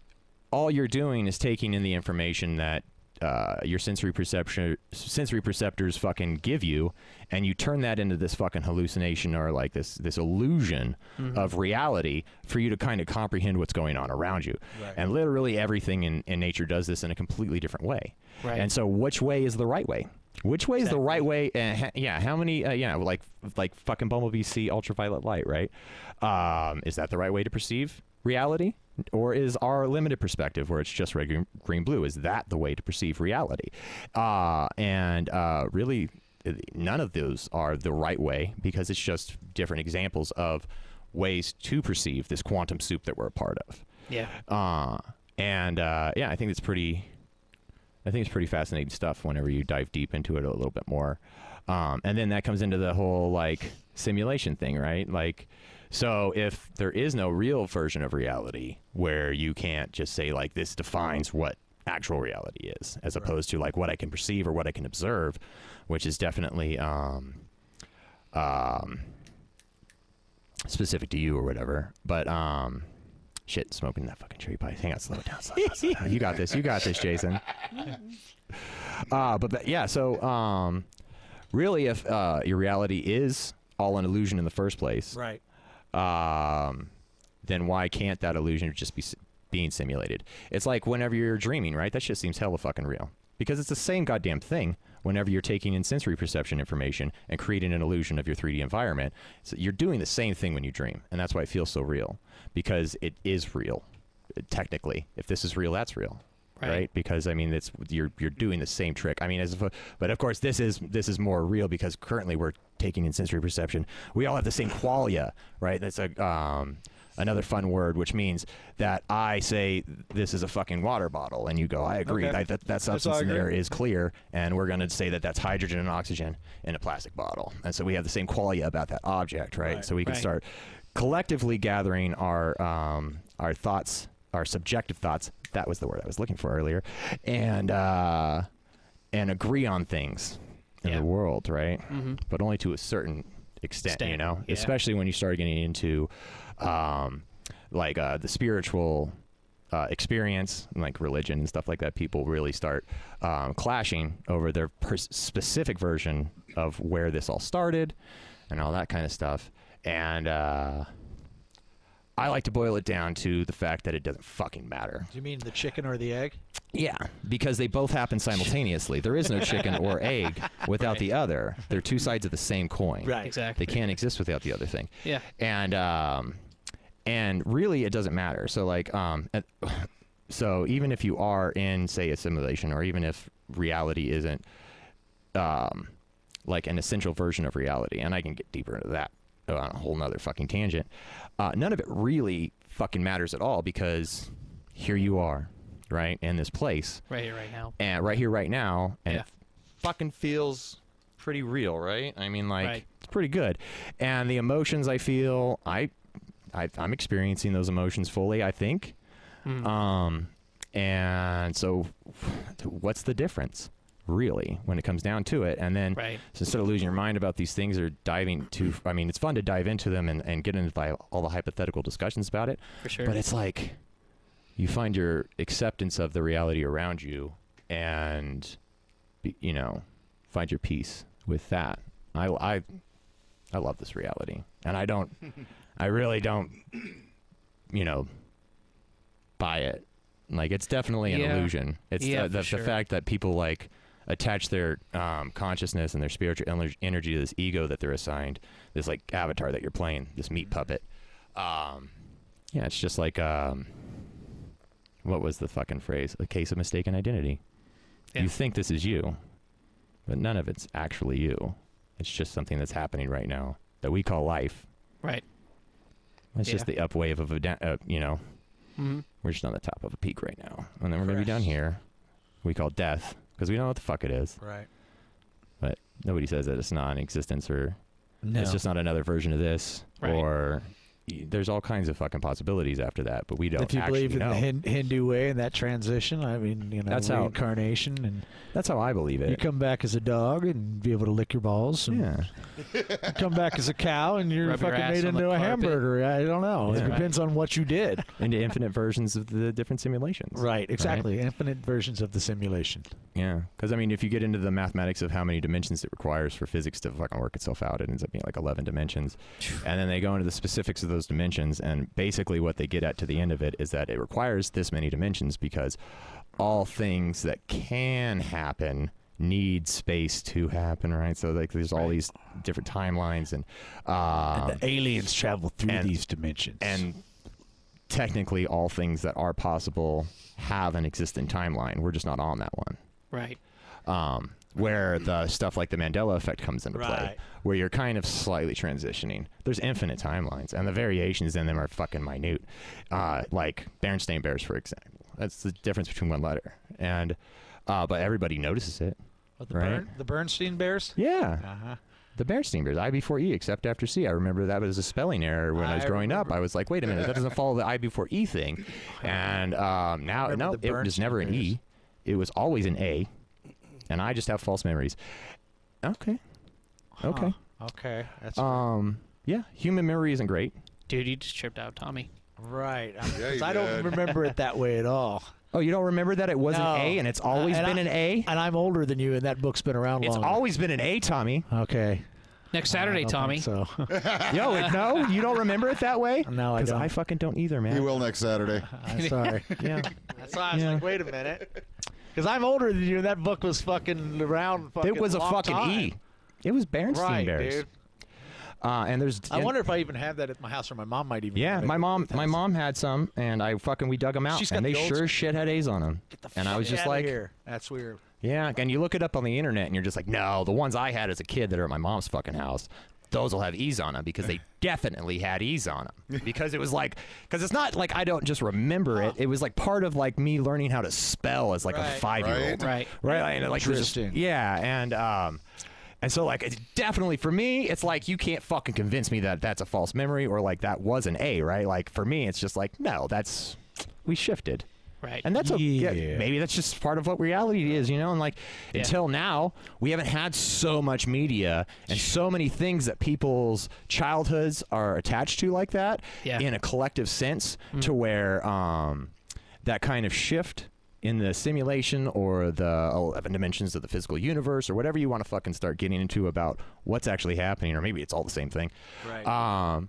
Speaker 4: all you're doing is taking in the information that uh, your sensory perception sensory perceptors fucking give you, and you turn that into this fucking hallucination or like this this illusion of reality for you to kind of comprehend what's going on around you. And literally everything in, in nature does this in a completely different way.
Speaker 6: Right.
Speaker 4: And so, which way is the right way? Which way is the right way? And ha- yeah, how many? Uh, yeah, like like fucking bumblebee see ultraviolet light, right? Um, is that the right way to perceive reality, or is our limited perspective, where it's just red, green, green blue, is that the way to perceive reality? Uh, and uh, really, uh, none of those are the right way because it's just different examples of ways to perceive this quantum soup that we're a part of.
Speaker 6: Yeah.
Speaker 4: Uh, and uh, yeah, I think it's pretty. I think it's pretty fascinating stuff whenever you dive deep into it a little bit more. Um, and then that comes into the whole like simulation thing, right? Like, so if there is no real version of reality where you can't just say like this defines what actual reality is, as opposed to like what I can perceive or what I can observe, which is definitely um, um, specific to you or whatever. But um, shit, smoking that fucking cherry pie. Hang on, slow it down, slow it down, slow it down. You got this. You got this, Jason. Uh, but, but yeah, so um, really, if uh, your reality is all an illusion in the first place,
Speaker 2: Right.
Speaker 4: um, then why can't that illusion just be s- being simulated? It's like whenever you're dreaming, right? That shit seems hella fucking real because it's the same goddamn thing. Whenever you're taking in sensory perception information and creating an illusion of your 3D environment, so you're doing the same thing when you dream, and that's why it feels so real because it is real, uh, technically. If this is real, that's real. Right.
Speaker 6: Right.
Speaker 4: because I mean, it's you're you're doing the same trick. I mean, as if, but of course, this is this is more real because currently we're taking in sensory perception. We all have the same qualia, right? That's a um, another fun word, which means that I say this is a fucking water bottle, and you go, I agree.
Speaker 2: Okay.
Speaker 4: I, that that substance in
Speaker 2: agree.
Speaker 4: there is clear, and we're going to say that that's hydrogen and oxygen in a plastic bottle, and so we have the same qualia about that object, right? so we can
Speaker 6: Right.
Speaker 4: start collectively gathering our um, our thoughts, our subjective thoughts. That was the word I was looking for earlier, and uh, and agree on things in
Speaker 6: Yeah.
Speaker 4: the world, right?
Speaker 6: Mm-hmm.
Speaker 4: But only to a certain extent, you
Speaker 6: Extent,
Speaker 4: know.
Speaker 6: yeah.
Speaker 4: Especially when you start getting into um, like uh, the spiritual uh, experience, like religion and stuff like that. People really start um, clashing over their per- specific version of where this all started, and all that kind of stuff. And uh, I like to boil it down to the fact that it doesn't fucking matter.
Speaker 2: Do you mean the chicken or the egg?
Speaker 4: Yeah, because they both happen simultaneously. There is no chicken or egg without the other. They're two sides of the same coin.
Speaker 2: Right.
Speaker 6: Exactly.
Speaker 4: They can't exist without the other thing.
Speaker 6: Yeah.
Speaker 4: And um, and really, it doesn't matter. So like um, at- so even if you are in say a simulation, or even if reality isn't um, like an essential version of reality, and I can get deeper into that on a whole nother fucking tangent. Uh, none of it really fucking matters at all because here you are, right, in this place
Speaker 6: Right here, right now.
Speaker 4: and right here, right now, and
Speaker 6: Yeah.
Speaker 4: it fucking feels pretty real, right? I mean, like
Speaker 6: Right.
Speaker 4: it's pretty good. And the emotions I feel, I, I I'm experiencing those emotions fully. I think.
Speaker 6: Mm-hmm.
Speaker 4: Um, and so, what's the difference, really, when it comes down to it? And then,
Speaker 6: Right.
Speaker 4: so instead of losing your mind about these things or diving too, I mean, it's fun to dive into them and, and get into by all the hypothetical discussions about it.
Speaker 6: For sure.
Speaker 4: But it's like you find your acceptance of the reality around you and, be- you know, find your peace with that. I, I, I love this reality. And I don't, I really don't, you know, buy it. Like, it's definitely an
Speaker 6: Yeah.
Speaker 4: illusion. It's
Speaker 6: Yeah,
Speaker 4: the,
Speaker 6: for
Speaker 4: the,
Speaker 6: sure.
Speaker 4: the fact that people, like, attach their um, consciousness and their spiritual ener- energy to this ego that they're assigned, this, like, avatar that you're playing, this meat
Speaker 6: Mm-hmm.
Speaker 4: puppet. Um, yeah, it's just like um, what was the fucking phrase? A case of mistaken identity.
Speaker 6: Yeah.
Speaker 4: You think this is you, but none of it's actually you. It's just something that's happening right now that we call life.
Speaker 6: right.
Speaker 4: It's just
Speaker 6: Yeah.
Speaker 4: the up wave of a da- uh, you know.
Speaker 6: hmm
Speaker 4: We're just on the top of a peak right now, and then we're gonna be down here. We call death because we don't know what the fuck it is.
Speaker 2: Right.
Speaker 4: But nobody says that it's not an existence or
Speaker 2: No.
Speaker 4: it's just not another version of this
Speaker 6: Right.
Speaker 4: or. y- There's all kinds of fucking possibilities after that, but we don't
Speaker 2: if you
Speaker 4: actually
Speaker 2: believe in
Speaker 4: know.
Speaker 2: the Hin- Hindu way and that transition, I mean, you know,
Speaker 4: That's how-
Speaker 2: reincarnation, and
Speaker 4: That's how I believe it.
Speaker 2: you come back as a dog and be able to lick your balls, and
Speaker 4: yeah.
Speaker 2: you come back as a cow, and you're
Speaker 6: Rub your
Speaker 2: fucking
Speaker 6: ass
Speaker 2: made
Speaker 6: on the
Speaker 2: into a
Speaker 6: carpet.
Speaker 2: hamburger. I don't know.
Speaker 4: Yeah.
Speaker 2: It depends on what you did.
Speaker 4: into infinite versions of the different simulations.
Speaker 2: right. Exactly. Infinite versions of the simulation.
Speaker 4: Yeah. Because, I mean, if you get into the mathematics of how many dimensions it requires for physics to fucking work itself out, it ends up being like 11 dimensions. and then they go into the specifics of those dimensions. And basically, what they get at to the end of it is that it requires this many dimensions because all things that can happen need space to happen, right? So, like, there's all these different timelines and. Um,
Speaker 2: the aliens travel through
Speaker 4: and-
Speaker 2: these dimensions.
Speaker 4: and technically all things that are possible have an existing timeline we're just not on that one
Speaker 6: Right.
Speaker 4: um, where the stuff like the mandela effect comes into play
Speaker 2: Right.
Speaker 4: where you're kind of slightly transitioning there's infinite timelines and the variations in them are fucking minute uh, like bernstein bears for example that's the difference between one letter and uh, but everybody notices it
Speaker 2: the,
Speaker 4: right? Bern-
Speaker 2: the Bernstein Bears.
Speaker 4: yeah
Speaker 2: Uh-huh.
Speaker 4: the Bernstein Bears, I before E, except after C. I remember that was a spelling error when I, was
Speaker 2: I
Speaker 4: growing up. I was like, wait a minute, that doesn't follow the I before E thing. And um, now,
Speaker 2: remember
Speaker 4: no,
Speaker 2: the
Speaker 4: it was
Speaker 2: Bernstein
Speaker 4: never an E. It was always an A. And I just have false memories. Okay. Okay.
Speaker 2: Okay. That's
Speaker 4: Um, yeah, human memory isn't great.
Speaker 6: Dude, you just tripped out Tommy.
Speaker 2: right.
Speaker 5: Yeah, you
Speaker 2: 'Cause I don't
Speaker 5: did.
Speaker 2: remember it that way at all.
Speaker 4: Oh, you don't remember that it was
Speaker 2: No. Uh,
Speaker 4: an A and it's always
Speaker 2: and
Speaker 4: been
Speaker 2: I-
Speaker 4: an A?
Speaker 2: And I'm older than you, and that book's been around
Speaker 4: It's
Speaker 2: longer.
Speaker 4: always been an A, Tommy.
Speaker 2: okay.
Speaker 6: Next
Speaker 2: I
Speaker 6: Saturday,
Speaker 2: don't
Speaker 6: Tommy.
Speaker 2: think So
Speaker 4: Yo, it- no, you don't remember it that way?
Speaker 2: No, I
Speaker 4: Because I
Speaker 2: don't.
Speaker 4: fucking don't either, man.
Speaker 5: He will next Saturday.
Speaker 2: I'm sorry.
Speaker 4: Yeah.
Speaker 2: That's why I was
Speaker 4: Yeah.
Speaker 2: like, wait a minute. Because I'm older than you, and that book was fucking around. Fucking
Speaker 4: it was a
Speaker 2: long
Speaker 4: fucking
Speaker 2: time.
Speaker 4: E. It was Bernstein
Speaker 2: Right,
Speaker 4: Bears.
Speaker 2: dude.
Speaker 4: Uh, and there's
Speaker 2: I
Speaker 4: and-
Speaker 2: wonder if I even have that at my house, or my mom might even.
Speaker 4: Yeah,
Speaker 2: have it
Speaker 4: my
Speaker 2: at
Speaker 4: mom,
Speaker 2: the
Speaker 4: my
Speaker 2: house.
Speaker 4: mom had some, and I fucking we dug them out,
Speaker 2: She's got
Speaker 4: and they
Speaker 2: the old
Speaker 4: sure
Speaker 2: school.
Speaker 4: as shit had A's on them. and I was
Speaker 2: Get
Speaker 4: just
Speaker 2: outta
Speaker 4: like,
Speaker 2: here. that's weird.
Speaker 4: yeah. And you look it up on the internet, and you're just like, no, the ones I had as a kid that are at my mom's fucking house, those will have E's on them because they definitely had E's on them because it was like, because it's not like I don't just remember it. It was like part of like me learning how to spell as like a
Speaker 2: Right.
Speaker 4: five year old
Speaker 5: Right.
Speaker 6: Right.
Speaker 4: right? And like, there's just-
Speaker 2: Interesting.
Speaker 4: yeah, and um, and so like, it's definitely for me, it's like you can't fucking convince me that that's a false memory or like that was an A, right? Like for me, it's just like no, that's we shifted.
Speaker 6: Right.
Speaker 4: And that's okay.
Speaker 2: Yeah.
Speaker 4: Maybe that's just part of what reality is, you know. And like, until now, we haven't had so much media and so many things that people's childhoods are attached to like that
Speaker 6: Yeah. Mm.
Speaker 4: in a collective sense, to where um, that kind of shift in the simulation or the 11 dimensions of the physical universe or whatever you want to fucking start getting into about what's actually happening, or maybe it's all the same thing.
Speaker 2: Right.
Speaker 4: Um,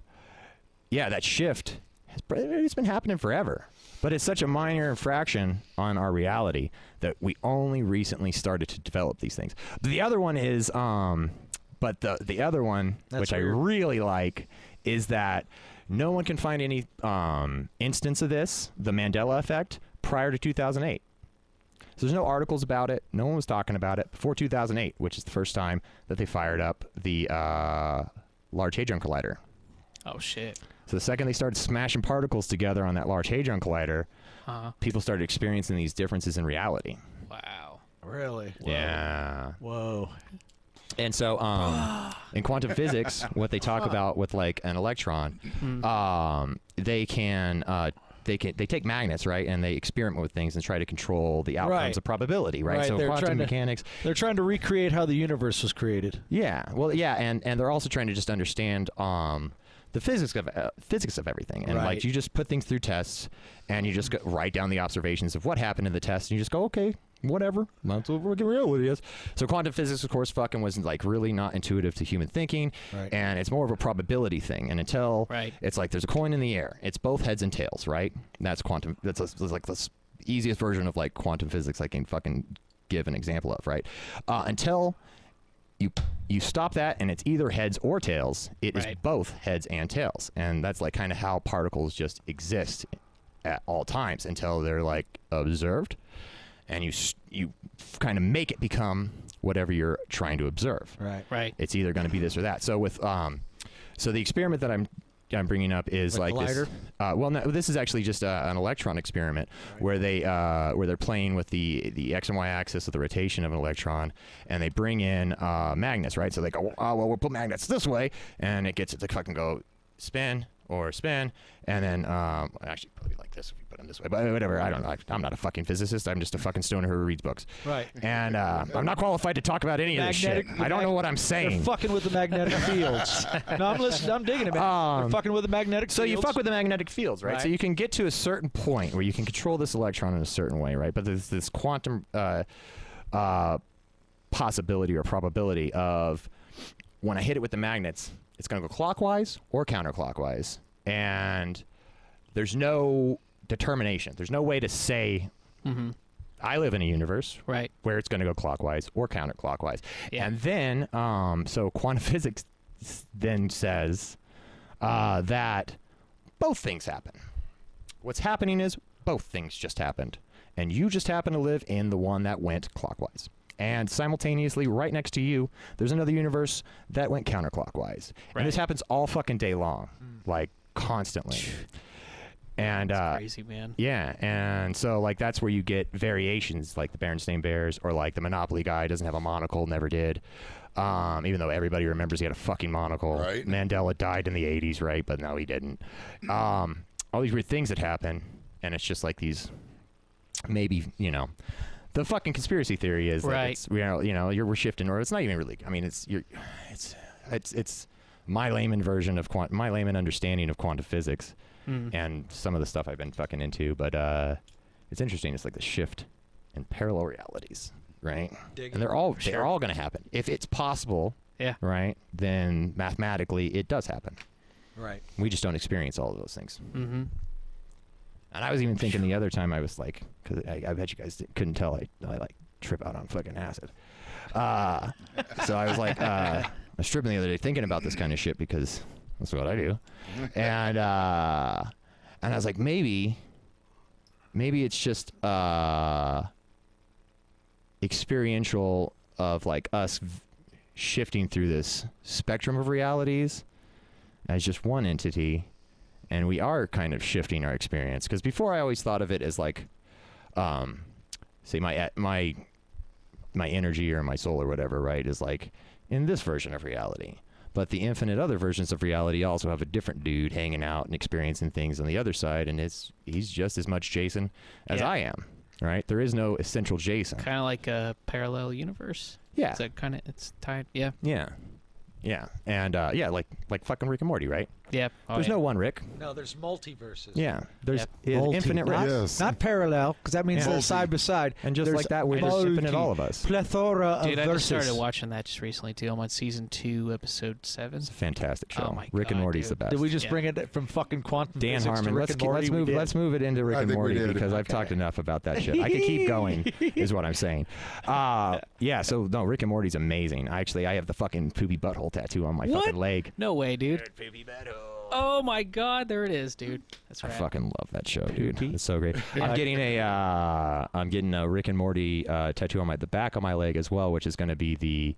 Speaker 4: yeah, that shift has pr- it's been happening forever, but it's such a minor infraction on our reality that we only recently started to develop these things. But the other one is, um, but the the other one,
Speaker 2: That's
Speaker 4: which I
Speaker 2: weird.
Speaker 4: really like, is that no one can find any um, instance of this, the Mandela effect, prior to 2008. So there's no articles about it. No one was talking about it before 2008, which is the first time that they fired up the uh, Large Hadron Collider.
Speaker 6: oh shit.
Speaker 4: So the second they started smashing particles together on that Large Hadron Collider,
Speaker 6: Uh-huh.
Speaker 4: people started experiencing these differences in reality.
Speaker 6: Wow.
Speaker 2: really?
Speaker 4: Yeah.
Speaker 2: Whoa.
Speaker 4: And so, um, in quantum physics, what they talk about with like an electron,
Speaker 2: Hmm.
Speaker 4: um, they can uh, they can they take magnets, right, and they experiment with things and try to control the outcomes
Speaker 2: Right.
Speaker 4: of probability, right?
Speaker 2: Right,
Speaker 4: so
Speaker 2: they're
Speaker 4: quantum
Speaker 2: trying to-
Speaker 4: mechanics.
Speaker 2: They're trying to recreate how the universe was created.
Speaker 4: Yeah. Well, yeah, and and they're also trying to just understand um the physics of uh, physics of everything, and
Speaker 2: Right.
Speaker 4: like you just put things through tests, and you just go, write down the observations of what happened in the test, and you just go, okay, whatever, that's what fucking reality is. So quantum physics, of course, fucking was like really not intuitive to human thinking,
Speaker 2: Right.
Speaker 4: and it's more of a probability thing. And until
Speaker 6: Right.
Speaker 4: it's like there's a coin in the air, it's both heads and tails, right? And that's quantum. That's, that's like the s- easiest version of like quantum physics I can fucking give an example of, right? Uh, until you you stop that and it's either heads or tails It is
Speaker 6: Right.
Speaker 4: both heads and tails and that's like kind of how particles just exist at all times until they're like observed and you s- you kind of make it become whatever you're trying to observe
Speaker 2: Right.
Speaker 6: Right.
Speaker 4: it's either going to be this or that so with um so the experiment that i'm I'm bringing up is
Speaker 2: Like
Speaker 4: like,
Speaker 2: Collider?
Speaker 4: this. Uh, well, no, this is actually just uh an electron experiment where they uh, where they're playing with the the x and y axis of the rotation of an electron, and they bring in uh, magnets, right? So they go, oh well, we'll put magnets this way, and it gets it to fucking go spin or spin, and then um, actually probably like this if you put them this way, but whatever. I don't know. I'm not a fucking physicist. I'm just a fucking stoner who reads books.
Speaker 2: Right.
Speaker 4: And uh, I'm not qualified to talk about any of
Speaker 2: Magnetic-
Speaker 4: this shit. I don't know what I'm
Speaker 2: They're
Speaker 4: saying.
Speaker 2: fucking with the magnetic fields. No, I'm listening. I'm digging it, man. They're
Speaker 4: Um,
Speaker 2: fucking with the magnetic
Speaker 4: So you
Speaker 2: fields.
Speaker 4: fuck with the magnetic fields, right? So
Speaker 2: Right.
Speaker 4: you can get to a certain point where you can control this electron in a certain way, right? But there's this quantum uh, uh, possibility or probability of when I hit it with the magnets, it's going to go clockwise or counterclockwise, and there's no determination. There's no way to say
Speaker 2: Mm-hmm.
Speaker 4: I live in a universe
Speaker 6: Right.
Speaker 4: where it's going to go clockwise or counterclockwise.
Speaker 6: Yeah.
Speaker 4: And then, um, so quantum physics then says uh, that both things happen. What's happening is both things just happened. And you just happen to live in the one that went clockwise. And simultaneously, right next to you, there's another universe that went counterclockwise. And this
Speaker 6: Right. Mm.
Speaker 4: happens all fucking day long, like constantly. And uh,
Speaker 6: Crazy man.
Speaker 4: yeah, and so like that's where you get variations, like the Berenstain Bears, or like the Monopoly guy doesn't have a monocle, never did. Um, even though everybody remembers he had a fucking monocle.
Speaker 5: Right.
Speaker 4: Mandela died in the '80s, right? But no, he didn't. Um, all these weird things that happen, and it's just like these, maybe you know. The fucking conspiracy theory is that
Speaker 6: Right.
Speaker 4: it's, you know, you know, you're we're shifting, or it's not even really. I mean, it's you're, it's, it's, it's my layman version of quant, my layman understanding of quantum physics
Speaker 6: Hmm. Mm-hmm.
Speaker 4: and some of the stuff I've been fucking into. But uh, it's interesting. It's like the shift in parallel realities, right? and they're all they're all going to happen if it's possible,
Speaker 6: Yeah.
Speaker 4: right? Then mathematically, it does happen.
Speaker 2: Right.
Speaker 4: We just don't experience all of those things.
Speaker 6: Mm-hmm.
Speaker 4: And I was even thinking the other time I was like, because I, I bet you guys di- couldn't tell I, I like trip out on fucking acid. Uh, so I was like, uh, I was tripping the other day thinking about this kind of shit because that's what I do. And uh, and I was like, maybe, maybe it's just uh, experiential of like us v- shifting through this spectrum of realities as just one entity and we are kind of shifting our experience because before I always thought of it as like, um, say my uh, my my energy or my soul or whatever, right, is like in this version of reality. But the infinite other versions of reality also have a different dude hanging out and experiencing things on the other side, and it's he's just as much Jason as
Speaker 6: Yeah.
Speaker 4: I am, right? There is no essential Jason.
Speaker 6: Kind of like a parallel universe.
Speaker 4: Yeah,
Speaker 6: It's like kind of it's tied. Yeah.
Speaker 4: yeah, yeah, and uh, yeah, like like fucking Rick and Morty, right?
Speaker 6: Yeah. Oh,
Speaker 4: there's
Speaker 6: yeah.
Speaker 4: no one Rick.
Speaker 1: No, there's multiverses.
Speaker 4: Yeah, there's
Speaker 6: Yep.
Speaker 4: is
Speaker 2: Multi-
Speaker 4: infinite
Speaker 2: not,
Speaker 4: Rick.
Speaker 5: Yes.
Speaker 2: not parallel, because that means
Speaker 4: Yeah.
Speaker 2: they're side by side.
Speaker 4: And just
Speaker 2: There's
Speaker 4: like that, we're just shipping it
Speaker 2: multi-
Speaker 4: all of us.
Speaker 2: Plethora
Speaker 6: Dude,
Speaker 2: of
Speaker 6: I just
Speaker 2: verses.
Speaker 6: started watching that just recently too. I'm on season two, episode seven.
Speaker 4: It's a fantastic show.
Speaker 6: Oh my
Speaker 4: Rick and
Speaker 6: God,
Speaker 4: Morty's
Speaker 6: dude.
Speaker 4: the best.
Speaker 2: Did we just
Speaker 6: Yeah.
Speaker 2: bring it from fucking quantum
Speaker 4: Dan
Speaker 2: physics to
Speaker 4: Harmon?
Speaker 2: Rick
Speaker 4: Let's
Speaker 2: and
Speaker 4: keep-
Speaker 2: Morty?
Speaker 4: let's
Speaker 2: We
Speaker 4: move
Speaker 2: did.
Speaker 4: let's move it into Rick
Speaker 5: I
Speaker 4: and
Speaker 5: think we
Speaker 4: Morty
Speaker 5: did.
Speaker 4: because I've talked enough about that shit. I could keep going, is what I'm saying. Uh, yeah. So no, Rick and Morty's amazing. I actually I have the fucking poopy butthole tattoo on my
Speaker 6: What?
Speaker 4: fucking leg.
Speaker 6: No way, dude. Oh my god, there it is, dude. That's
Speaker 4: I
Speaker 6: right.
Speaker 4: fucking love that show, dude. It's so great. I'm getting a uh, I'm getting a Rick and Morty uh, tattoo on my the back of my leg as well, which is going to be the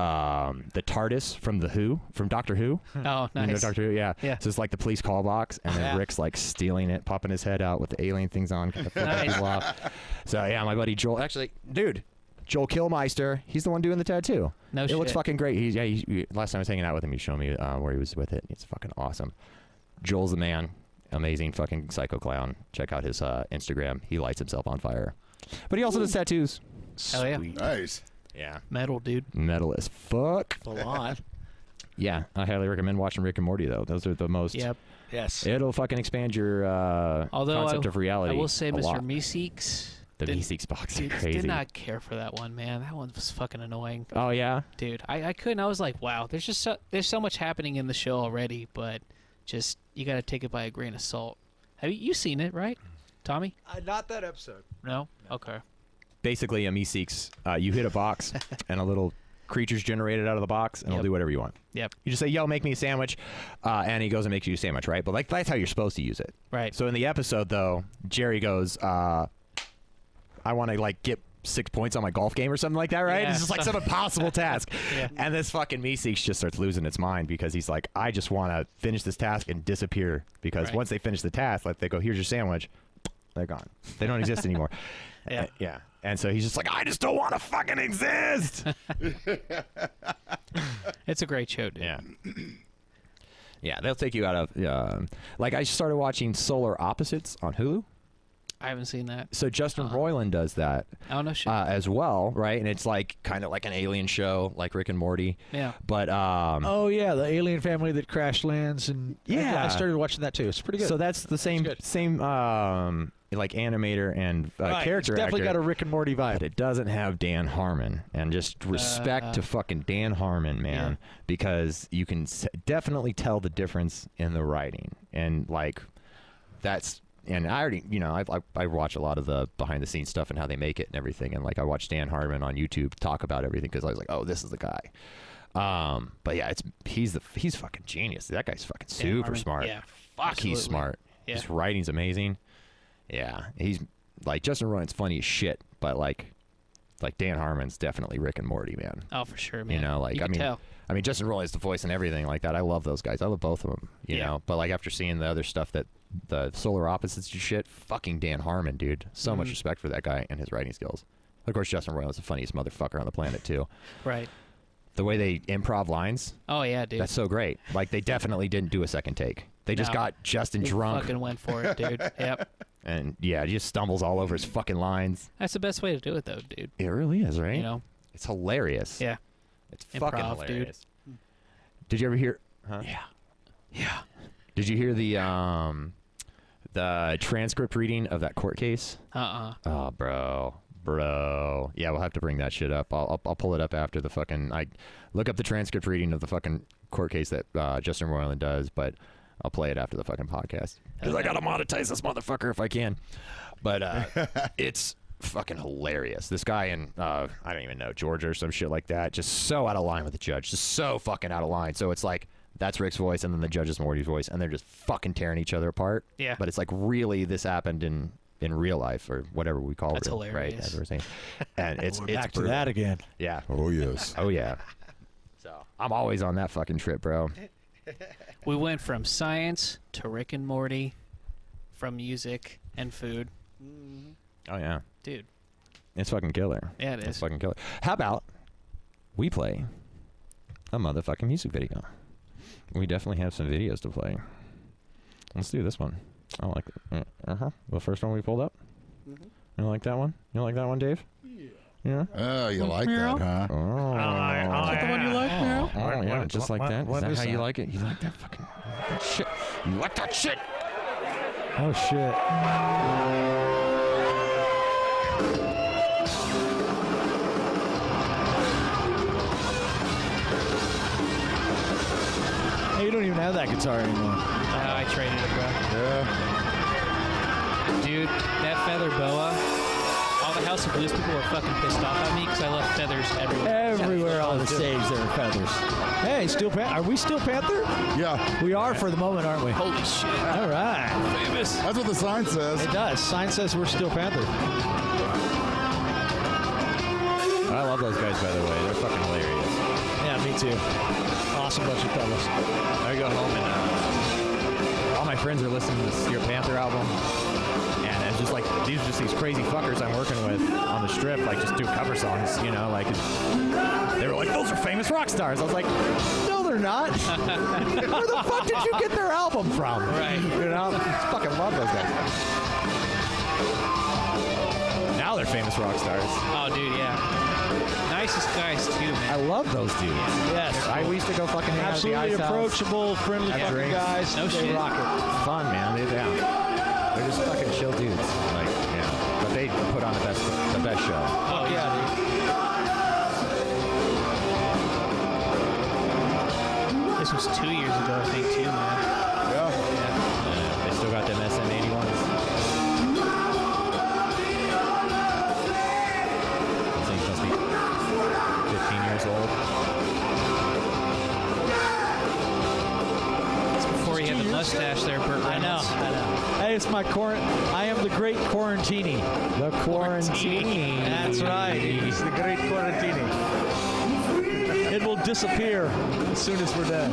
Speaker 4: um, the TARDIS from the Who from Doctor Who.
Speaker 6: Oh, nice.
Speaker 4: You know Doctor Who, yeah.
Speaker 6: Yeah.
Speaker 4: So it's like the police call box, and then
Speaker 2: Yeah.
Speaker 4: Rick's like stealing it, popping his head out with the alien things on, kind of flipping
Speaker 6: Nice.
Speaker 4: people off. So yeah, my buddy Joel, actually, dude, Joel Kilmeister. He's the one doing the tattoo.
Speaker 6: No
Speaker 4: it looks
Speaker 6: Oh, shit.
Speaker 4: fucking great. He's yeah. He, he- last time I was hanging out with him, he showed me uh, where he was with it. It's fucking awesome. Joel's the man. Amazing fucking psycho clown. Check out his uh, Instagram. He lights himself on fire. But he also does tattoos.
Speaker 6: Hell yeah.
Speaker 5: Nice.
Speaker 4: Yeah.
Speaker 6: Metal, dude.
Speaker 4: Metal as fuck.
Speaker 2: A lot.
Speaker 4: Yeah, I highly recommend watching Rick and Morty though. Those are the most.
Speaker 6: Yep.
Speaker 2: Yes.
Speaker 4: It'll fucking expand your uh,
Speaker 6: Although
Speaker 4: concept
Speaker 6: I,
Speaker 4: of reality.
Speaker 6: I will say,
Speaker 4: a
Speaker 6: Mr.
Speaker 4: lot.
Speaker 6: Meeseeks.
Speaker 4: The
Speaker 6: didn't-
Speaker 4: Meeseeks box is
Speaker 6: Dude,
Speaker 4: crazy.
Speaker 6: did not care for that one, man. That one was fucking annoying,
Speaker 4: Oh yeah.
Speaker 6: dude. I, I couldn't. I was like, wow. There's just so, there's so much happening in the show already, but just you got to take it by a grain of salt. Have you, you seen it, right, Tommy?
Speaker 1: Uh, not that episode.
Speaker 6: No. Okay.
Speaker 4: basically a Meeseeks. Uh, you hit a box, and a little creature's generated out of the box, and it'll
Speaker 6: Yep.
Speaker 4: do whatever you want.
Speaker 6: Yep.
Speaker 4: You just say, "Yo, make me a sandwich," uh, and he goes and makes you a sandwich, right? But like that's how you're supposed to use it.
Speaker 6: Right.
Speaker 4: So in the episode, though, Jerry goes, uh, "I want to like get." Six points on my golf game or something like that, right?
Speaker 6: Yeah.
Speaker 4: It's just like some impossible task.
Speaker 6: Yeah.
Speaker 4: And this fucking Meeseeks just starts losing its mind because he's like, I just want to finish this task and disappear. Because
Speaker 6: Right.
Speaker 4: once they finish the task, like they go, here's your sandwich. They're gone. They don't exist anymore.
Speaker 6: Yeah.
Speaker 4: Uh, yeah. And so he's just like, I just don't want to fucking exist.
Speaker 6: It's a great show, dude.
Speaker 4: yeah. Yeah, they'll take you out of. um like, I started watching Solar Opposites on Hulu.
Speaker 6: I haven't seen that.
Speaker 4: So Justin
Speaker 2: Uh-huh.
Speaker 4: Roiland does that
Speaker 6: Oh no shit.
Speaker 4: uh, as well, right? And it's like kind of like an alien show, like Rick and Morty.
Speaker 6: Yeah.
Speaker 4: But um,
Speaker 2: Oh yeah, the alien family that crash lands and
Speaker 4: Yeah.
Speaker 2: I started watching that too. It's pretty good.
Speaker 4: so that's the same
Speaker 2: good.
Speaker 4: same um, like animator and uh,
Speaker 2: Right,
Speaker 4: character
Speaker 2: it's definitely
Speaker 4: actor.
Speaker 2: got a Rick and Morty vibe.
Speaker 4: but it doesn't have Dan Harmon. And just respect
Speaker 6: Uh,
Speaker 4: to fucking Dan Harmon, man, because you can s- definitely tell the difference in the writing. And like, that's and I already, you know, I, I I watch a lot of the behind the scenes stuff and how they make it and everything. And like, I watched Dan Harmon on YouTube talk about everything because I was like, oh, this is the guy. Um, but yeah, it's he's the he's fucking genius. That guy's fucking super
Speaker 6: Harmon.
Speaker 4: smart.
Speaker 6: Yeah,
Speaker 4: fuck,
Speaker 6: absolutely.
Speaker 4: he's smart.
Speaker 6: Yeah.
Speaker 4: His writing's amazing. Yeah, he's like Justin Roiland's funny as shit, but like, like Dan Harmon's definitely Rick and Morty, man.
Speaker 6: Oh, for sure, man.
Speaker 4: You know, like I
Speaker 6: can
Speaker 4: mean,
Speaker 6: tell.
Speaker 4: I mean Justin Roiland's the voice and everything like that. I love those guys. I love both of them. You
Speaker 6: Yeah.
Speaker 4: know, but like after seeing the other stuff that the Solar Opposites and shit, fucking Dan Harmon, dude. So
Speaker 6: Mm-hmm.
Speaker 4: much respect for that guy and his writing skills. Of course, Justin Roiland's the funniest motherfucker on the planet too.
Speaker 6: right.
Speaker 4: The way they improv lines,
Speaker 6: Oh yeah, dude.
Speaker 4: that's so great. Like they definitely didn't do a second take. They just
Speaker 6: No.
Speaker 4: got Justin
Speaker 6: They
Speaker 4: drunk
Speaker 6: Fucking went for it, dude. yep.
Speaker 4: and yeah, he just stumbles all over his fucking lines.
Speaker 6: That's the best way to do it, though, dude.
Speaker 4: It really is, right?
Speaker 6: You know.
Speaker 4: It's hilarious.
Speaker 6: Yeah.
Speaker 4: It's fucking
Speaker 6: Improv, dude.
Speaker 4: hilarious. Did you ever hear? Huh? Yeah. Yeah. Did you hear the um, the transcript reading of that court case?
Speaker 6: Uh uh
Speaker 4: Oh, bro, bro. Yeah, we'll have to bring that shit up. I'll I'll, I'll pull it up after the fucking. I look up the transcript reading of the fucking court case that uh, Justin Roiland does, but I'll play it after the fucking podcast. 'Cause I gotta monetize this motherfucker if I can. But uh, it's fucking hilarious. This guy in uh, I don't even know Georgia or some shit like that, just so out of line with the judge, just so fucking out of line. So it's like. That's Rick's voice, and then the judge is Morty's voice, and they're just fucking tearing each other apart.
Speaker 6: Yeah.
Speaker 4: But it's like really this happened in in real life or whatever we call
Speaker 6: That's
Speaker 4: real, right?
Speaker 6: hilarious.
Speaker 4: As we're saying, and it's
Speaker 2: We're
Speaker 4: it's
Speaker 2: back to
Speaker 4: brutal.
Speaker 2: that again.
Speaker 4: Yeah.
Speaker 5: Oh yes.
Speaker 4: Oh yeah. So I'm always on that fucking trip, bro.
Speaker 6: We went from science to Rick and Morty, from music and food,
Speaker 4: Oh yeah.
Speaker 6: dude.
Speaker 4: It's fucking killer.
Speaker 6: Yeah, it
Speaker 4: It's
Speaker 6: is.
Speaker 4: fucking killer. How about we play a motherfucking music video? We definitely have some videos to play. Let's do this one. I like uh huh. The first one we pulled up. You like that one? You like that one, Dave? Yeah.
Speaker 5: Oh, you like that, huh?
Speaker 4: Oh.
Speaker 6: the one you like, Meryl?
Speaker 4: Oh, yeah, just like that. Is that how you like it? You like that fucking shit? You like that shit?
Speaker 2: Oh shit. Hey, you don't even have that guitar anymore.
Speaker 6: Oh, I traded it,
Speaker 5: Yeah.
Speaker 6: bro. Dude, that feather boa. All the House of Blues people were fucking pissed off at me because I left feathers everywhere.
Speaker 2: Everywhere on the stage there are feathers. Hey, still Pan- are we still Panther?
Speaker 5: Yeah.
Speaker 2: We are for the moment, aren't we?
Speaker 6: Holy shit!
Speaker 2: All right.
Speaker 6: Famous.
Speaker 5: That's what the sign says.
Speaker 2: It does. Sign says we're still Panther.
Speaker 4: I love those guys, by the way. They're fucking hilarious.
Speaker 2: Yeah, me too. Awesome bunch of fellas.
Speaker 4: I go home and uh, all my friends are listening to this Your Panther album, and as just like these are just these crazy fuckers I'm working with on the strip, like just do cover songs, you know, like it's- they were like, those are famous rock stars. I was like, no, they're not. Where the fuck did you get their album from?
Speaker 6: Right.
Speaker 4: You know, I fucking love those guys. Now they're famous rock stars.
Speaker 6: Oh, dude, yeah. Nicest guys too,
Speaker 4: I
Speaker 6: man.
Speaker 4: love those dudes.
Speaker 2: Yes.
Speaker 4: I we used to go fucking hang out at
Speaker 2: Absolutely
Speaker 4: the ice house.
Speaker 2: approachable, friendly
Speaker 4: Have
Speaker 2: fucking
Speaker 4: drinks.
Speaker 2: guys.
Speaker 6: No
Speaker 2: they
Speaker 6: shit.
Speaker 2: rock
Speaker 4: fun, man. They, yeah. They're just fucking chill dudes. Like, yeah. But they put on the best, the best show.
Speaker 6: Oh yeah, dude. This was two years ago, I think, too, man.
Speaker 5: Yeah.
Speaker 4: They still got them SN81s. Those things must be 15 years old.
Speaker 6: It's before he had the mustache there, Burt
Speaker 2: it. I know.
Speaker 6: Reynolds.
Speaker 2: I know. Hey, it's my quarant. I am the great quarantini.
Speaker 4: The quarantine.
Speaker 6: Quarantine.
Speaker 2: That's right. He's the great quarantini. It will disappear as soon as we're done.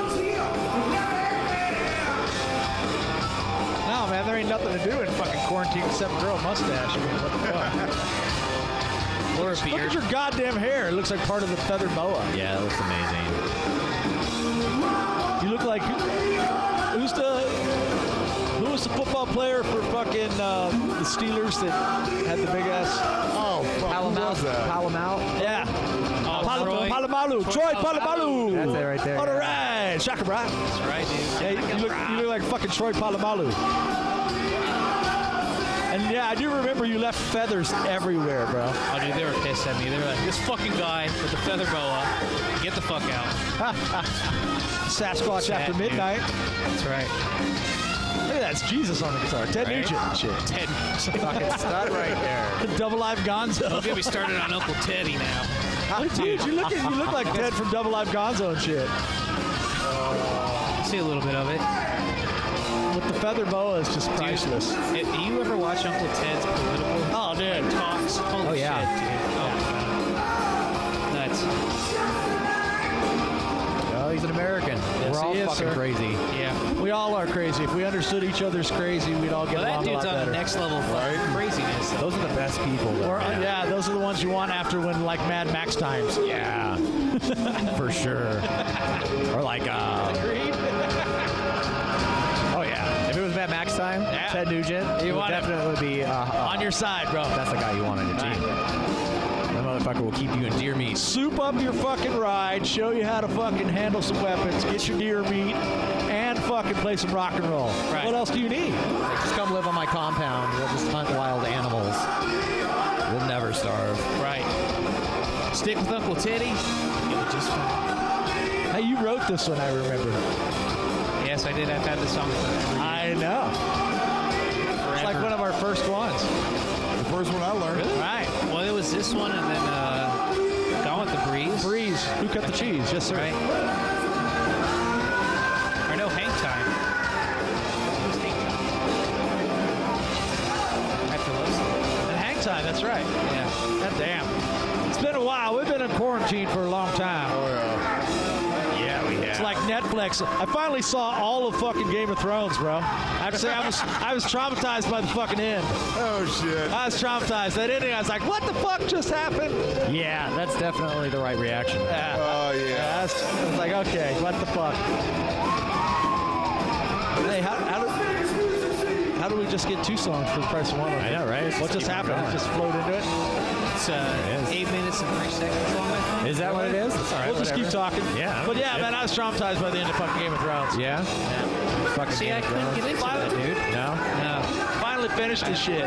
Speaker 2: No, man, there ain't nothing to do in fucking quarantine except grow a mustache. I mean, what the fuck?
Speaker 6: Or a
Speaker 2: Look
Speaker 6: beard.
Speaker 2: at your goddamn hair. It looks like part of the feather boa.
Speaker 4: Yeah, that looks amazing.
Speaker 2: You look like who's the who was the football player for fucking uh, the Steelers that had the big ass?
Speaker 5: Oh, fuck. Who was that?
Speaker 2: Yeah,
Speaker 6: Oh,
Speaker 2: Pal-
Speaker 6: Troy.
Speaker 2: Palomalu, Troy
Speaker 6: Oh,
Speaker 2: Palomalu.
Speaker 4: That's it right there.
Speaker 2: All right, Shaka Bra.
Speaker 6: That's right, dude.
Speaker 2: Yeah, you look you look like fucking Troy Palomalu. And yeah, I do remember you left feathers everywhere, bro.
Speaker 6: Oh, dude, they were pissed at me. They were like, this fucking guy with the feather boa, get the fuck out.
Speaker 2: Sasquatch after
Speaker 6: dude.
Speaker 2: midnight.
Speaker 6: That's right.
Speaker 2: Look at that, it's Jesus on the guitar. Ted
Speaker 6: Right?
Speaker 2: Nugent. and Shit.
Speaker 6: Ted.
Speaker 4: Fucking stud right there.
Speaker 2: Double Live Gonzo.
Speaker 6: Don't get me started on Uncle Teddy now.
Speaker 2: Dude, you look, you look like Ted from Double Live Gonzo and shit.
Speaker 6: I see a little bit of it.
Speaker 2: With the feather boa is just
Speaker 6: Dude,
Speaker 2: priceless.
Speaker 6: if you ever watch Uncle Ted's political
Speaker 2: Oh, dude.
Speaker 6: talks, holy
Speaker 4: Oh, yeah.
Speaker 6: shit, dude. Oh, my God. Nuts.
Speaker 4: Oh, he's an American. We're all
Speaker 2: he is,
Speaker 4: fucking
Speaker 2: sir.
Speaker 4: crazy.
Speaker 6: Yeah.
Speaker 2: We all are crazy. If we understood each other's crazy, we'd all get
Speaker 6: Well, that
Speaker 2: along a lot
Speaker 6: dude's on
Speaker 2: better. Oh,
Speaker 6: the next level of fucking
Speaker 5: Right?
Speaker 6: craziness.
Speaker 4: Those are the best people. though,
Speaker 2: Or, uh,
Speaker 4: man.
Speaker 2: yeah, those are the ones you want after when like Mad Max times.
Speaker 4: Yeah, for sure. or like, uh, oh yeah, if it was Mad Max time, Ted Nugent,
Speaker 2: You
Speaker 4: you would
Speaker 2: want him.
Speaker 4: definitely be. Uh, uh,
Speaker 2: On your side, bro.
Speaker 4: that's the guy you want on your team. That motherfucker will keep you in deer meat.
Speaker 2: Soup up your fucking ride. Show you how to fucking handle some weapons. Get your deer meat, and fucking play some rock and roll.
Speaker 6: Right.
Speaker 2: What else do you need?
Speaker 4: Just come live on my compound. We'll just hunt wild animals. We'll never starve.
Speaker 6: Right. Stick with Uncle Teddy. You'll be just fine.
Speaker 2: Hey, you wrote this one, I remember.
Speaker 6: Yes, I did. I've had this song for
Speaker 2: I know. It's like
Speaker 6: forever.
Speaker 2: one of our first ones.
Speaker 5: The first one I learned.
Speaker 6: Right. Well, it was this one and then uh, Gone with the Breeze.
Speaker 2: Breeze, who cut the cheese? Yes, sir.
Speaker 6: Right. Or no, Hang Time. It was Hang Time. I have to listen.
Speaker 2: And hang time. That's right.
Speaker 6: Yeah.
Speaker 2: God damn. It's been a while. We've been in quarantine for a long time.
Speaker 5: Oh, yeah.
Speaker 4: Yeah, we have.
Speaker 2: It's like Netflix. I finally saw all of fucking Game of Thrones, bro. I have to say, I was, I was traumatized by the fucking end.
Speaker 5: Oh, shit.
Speaker 2: I was traumatized. That ending, I was like, what the fuck just happened?
Speaker 4: yeah, that's definitely the right reaction.
Speaker 2: Yeah.
Speaker 5: Oh, yeah.
Speaker 2: I was, I was like, okay, what the fuck? Hey, how, how, did, how did we just get two songs for the price of one?
Speaker 4: I know, right?
Speaker 2: What just happened? It just flowed into it?
Speaker 6: It's
Speaker 4: It
Speaker 6: uh,
Speaker 4: is.
Speaker 6: eight minutes and three seconds long, I think.
Speaker 4: Is that what it is? It's all right,
Speaker 2: We'll just keep
Speaker 4: whatever.
Speaker 2: talking.
Speaker 4: Yeah, I don't
Speaker 2: But
Speaker 4: give a
Speaker 2: yeah,
Speaker 4: shit.
Speaker 2: man, I was traumatized by the end of fucking Game of Thrones.
Speaker 4: Yeah. Fucking
Speaker 6: See,
Speaker 4: Game
Speaker 6: I
Speaker 4: of
Speaker 6: couldn't
Speaker 4: Thrones.
Speaker 6: get into that, dude.
Speaker 4: No.
Speaker 6: No.
Speaker 2: Finally finished the shit.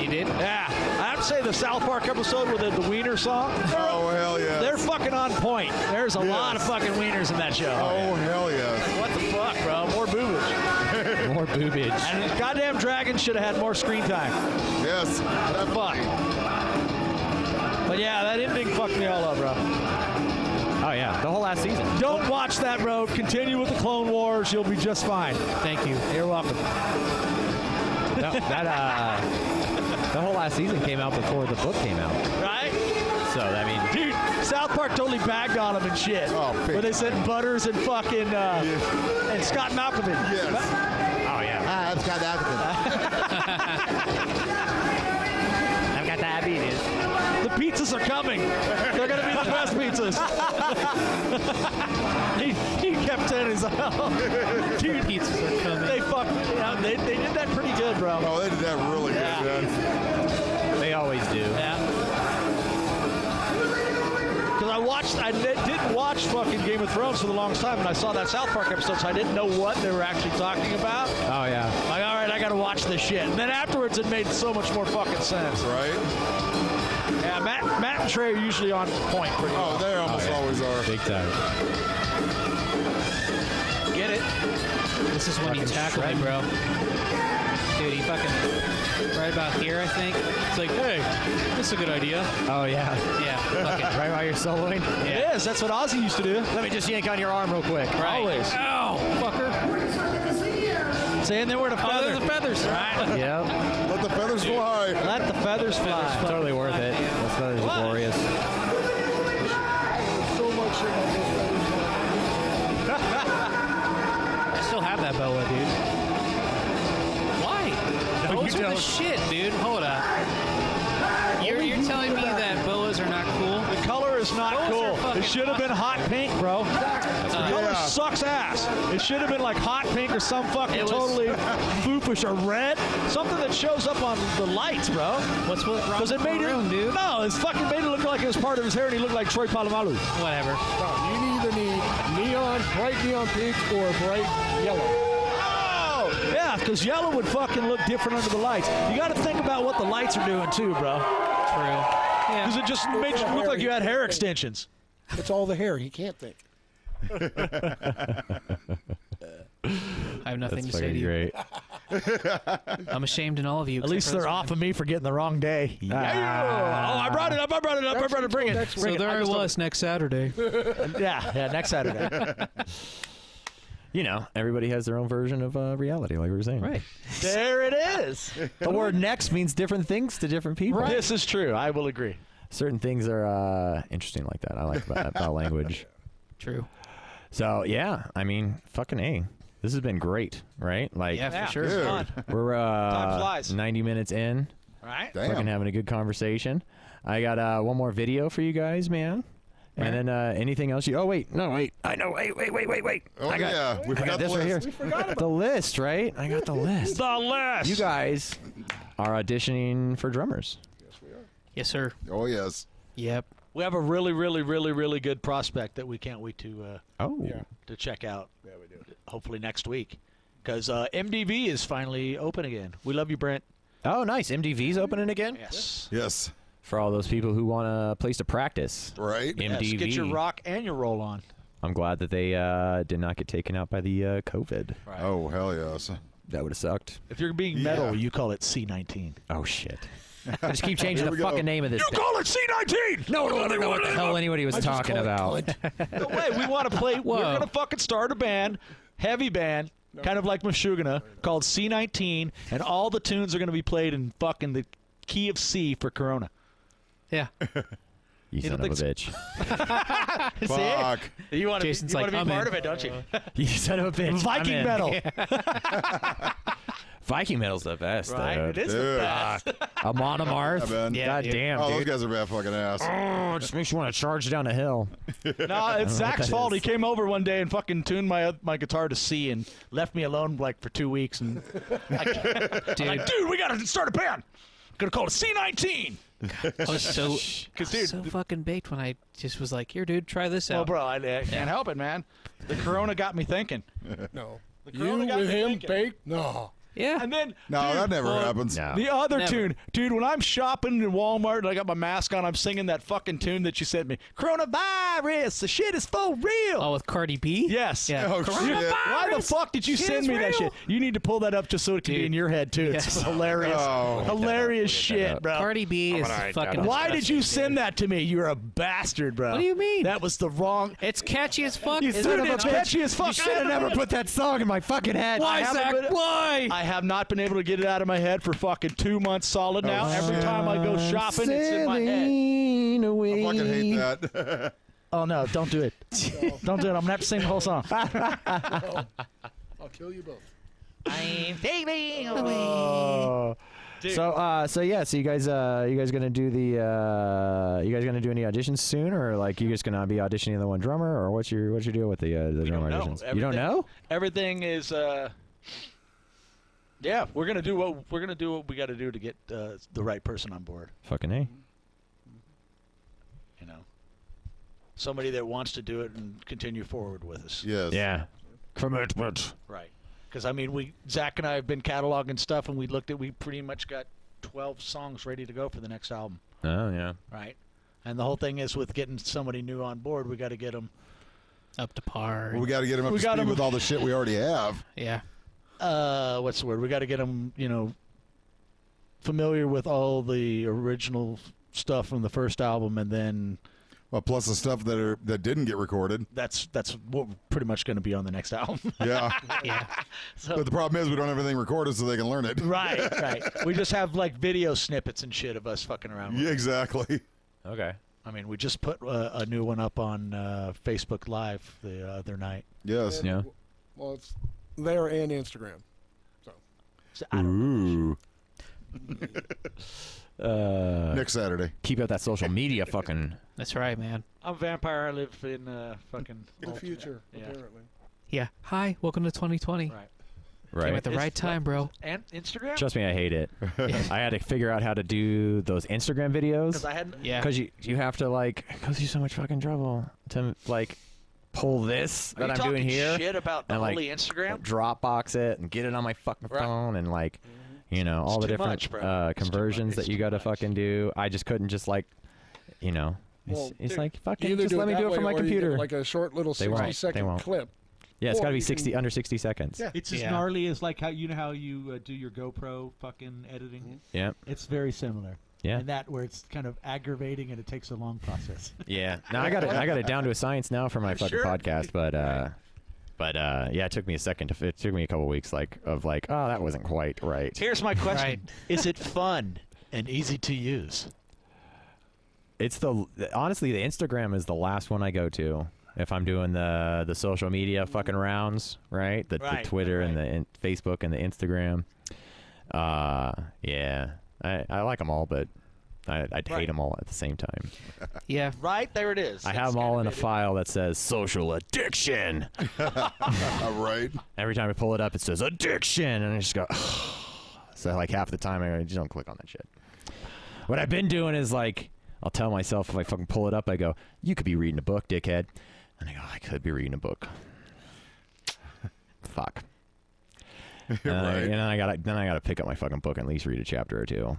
Speaker 6: You did?
Speaker 2: Yeah. I have to say, the South Park episode with the, the Wiener song,
Speaker 5: Oh, hell yeah.
Speaker 2: they're fucking on point. There's a lot of
Speaker 5: Yes.
Speaker 2: fucking wieners in that show.
Speaker 5: Oh, hell yeah.
Speaker 2: What the fuck, bro? More boobage.
Speaker 4: More boobage.
Speaker 2: And the goddamn dragon should have had more screen time.
Speaker 5: Yes.
Speaker 2: Fuck. But yeah, that ending fucked me all up, bro.
Speaker 4: Oh yeah, the whole last season.
Speaker 2: Don't watch that, bro. Continue with the Clone Wars. You'll be just fine.
Speaker 6: Thank you.
Speaker 2: You're welcome.
Speaker 4: No, that uh, the whole last season came out before the book came out.
Speaker 2: Right?
Speaker 4: So I mean,
Speaker 2: Dude, South Park totally bagged on him and shit.
Speaker 5: Oh, big
Speaker 2: Where they said Butters and fucking uh, and Scott Malkovich.
Speaker 5: Yes.
Speaker 4: oh yeah,
Speaker 8: I've got that.
Speaker 9: I've got diabetes.
Speaker 2: The pizzas are coming. They're going to be the best pizzas. he, he kept saying, he's like, oh, dude,
Speaker 6: Pizzas are coming.
Speaker 2: they fucked yeah, they, they did that pretty good, bro.
Speaker 5: Oh, they did that really good, man.
Speaker 9: They always do.
Speaker 2: Yeah. Because I watched, I did, didn't watch fucking Game of Thrones for the longest time, and I saw that South Park episode, so I didn't know what they were actually talking about.
Speaker 9: Oh yeah.
Speaker 2: Like, all right, I got to watch this shit. And then afterwards, it made so much more fucking sense.
Speaker 5: Right?
Speaker 2: Yeah, Matt, Matt and Trey are usually on point. Pretty
Speaker 5: Oh, they almost always are.
Speaker 9: Big time.
Speaker 6: Get it. This is when you tackle him, bro. Dude, he fucking right about here, I think. It's like, hey, this is a good idea.
Speaker 9: Oh yeah.
Speaker 6: Yeah, fuck it.
Speaker 9: Right while you're soloing.
Speaker 6: Yeah.
Speaker 2: It is. That's what Ozzy used to do.
Speaker 9: Let me just yank on your arm real quick.
Speaker 6: Right.
Speaker 2: Always.
Speaker 6: Ow, fucker.
Speaker 2: Saying they were to
Speaker 6: Oh,
Speaker 2: feather.
Speaker 6: there's the feathers. Right.
Speaker 9: Yep.
Speaker 5: Let the feathers fly.
Speaker 2: Let the feathers fly.
Speaker 9: Totally worth it. Those feathers are glorious.
Speaker 6: I still have that boa, dude. Why?
Speaker 9: No,
Speaker 6: Those
Speaker 9: you
Speaker 6: are the
Speaker 9: don't.
Speaker 6: shit, dude. Hold up. You're, you're telling me that boas are not cool?
Speaker 2: The color is not
Speaker 6: Those are
Speaker 2: cool.
Speaker 6: fucking
Speaker 2: It should have been hot pink, bro. The color
Speaker 5: Yeah.
Speaker 2: sucks ass. It should have been like hot pink or some fucking
Speaker 6: It was-
Speaker 2: totally foofish or red. Something that shows up on the lights, bro.
Speaker 6: What's with
Speaker 2: Because it made
Speaker 6: maroon,
Speaker 2: it.
Speaker 6: dude?
Speaker 2: No, Oh, it's fucking made it look like it was part of his hair and he looked like Troy Polamalu.
Speaker 6: Whatever.
Speaker 7: Oh, You either need neon, bright neon pink, or bright yellow.
Speaker 2: Oh! Yeah, because yellow would fucking look different under the lights. You got to think about what the lights are doing, too, bro.
Speaker 6: True. Yeah.
Speaker 2: Because it just makes you look like you had hair extensions.
Speaker 7: It's all the hair. He can't think.
Speaker 6: I have nothing
Speaker 4: That's
Speaker 6: to say
Speaker 4: fucking
Speaker 6: to you.
Speaker 4: great.
Speaker 6: I'm ashamed in all of you.
Speaker 2: At least they're off of me for getting the wrong day.
Speaker 4: Ah.
Speaker 2: Oh, I brought it up. I brought it up. I brought it. Bring it.
Speaker 6: So
Speaker 2: Bring
Speaker 6: there I
Speaker 2: it.
Speaker 6: was next Saturday.
Speaker 2: Yeah, yeah. Next Saturday.
Speaker 4: You know, everybody has their own version of uh, reality, like we were saying.
Speaker 6: Right.
Speaker 2: There it is.
Speaker 4: The word next means different things to different people.
Speaker 2: This is true. I will agree.
Speaker 4: Certain things are uh, interesting like that. I like about, about language.
Speaker 6: True.
Speaker 4: So yeah, I mean, fucking a. This has been great, right? Like
Speaker 6: Yeah, for sure.
Speaker 5: Dude.
Speaker 4: we're uh,
Speaker 2: flies.
Speaker 4: 90 minutes in,
Speaker 2: All right.
Speaker 4: fucking
Speaker 5: Damn.
Speaker 4: having a good conversation. I got uh, one more video for you guys, man. And then uh, anything else you? Oh wait, no wait, I know. Wait, wait, wait, wait, wait.
Speaker 5: Oh,
Speaker 4: I got,
Speaker 5: yeah. We
Speaker 4: I got
Speaker 5: forgot the
Speaker 4: this right here.
Speaker 5: list.
Speaker 4: the list, right? I got the list.
Speaker 2: The list.
Speaker 4: you guys are auditioning for drummers.
Speaker 6: Yes, sir.
Speaker 5: Oh, yes.
Speaker 6: Yep.
Speaker 2: we have a really, really, really, really good prospect that we can't wait to uh,
Speaker 4: Oh,
Speaker 2: to check out. Yeah, we do. Hopefully next week, because uh, MDB is finally open again. We love you, Brent.
Speaker 4: oh, nice. MDV's opening again
Speaker 2: Yes.
Speaker 5: Yes.
Speaker 4: for all those people who want a place to practice.
Speaker 5: Right?
Speaker 4: Yeah.
Speaker 2: Yes. Get your
Speaker 4: MDV.
Speaker 2: rock and your roll on.
Speaker 4: I'm glad that they uh, did not get taken out by the uh, COVID.
Speaker 5: Oh, hell yes.
Speaker 4: That would have sucked.
Speaker 2: If you're being metal, you call it C19.
Speaker 4: Oh shit! I just keep changing
Speaker 5: Here
Speaker 4: the
Speaker 5: we go.
Speaker 4: fucking name of this. thing.
Speaker 3: Call it C19.
Speaker 4: No one will ever know what the hell anybody was talking about.
Speaker 2: No way. We want to play. We're
Speaker 6: Whoa.
Speaker 2: gonna fucking start a band, heavy band, kind of like Meshuggah, called C19, and all the tunes are gonna be played in fucking the key of C for Corona.
Speaker 6: Yeah.
Speaker 4: You
Speaker 2: You
Speaker 4: son of
Speaker 2: don't
Speaker 4: a
Speaker 2: think
Speaker 4: bitch!
Speaker 5: Fuck.
Speaker 2: You want to?
Speaker 6: Jason's
Speaker 2: you
Speaker 6: like,
Speaker 2: want to be
Speaker 6: "I'm
Speaker 2: part
Speaker 6: in."
Speaker 2: of it, don't you?
Speaker 4: You son of a bitch! I'm
Speaker 2: Viking
Speaker 4: in.
Speaker 2: metal,
Speaker 4: Viking metal's the best.
Speaker 2: right?
Speaker 4: dude.
Speaker 2: It is the
Speaker 5: Dude.
Speaker 2: best.
Speaker 4: I'm on a Marth.
Speaker 5: Yeah, man.
Speaker 4: God damn,
Speaker 5: Oh, those
Speaker 4: dude!
Speaker 5: guys are bad fucking ass.
Speaker 4: Oh, it just makes you want to charge down a hill.
Speaker 2: No, it's Zach's
Speaker 4: that
Speaker 2: fault.
Speaker 4: is.
Speaker 2: He came over one day and fucking tuned my my guitar to C and left me alone like for two weeks. And
Speaker 6: Dude,
Speaker 3: Dude, we gotta start a band. Gonna call it C19.
Speaker 6: I was so, I was
Speaker 2: dude,
Speaker 6: so
Speaker 2: the-
Speaker 6: fucking baked when I just was like, here, dude, try this out.
Speaker 2: well, bro, Oh, I, I can't help it, man. The Corona got me thinking.
Speaker 7: No. You
Speaker 2: Corona got
Speaker 7: with
Speaker 2: me
Speaker 7: him
Speaker 2: thinking.
Speaker 7: baked? No.
Speaker 6: Yeah.
Speaker 2: And then
Speaker 5: No, that never happens.
Speaker 4: No.
Speaker 2: The other
Speaker 6: Never.
Speaker 2: tune, dude. When I'm shopping in Walmart and I got my mask on, I'm singing that fucking tune that you sent me. Coronavirus, the shit is for real.
Speaker 6: Oh, with Cardi B?
Speaker 2: yes.
Speaker 6: Yeah.
Speaker 5: Oh, shit.
Speaker 2: Why the fuck did you
Speaker 6: Shit
Speaker 2: send
Speaker 6: is
Speaker 2: me that
Speaker 6: real.
Speaker 2: shit? You need to pull that up just so it can be
Speaker 6: Dude.
Speaker 2: in your head too. It's
Speaker 6: Yes.
Speaker 2: hilarious,
Speaker 5: Oh.
Speaker 2: hilarious shit, bro.
Speaker 6: Cardi B is fucking.
Speaker 2: Why did you
Speaker 6: disgusting,
Speaker 2: send that to me? You're a bastard, bro.
Speaker 6: What do you mean?
Speaker 2: That was the wrong.
Speaker 6: dude. It's catchy as fuck. isn't
Speaker 2: Dude,
Speaker 6: it?
Speaker 2: it's catchy as fuck.
Speaker 4: You should have never put that song in my fucking head.
Speaker 2: I
Speaker 6: Why,
Speaker 2: haven't
Speaker 6: Zach?
Speaker 2: been-
Speaker 6: Why?
Speaker 2: I have not been able to get it out of my head for fucking two months solid now. Every time I go shopping, it's in my head.
Speaker 4: Sailing
Speaker 5: I
Speaker 4: away.
Speaker 5: fucking hate that.
Speaker 2: Oh no! Don't do it. don't do it. I'm gonna have to sing the whole song.
Speaker 7: I'll kill you both.
Speaker 6: I'm taking
Speaker 4: Oh. So uh, so yeah, so you guys uh, you guys gonna do the uh, you guys gonna do any auditions soon or like you just gonna be auditioning the one drummer or what's your what's your deal with the uh, the drummer
Speaker 1: No,
Speaker 4: auditions? You don't
Speaker 1: everything-
Speaker 4: know?
Speaker 1: Everything is. Uh, yeah, we're gonna do what we're gonna do what we got to do to get uh, the right person on board.
Speaker 4: Fucking a.
Speaker 1: You know, somebody that wants to do it and continue forward with us.
Speaker 5: Yes.
Speaker 4: Yeah.
Speaker 10: Commitment.
Speaker 1: Right. Because I mean, we Zach and I have been cataloging stuff, and we looked at we pretty much got twelve songs ready to go for the next album.
Speaker 4: Oh yeah.
Speaker 1: Right. And the whole thing is with getting somebody new on board, we got to get them.
Speaker 6: Up to par.
Speaker 5: Well, we got to get him up
Speaker 1: We
Speaker 5: to
Speaker 1: got
Speaker 5: speed
Speaker 1: him.
Speaker 5: with all the shit we already have.
Speaker 6: yeah.
Speaker 1: Uh, what's the word? We got to get them. You know, familiar with all the original stuff from the first album, and then
Speaker 5: Well, plus the stuff that are that didn't get recorded.
Speaker 1: that's that's what we're pretty much going to be on the next album.
Speaker 5: Yeah.
Speaker 6: Yeah.
Speaker 5: but the problem is we don't have everything recorded so they can learn it.
Speaker 1: right. Right. We just have like video snippets and shit of us fucking around. with
Speaker 5: Yeah, exactly.
Speaker 4: Okay.
Speaker 1: I mean, we just put uh, a new one up on uh, Facebook Live the other night.
Speaker 5: Yes.
Speaker 4: Yeah.
Speaker 7: Well, it's there and Instagram.
Speaker 1: So I don't-
Speaker 4: Ooh. uh,
Speaker 5: Next Saturday.
Speaker 4: keep up that social media fucking.
Speaker 6: That's right, man.
Speaker 1: I'm a vampire. I live in uh, fucking
Speaker 7: The future,
Speaker 1: Yeah.
Speaker 7: apparently.
Speaker 6: Yeah. Hi. Welcome to 2020.
Speaker 1: Right.
Speaker 6: Came
Speaker 4: Right.
Speaker 6: at the
Speaker 1: It's-
Speaker 6: right time, bro.
Speaker 1: And Instagram.
Speaker 4: Trust me, I hate it. I had to figure out how to do those Instagram videos.
Speaker 1: because I hadn't.
Speaker 6: Yeah.
Speaker 4: Because you you have to like go through so much fucking trouble to like pull this
Speaker 1: Are you
Speaker 4: that I'm
Speaker 1: talking
Speaker 4: doing here,
Speaker 1: shit about the
Speaker 4: and, like,
Speaker 1: holy Instagram.
Speaker 4: Dropbox it, and get it on my fucking
Speaker 1: Right.
Speaker 4: phone, and like you know all the
Speaker 1: too
Speaker 4: different
Speaker 1: much, bro.
Speaker 4: uh,
Speaker 1: It's too
Speaker 4: conversions
Speaker 1: much. It's
Speaker 4: that you
Speaker 1: too
Speaker 4: got to
Speaker 1: much.
Speaker 4: fucking do. I just couldn't just like you know. It's,
Speaker 7: Well,
Speaker 4: it's
Speaker 7: dude,
Speaker 4: like
Speaker 7: You
Speaker 4: fucking
Speaker 7: either
Speaker 4: just let me
Speaker 7: that
Speaker 4: do it
Speaker 7: way
Speaker 4: from
Speaker 7: or
Speaker 4: my
Speaker 7: you get,
Speaker 4: computer.
Speaker 7: like a short little
Speaker 4: They won't.
Speaker 7: 60
Speaker 4: They
Speaker 7: second
Speaker 4: won't.
Speaker 7: clip.
Speaker 4: yeah, it's
Speaker 7: or
Speaker 4: got to
Speaker 7: you
Speaker 4: be
Speaker 7: can-
Speaker 4: sixty under sixty seconds.
Speaker 7: Yeah.
Speaker 2: It's as
Speaker 6: Yeah.
Speaker 2: gnarly as like how you know how you uh, do your GoPro fucking editing.
Speaker 4: Yeah.
Speaker 2: It's very similar.
Speaker 4: Yeah.
Speaker 2: And that where it's kind of aggravating and it takes a long process.
Speaker 4: Yeah. Now I got it. I got it down to a science now for my fucking podcast, but uh, but uh, yeah, it took me a second. To, f- it took me a couple weeks, like of like, oh, that wasn't quite right.
Speaker 1: Here's my question:
Speaker 6: Right.
Speaker 1: Is it fun and easy to use?
Speaker 4: It's the honestly, the Instagram is the last one I go to if I'm doing the the social media fucking rounds, right? The,
Speaker 1: Right,
Speaker 4: the Twitter
Speaker 1: right,
Speaker 4: and the
Speaker 1: right.
Speaker 4: in, Facebook and the Instagram. Uh, yeah, I I like them all, but. I, I'd hate
Speaker 1: Right.
Speaker 4: them all at the same time.
Speaker 6: yeah.
Speaker 1: Right there it is.
Speaker 4: I
Speaker 1: That's
Speaker 4: have them all
Speaker 1: kind
Speaker 4: in a
Speaker 1: of it.
Speaker 4: file that says social addiction.
Speaker 5: All right.
Speaker 4: Every time I pull it up, it says addiction, and I just go. so like half the time, I just don't click on that shit. What I've been doing is like, I'll tell myself if I fucking pull it up, I go, "You could be reading a book, dickhead," and I go, "I could be reading a book." Fuck. And, I,
Speaker 5: Right.
Speaker 4: and then I got to then I got to pick up my fucking book and at least read a chapter or two.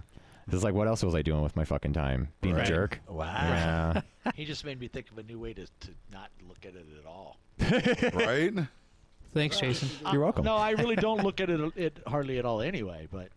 Speaker 4: It's like, what else was I doing with my fucking time? Being
Speaker 5: Right.
Speaker 4: a jerk.
Speaker 1: Wow.
Speaker 4: Yeah.
Speaker 1: he just made me think of a new way to, to not look at it at all. Uh,
Speaker 5: Right?
Speaker 6: Thanks, Jason.
Speaker 4: You're welcome.
Speaker 1: No, I really don't look at it, it hardly at all anyway. But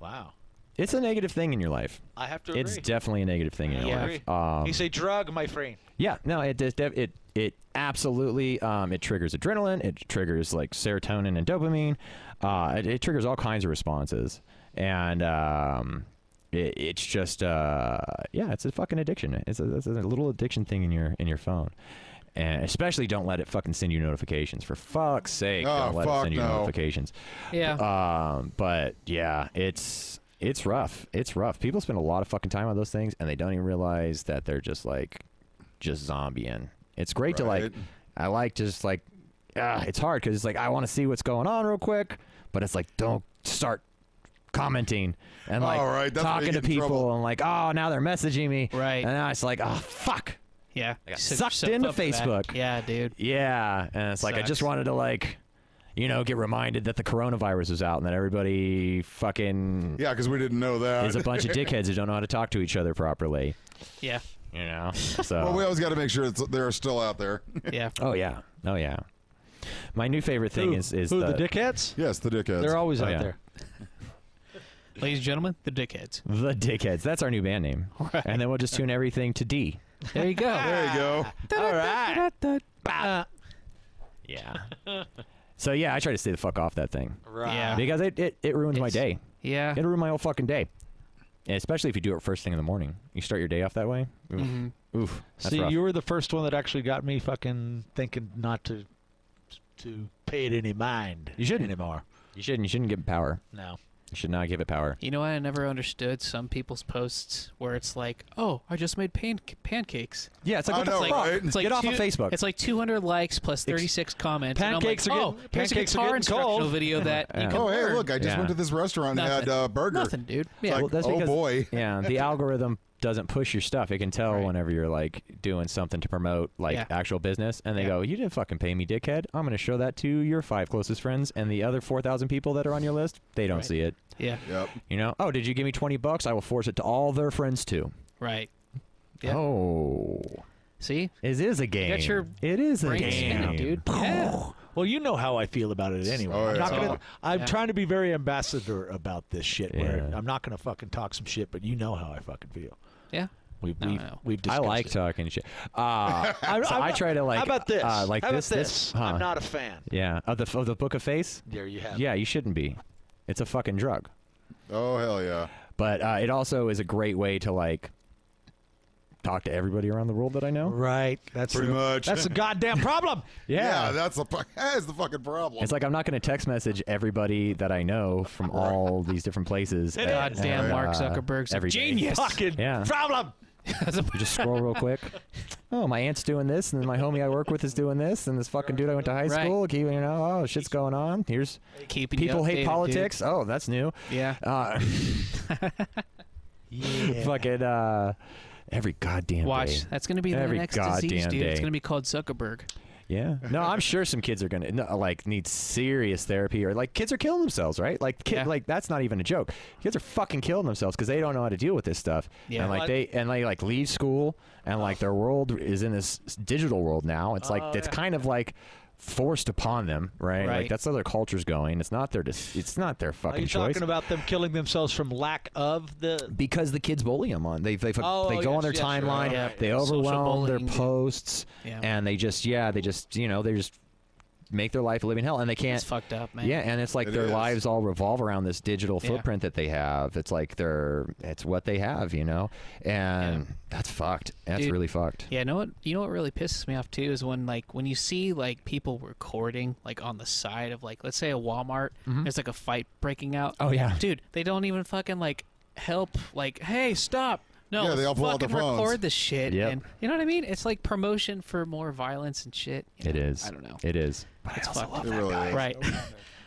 Speaker 1: wow,
Speaker 4: It's a negative thing in your life.
Speaker 1: I have to agree.
Speaker 4: It's definitely a negative thing in your
Speaker 6: Yeah.
Speaker 4: life. Um,
Speaker 1: He's a drug, my friend.
Speaker 4: Yeah, no, it does. Def- it it absolutely um, it triggers adrenaline. It triggers like serotonin and dopamine. Uh, it, it triggers all kinds of responses, and um, it, it's just uh, yeah, it's a fucking addiction. It's a, it's a little addiction thing in your in your phone. And especially don't let it fucking send you notifications. For fuck's sake,
Speaker 5: Oh,
Speaker 4: don't let it
Speaker 5: fuck
Speaker 4: send you
Speaker 5: no.
Speaker 4: notifications.
Speaker 2: Uh,
Speaker 6: Yeah.
Speaker 4: Um, but yeah, it's it's rough. It's rough. People spend a lot of fucking time on those things, and they don't even realize that they're just like just zombieing. It's great to like.
Speaker 5: Right.
Speaker 4: I like to just like. Uh, it's hard because it's like I want to see what's going on real quick, but it's like don't start commenting and like
Speaker 5: All right, that's where you
Speaker 4: talking to
Speaker 5: get in
Speaker 4: people
Speaker 5: trouble.
Speaker 4: and like oh now they're messaging me
Speaker 6: Right.
Speaker 4: and now it's like oh fuck
Speaker 6: Yeah.
Speaker 4: I got
Speaker 6: So-
Speaker 4: sucked
Speaker 6: so
Speaker 4: into
Speaker 6: up for that.
Speaker 4: Facebook.
Speaker 6: Yeah, dude.
Speaker 4: yeah and it's like I just
Speaker 6: Sucks.
Speaker 4: wanted to like you know get reminded that the coronavirus was out and that everybody fucking
Speaker 5: Yeah, because we didn't know that.
Speaker 4: is a bunch of dickheads who don't know how to talk to each other properly.
Speaker 6: Yeah.
Speaker 4: You know? So.
Speaker 5: well, we always got to make sure it's, they're still out there.
Speaker 6: Yeah.
Speaker 4: oh yeah. Oh yeah. My new favorite thing
Speaker 1: Who-
Speaker 4: is is
Speaker 1: who
Speaker 4: the,
Speaker 1: dickheads?
Speaker 5: yes, the dickheads.
Speaker 1: They're always
Speaker 4: Oh,
Speaker 1: out
Speaker 4: yeah.
Speaker 1: there.
Speaker 6: Ladies and gentlemen, the dickheads.
Speaker 4: the dickheads. That's our new band name. And then we'll just tune everything to D.
Speaker 6: There you go.
Speaker 5: there you go.
Speaker 1: All right.
Speaker 4: Yeah. so yeah, I try to stay the fuck off that thing
Speaker 1: Ah.
Speaker 6: Yeah.
Speaker 4: because it it, it ruins my
Speaker 6: It's- ah.
Speaker 4: day.
Speaker 6: yeah.
Speaker 4: It ruins my whole fucking day. And especially if you do it first thing in the morning. You start your day off that way. Oof.
Speaker 6: Mm-hmm.
Speaker 4: Oof. That's
Speaker 1: See,
Speaker 4: rough.
Speaker 1: you were the first one that actually got me fucking thinking not to to pay it any mind.
Speaker 4: You shouldn't.
Speaker 1: anymore.
Speaker 4: You shouldn't. You shouldn't give it power.
Speaker 6: No.
Speaker 4: You should not give it power.
Speaker 6: You know what? I never understood some people's posts where it's like, "Oh, I just made pan- pancakes."
Speaker 4: Yeah, it's like,
Speaker 5: I
Speaker 4: what the
Speaker 5: know,
Speaker 4: fuck?
Speaker 5: right?
Speaker 6: It's like
Speaker 4: Get off
Speaker 6: two-
Speaker 4: of Facebook.
Speaker 6: It's like 200 likes plus 36 comments.
Speaker 1: pancakes are
Speaker 6: and I'm like,
Speaker 1: getting-
Speaker 6: oh, here's a
Speaker 1: pancakes are
Speaker 6: guitar
Speaker 1: getting cold."
Speaker 6: instructional video that you
Speaker 4: Yeah.
Speaker 6: can
Speaker 5: Oh, hey,
Speaker 6: learn.
Speaker 5: look, I just
Speaker 4: Yeah.
Speaker 5: went to this restaurant and had
Speaker 6: Nothing.
Speaker 5: a uh, burger.
Speaker 6: Nothing, dude. Yeah.
Speaker 5: Like,
Speaker 4: Well, that's
Speaker 5: oh,
Speaker 4: because-
Speaker 5: boy.
Speaker 4: yeah, the algorithm doesn't push your stuff. It can tell
Speaker 6: Right.
Speaker 4: whenever you're like doing something to promote like
Speaker 6: Yeah.
Speaker 4: actual business, and they
Speaker 6: Yeah.
Speaker 4: go, "You didn't fucking pay me, dickhead. I'm gonna show that to your five closest friends, and the other four thousand people that are on your list, they don't
Speaker 6: Right.
Speaker 4: see it.
Speaker 6: yeah.
Speaker 5: Yep.
Speaker 4: You know? Oh, did you give me twenty bucks? I will force it to all their friends too.
Speaker 6: Right. Yeah.
Speaker 4: Oh,
Speaker 6: See?
Speaker 4: it is a game.
Speaker 6: your
Speaker 4: it is a
Speaker 6: Brain spinning,
Speaker 4: game,
Speaker 6: dude. Yeah.
Speaker 1: Well, you know how I feel about it anyway.
Speaker 5: Oh,
Speaker 1: I'm,
Speaker 5: yeah.
Speaker 1: not gonna,
Speaker 6: So-
Speaker 1: I'm
Speaker 6: yeah.
Speaker 1: trying to be very ambassador about this shit. Where
Speaker 4: Yeah.
Speaker 1: I'm not going to fucking talk some shit, but you know how I fucking feel.
Speaker 6: Yeah.
Speaker 1: We've
Speaker 6: No,
Speaker 1: we've,
Speaker 6: no.
Speaker 1: we've
Speaker 4: I
Speaker 1: discussed
Speaker 4: like
Speaker 1: it.
Speaker 4: talking shit. Uh,
Speaker 1: I'm-
Speaker 4: so
Speaker 1: I'm
Speaker 4: I
Speaker 1: not-
Speaker 4: try to like.
Speaker 1: How about this?
Speaker 4: Uh, like
Speaker 1: How
Speaker 4: this.
Speaker 1: about
Speaker 4: This. huh.
Speaker 1: I'm not a fan.
Speaker 4: Yeah. Of the of the book of face.
Speaker 1: There you have. it.
Speaker 4: Yeah, you shouldn't be. It's a fucking drug.
Speaker 5: Oh, hell yeah.
Speaker 4: But uh, it also is a great way to like talk to everybody around the world that I know.
Speaker 1: Right. That's
Speaker 5: Pretty
Speaker 1: the-
Speaker 5: much.
Speaker 1: That's the goddamn problem.
Speaker 5: Yeah, that's the fu- that is the fucking problem.
Speaker 4: It's like I'm not going to text message everybody that I know from all these different places. and-
Speaker 6: Goddamn
Speaker 4: and,
Speaker 6: Mark
Speaker 4: uh,
Speaker 6: Zuckerberg's a
Speaker 4: every day.
Speaker 6: genius.
Speaker 1: Fucking
Speaker 4: Yeah.
Speaker 1: problem.
Speaker 4: You just scroll real quick. Oh, my aunt's doing this, and then my homie I work with is doing this, and this fucking dude I went to high
Speaker 6: Right.
Speaker 4: school. keep- You know, oh shit's going on. Here's
Speaker 6: Keeping you
Speaker 4: people
Speaker 6: updated,
Speaker 4: hate
Speaker 6: dude.
Speaker 4: politics. Oh, that's new.
Speaker 6: Yeah.
Speaker 4: Uh, fucking uh, every goddamn
Speaker 6: Watch.
Speaker 4: day.
Speaker 6: That's going to be the
Speaker 4: Every
Speaker 6: next disease,
Speaker 4: goddamn
Speaker 6: dude. It's
Speaker 4: day.
Speaker 6: going to be called Zuckerberg.
Speaker 4: Yeah. No, I'm sure some kids are gonna no, like need serious therapy or like kids are killing themselves, right? Like kid,
Speaker 6: Yeah.
Speaker 4: like that's not even a joke. Kids are fucking killing themselves because they don't know how to deal with this stuff.
Speaker 6: Yeah.
Speaker 4: And like
Speaker 1: Well,
Speaker 4: they and they like leave school and like their world is in this digital world now. It's like
Speaker 1: Oh,
Speaker 4: it's kind of like forced upon them, right? Like
Speaker 6: Right.
Speaker 4: that's how their culture's going. It's not their dis- it's not their
Speaker 1: Are
Speaker 4: fucking
Speaker 1: you
Speaker 4: choice.
Speaker 1: talking about them killing themselves from lack of the?
Speaker 4: because the kids bully them on they they, they
Speaker 1: Oh,
Speaker 4: go
Speaker 1: yes,
Speaker 4: on their
Speaker 1: yes, right,
Speaker 4: timeline
Speaker 1: yeah.
Speaker 4: they
Speaker 6: Social
Speaker 4: overwhelm their
Speaker 6: bullying, yeah.
Speaker 4: posts
Speaker 6: Yeah.
Speaker 4: and they just yeah they just you know they just make their life a living hell and they can't
Speaker 6: It's fucked up, man.
Speaker 4: yeah, and it's like
Speaker 5: It
Speaker 4: their
Speaker 5: is.
Speaker 4: lives all revolve around this digital
Speaker 6: Yeah.
Speaker 4: footprint that they have. It's like they're it's what they have, you know. And that's fucked. That's
Speaker 6: Dude.
Speaker 4: really fucked.
Speaker 6: Yeah, know what you know what really pisses me off too is when like when you see like people recording like on the side of like let's say a Walmart, there's like a fight breaking out.
Speaker 4: Mm-hmm. Oh, yeah.
Speaker 6: dude, they don't even fucking like help. Like, hey, stop! No,
Speaker 5: Yeah, they all pull out
Speaker 6: fucking
Speaker 5: their phones.
Speaker 6: record this shit.
Speaker 4: Yep.
Speaker 6: and you know what I mean? It's like promotion for more violence and shit. you
Speaker 4: It
Speaker 6: know?
Speaker 4: is.
Speaker 6: I don't know.
Speaker 4: It is.
Speaker 6: it's fucked.
Speaker 5: it really is.
Speaker 6: ah, right.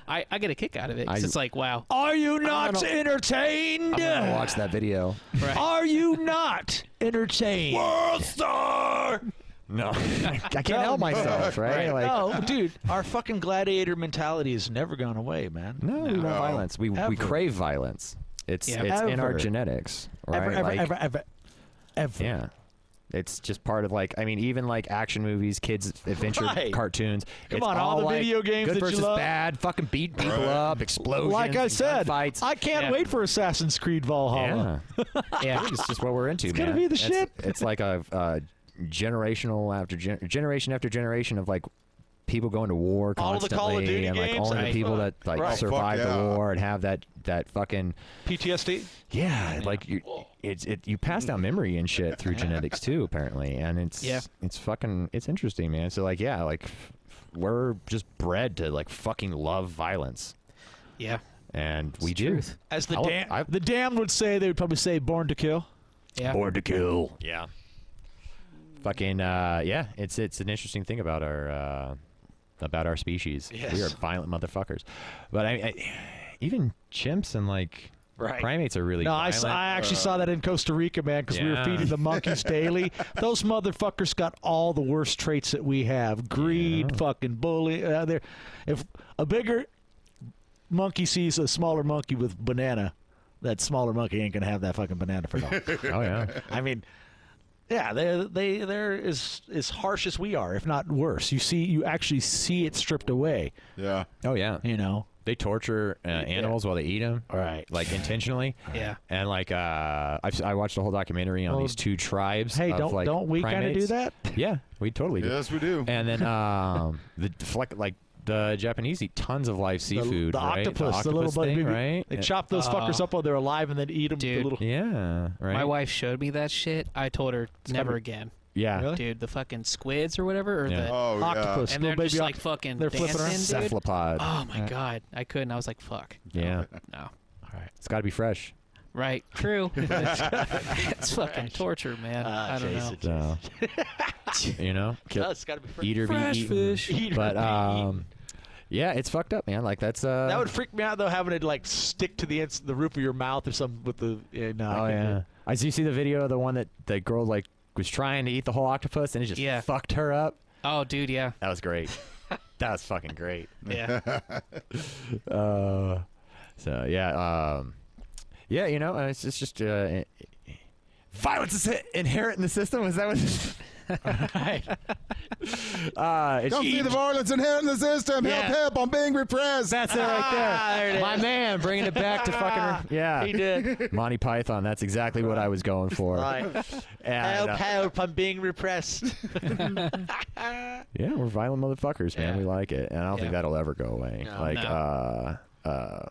Speaker 6: I, I get a kick out of it. 'cause
Speaker 4: I-
Speaker 6: it's like wow,
Speaker 1: Are you not entertained?
Speaker 4: I'm gonna watch that video.
Speaker 6: right?
Speaker 1: Are you not entertained?
Speaker 5: World star.
Speaker 4: No, I can't help myself, right? Like,
Speaker 1: no, dude, uh, our fucking gladiator mentality has never gone away, man.
Speaker 4: no, we want violence. We
Speaker 1: Ever.
Speaker 4: we crave violence. It's
Speaker 6: Yeah.
Speaker 4: it's in our
Speaker 1: Ever.
Speaker 4: genetics, right?
Speaker 1: Ever, ever,
Speaker 4: Like,
Speaker 1: ever, ever, ever.
Speaker 4: Yeah. It's just part of like I mean even like action movies, kids adventure
Speaker 1: Right.
Speaker 4: cartoons.
Speaker 1: Come
Speaker 4: it's
Speaker 1: on, all the
Speaker 4: like
Speaker 1: video games
Speaker 4: good
Speaker 1: that you
Speaker 4: versus
Speaker 1: love.
Speaker 4: bad, fucking beat people up, explosions,
Speaker 1: Like I
Speaker 4: and
Speaker 1: said,
Speaker 4: gunfights.
Speaker 1: I can't
Speaker 6: Yeah.
Speaker 1: wait for Assassin's Creed Valhalla.
Speaker 4: yeah, I think it's just what we're into. It's
Speaker 1: gonna
Speaker 4: man.
Speaker 1: be the
Speaker 4: it's,
Speaker 1: shit.
Speaker 4: It's like a uh, generational after gen- generation after generation of like people going to war
Speaker 1: All the
Speaker 4: constantly,
Speaker 1: Call of Duty
Speaker 4: and like
Speaker 1: games,
Speaker 4: only the
Speaker 1: right.
Speaker 4: people that like
Speaker 1: Right. Fuck
Speaker 4: survive the
Speaker 5: yeah.
Speaker 4: war and have that that fucking
Speaker 1: PTSD.
Speaker 4: yeah, like you, it's it you pass down memory and shit through genetics too, apparently, and it's
Speaker 6: Yeah.
Speaker 4: it's fucking it's interesting, man. So like, yeah, like f- we're just bred to like fucking love violence,
Speaker 6: Yeah,
Speaker 4: and we
Speaker 6: the
Speaker 4: do.
Speaker 6: truth.
Speaker 1: As the
Speaker 4: I'll-
Speaker 1: dam-
Speaker 4: I've-
Speaker 1: the damned would say, they would probably say "Born to Kill."
Speaker 6: yeah.
Speaker 4: Born to kill. Yeah. Fucking uh, yeah, it's it's an interesting thing about our uh, about our species. We are
Speaker 1: Yes.
Speaker 4: violent motherfuckers, but I, I even chimps and like
Speaker 1: Right.
Speaker 4: primates are really
Speaker 1: No, I,
Speaker 4: violent. uh,
Speaker 1: s- I actually saw that in Costa Rica, man, because we were
Speaker 4: Yeah.
Speaker 1: feeding the monkeys daily. Those motherfuckers got all the worst traits that we have: greed, fucking bully. Uh, they're- if a bigger monkey sees a smaller monkey with banana, that smaller monkey ain't gonna have that fucking banana for long.
Speaker 4: oh yeah.
Speaker 1: I mean, yeah, they they they're as as harsh as we are, if not worse. You see, you actually see it stripped away.
Speaker 5: Yeah.
Speaker 4: Oh yeah.
Speaker 1: You know,
Speaker 4: They torture uh, animals while they eat them.
Speaker 1: Right.
Speaker 4: Like intentionally.
Speaker 6: Yeah.
Speaker 4: And like uh, I've, I watched a whole documentary on
Speaker 1: Well,
Speaker 4: these two tribes.
Speaker 1: hey,
Speaker 4: of,
Speaker 1: don't
Speaker 4: like,
Speaker 1: don't we kind of do
Speaker 4: primates.
Speaker 1: that?
Speaker 4: Yeah, we totally do.
Speaker 5: Yes, we do.
Speaker 4: And then um, the fleck like. The Japanese eat tons of live seafood.
Speaker 1: the, the
Speaker 4: right?
Speaker 1: octopus, the, little
Speaker 4: octopus
Speaker 1: bug,
Speaker 4: thing, right?
Speaker 1: They
Speaker 4: Uh,
Speaker 1: chop those fuckers up while they're alive and then eat them.
Speaker 6: Dude.
Speaker 1: little,
Speaker 4: Yeah, right.
Speaker 6: My wife showed me that shit. I told her never again.
Speaker 4: Yeah.
Speaker 6: dude, the fucking squids or whatever, or
Speaker 4: Yeah.
Speaker 6: the
Speaker 5: Oh, yeah.
Speaker 4: Octopus.
Speaker 6: and they're
Speaker 4: little
Speaker 6: just
Speaker 4: baby
Speaker 6: like
Speaker 4: oct-
Speaker 6: fucking
Speaker 4: They're
Speaker 6: dancing,
Speaker 4: flipping around.
Speaker 6: dude.
Speaker 4: Cephalopod.
Speaker 6: Oh my god, I couldn't. I was like, fuck,
Speaker 4: Yeah.
Speaker 6: no.
Speaker 4: It's got to be fresh.
Speaker 6: Right, true. it's fucking torture, man.
Speaker 1: Ah,
Speaker 6: I don't know.
Speaker 4: So, you know,
Speaker 2: No, it's got to be fresh.
Speaker 4: eat or be
Speaker 6: Fresh
Speaker 4: eaten.
Speaker 6: fish.
Speaker 2: Eat or
Speaker 4: But
Speaker 2: be
Speaker 4: um, yeah, it's fucked up, man. Like that's uh,
Speaker 1: That would freak me out though, having it like stick to the ins- the roof of your mouth or something with the. uh, Yeah, no,
Speaker 4: oh
Speaker 1: I couldn't do
Speaker 4: yeah.
Speaker 1: it.
Speaker 4: I see. You see the video of the one that the girl like was trying to eat the whole octopus and it just
Speaker 6: Yeah.
Speaker 4: fucked her up.
Speaker 6: Oh, dude, yeah,
Speaker 4: That was great. that was fucking great.
Speaker 6: yeah.
Speaker 4: Uh, so yeah, um, yeah, you know, uh, it's, it's just uh, i- i- violence is i- inherent in the system. Is that what? uh, it's
Speaker 5: Don't see the violence inherent in the system.
Speaker 4: Yeah.
Speaker 5: Help, help, I'm being repressed.
Speaker 4: That's it right there. My man, bringing it back to fucking yeah.
Speaker 1: He did.
Speaker 4: Monty Python. That's exactly what I was going for.
Speaker 1: Right.
Speaker 4: And,
Speaker 1: help,
Speaker 4: uh,
Speaker 1: help, I'm being repressed.
Speaker 4: yeah, we're violent motherfuckers, man.
Speaker 6: Yeah.
Speaker 4: We like it, and I don't think
Speaker 6: Yeah.
Speaker 4: that'll ever go away.
Speaker 1: No.
Speaker 4: like,
Speaker 6: No.
Speaker 4: uh, uh,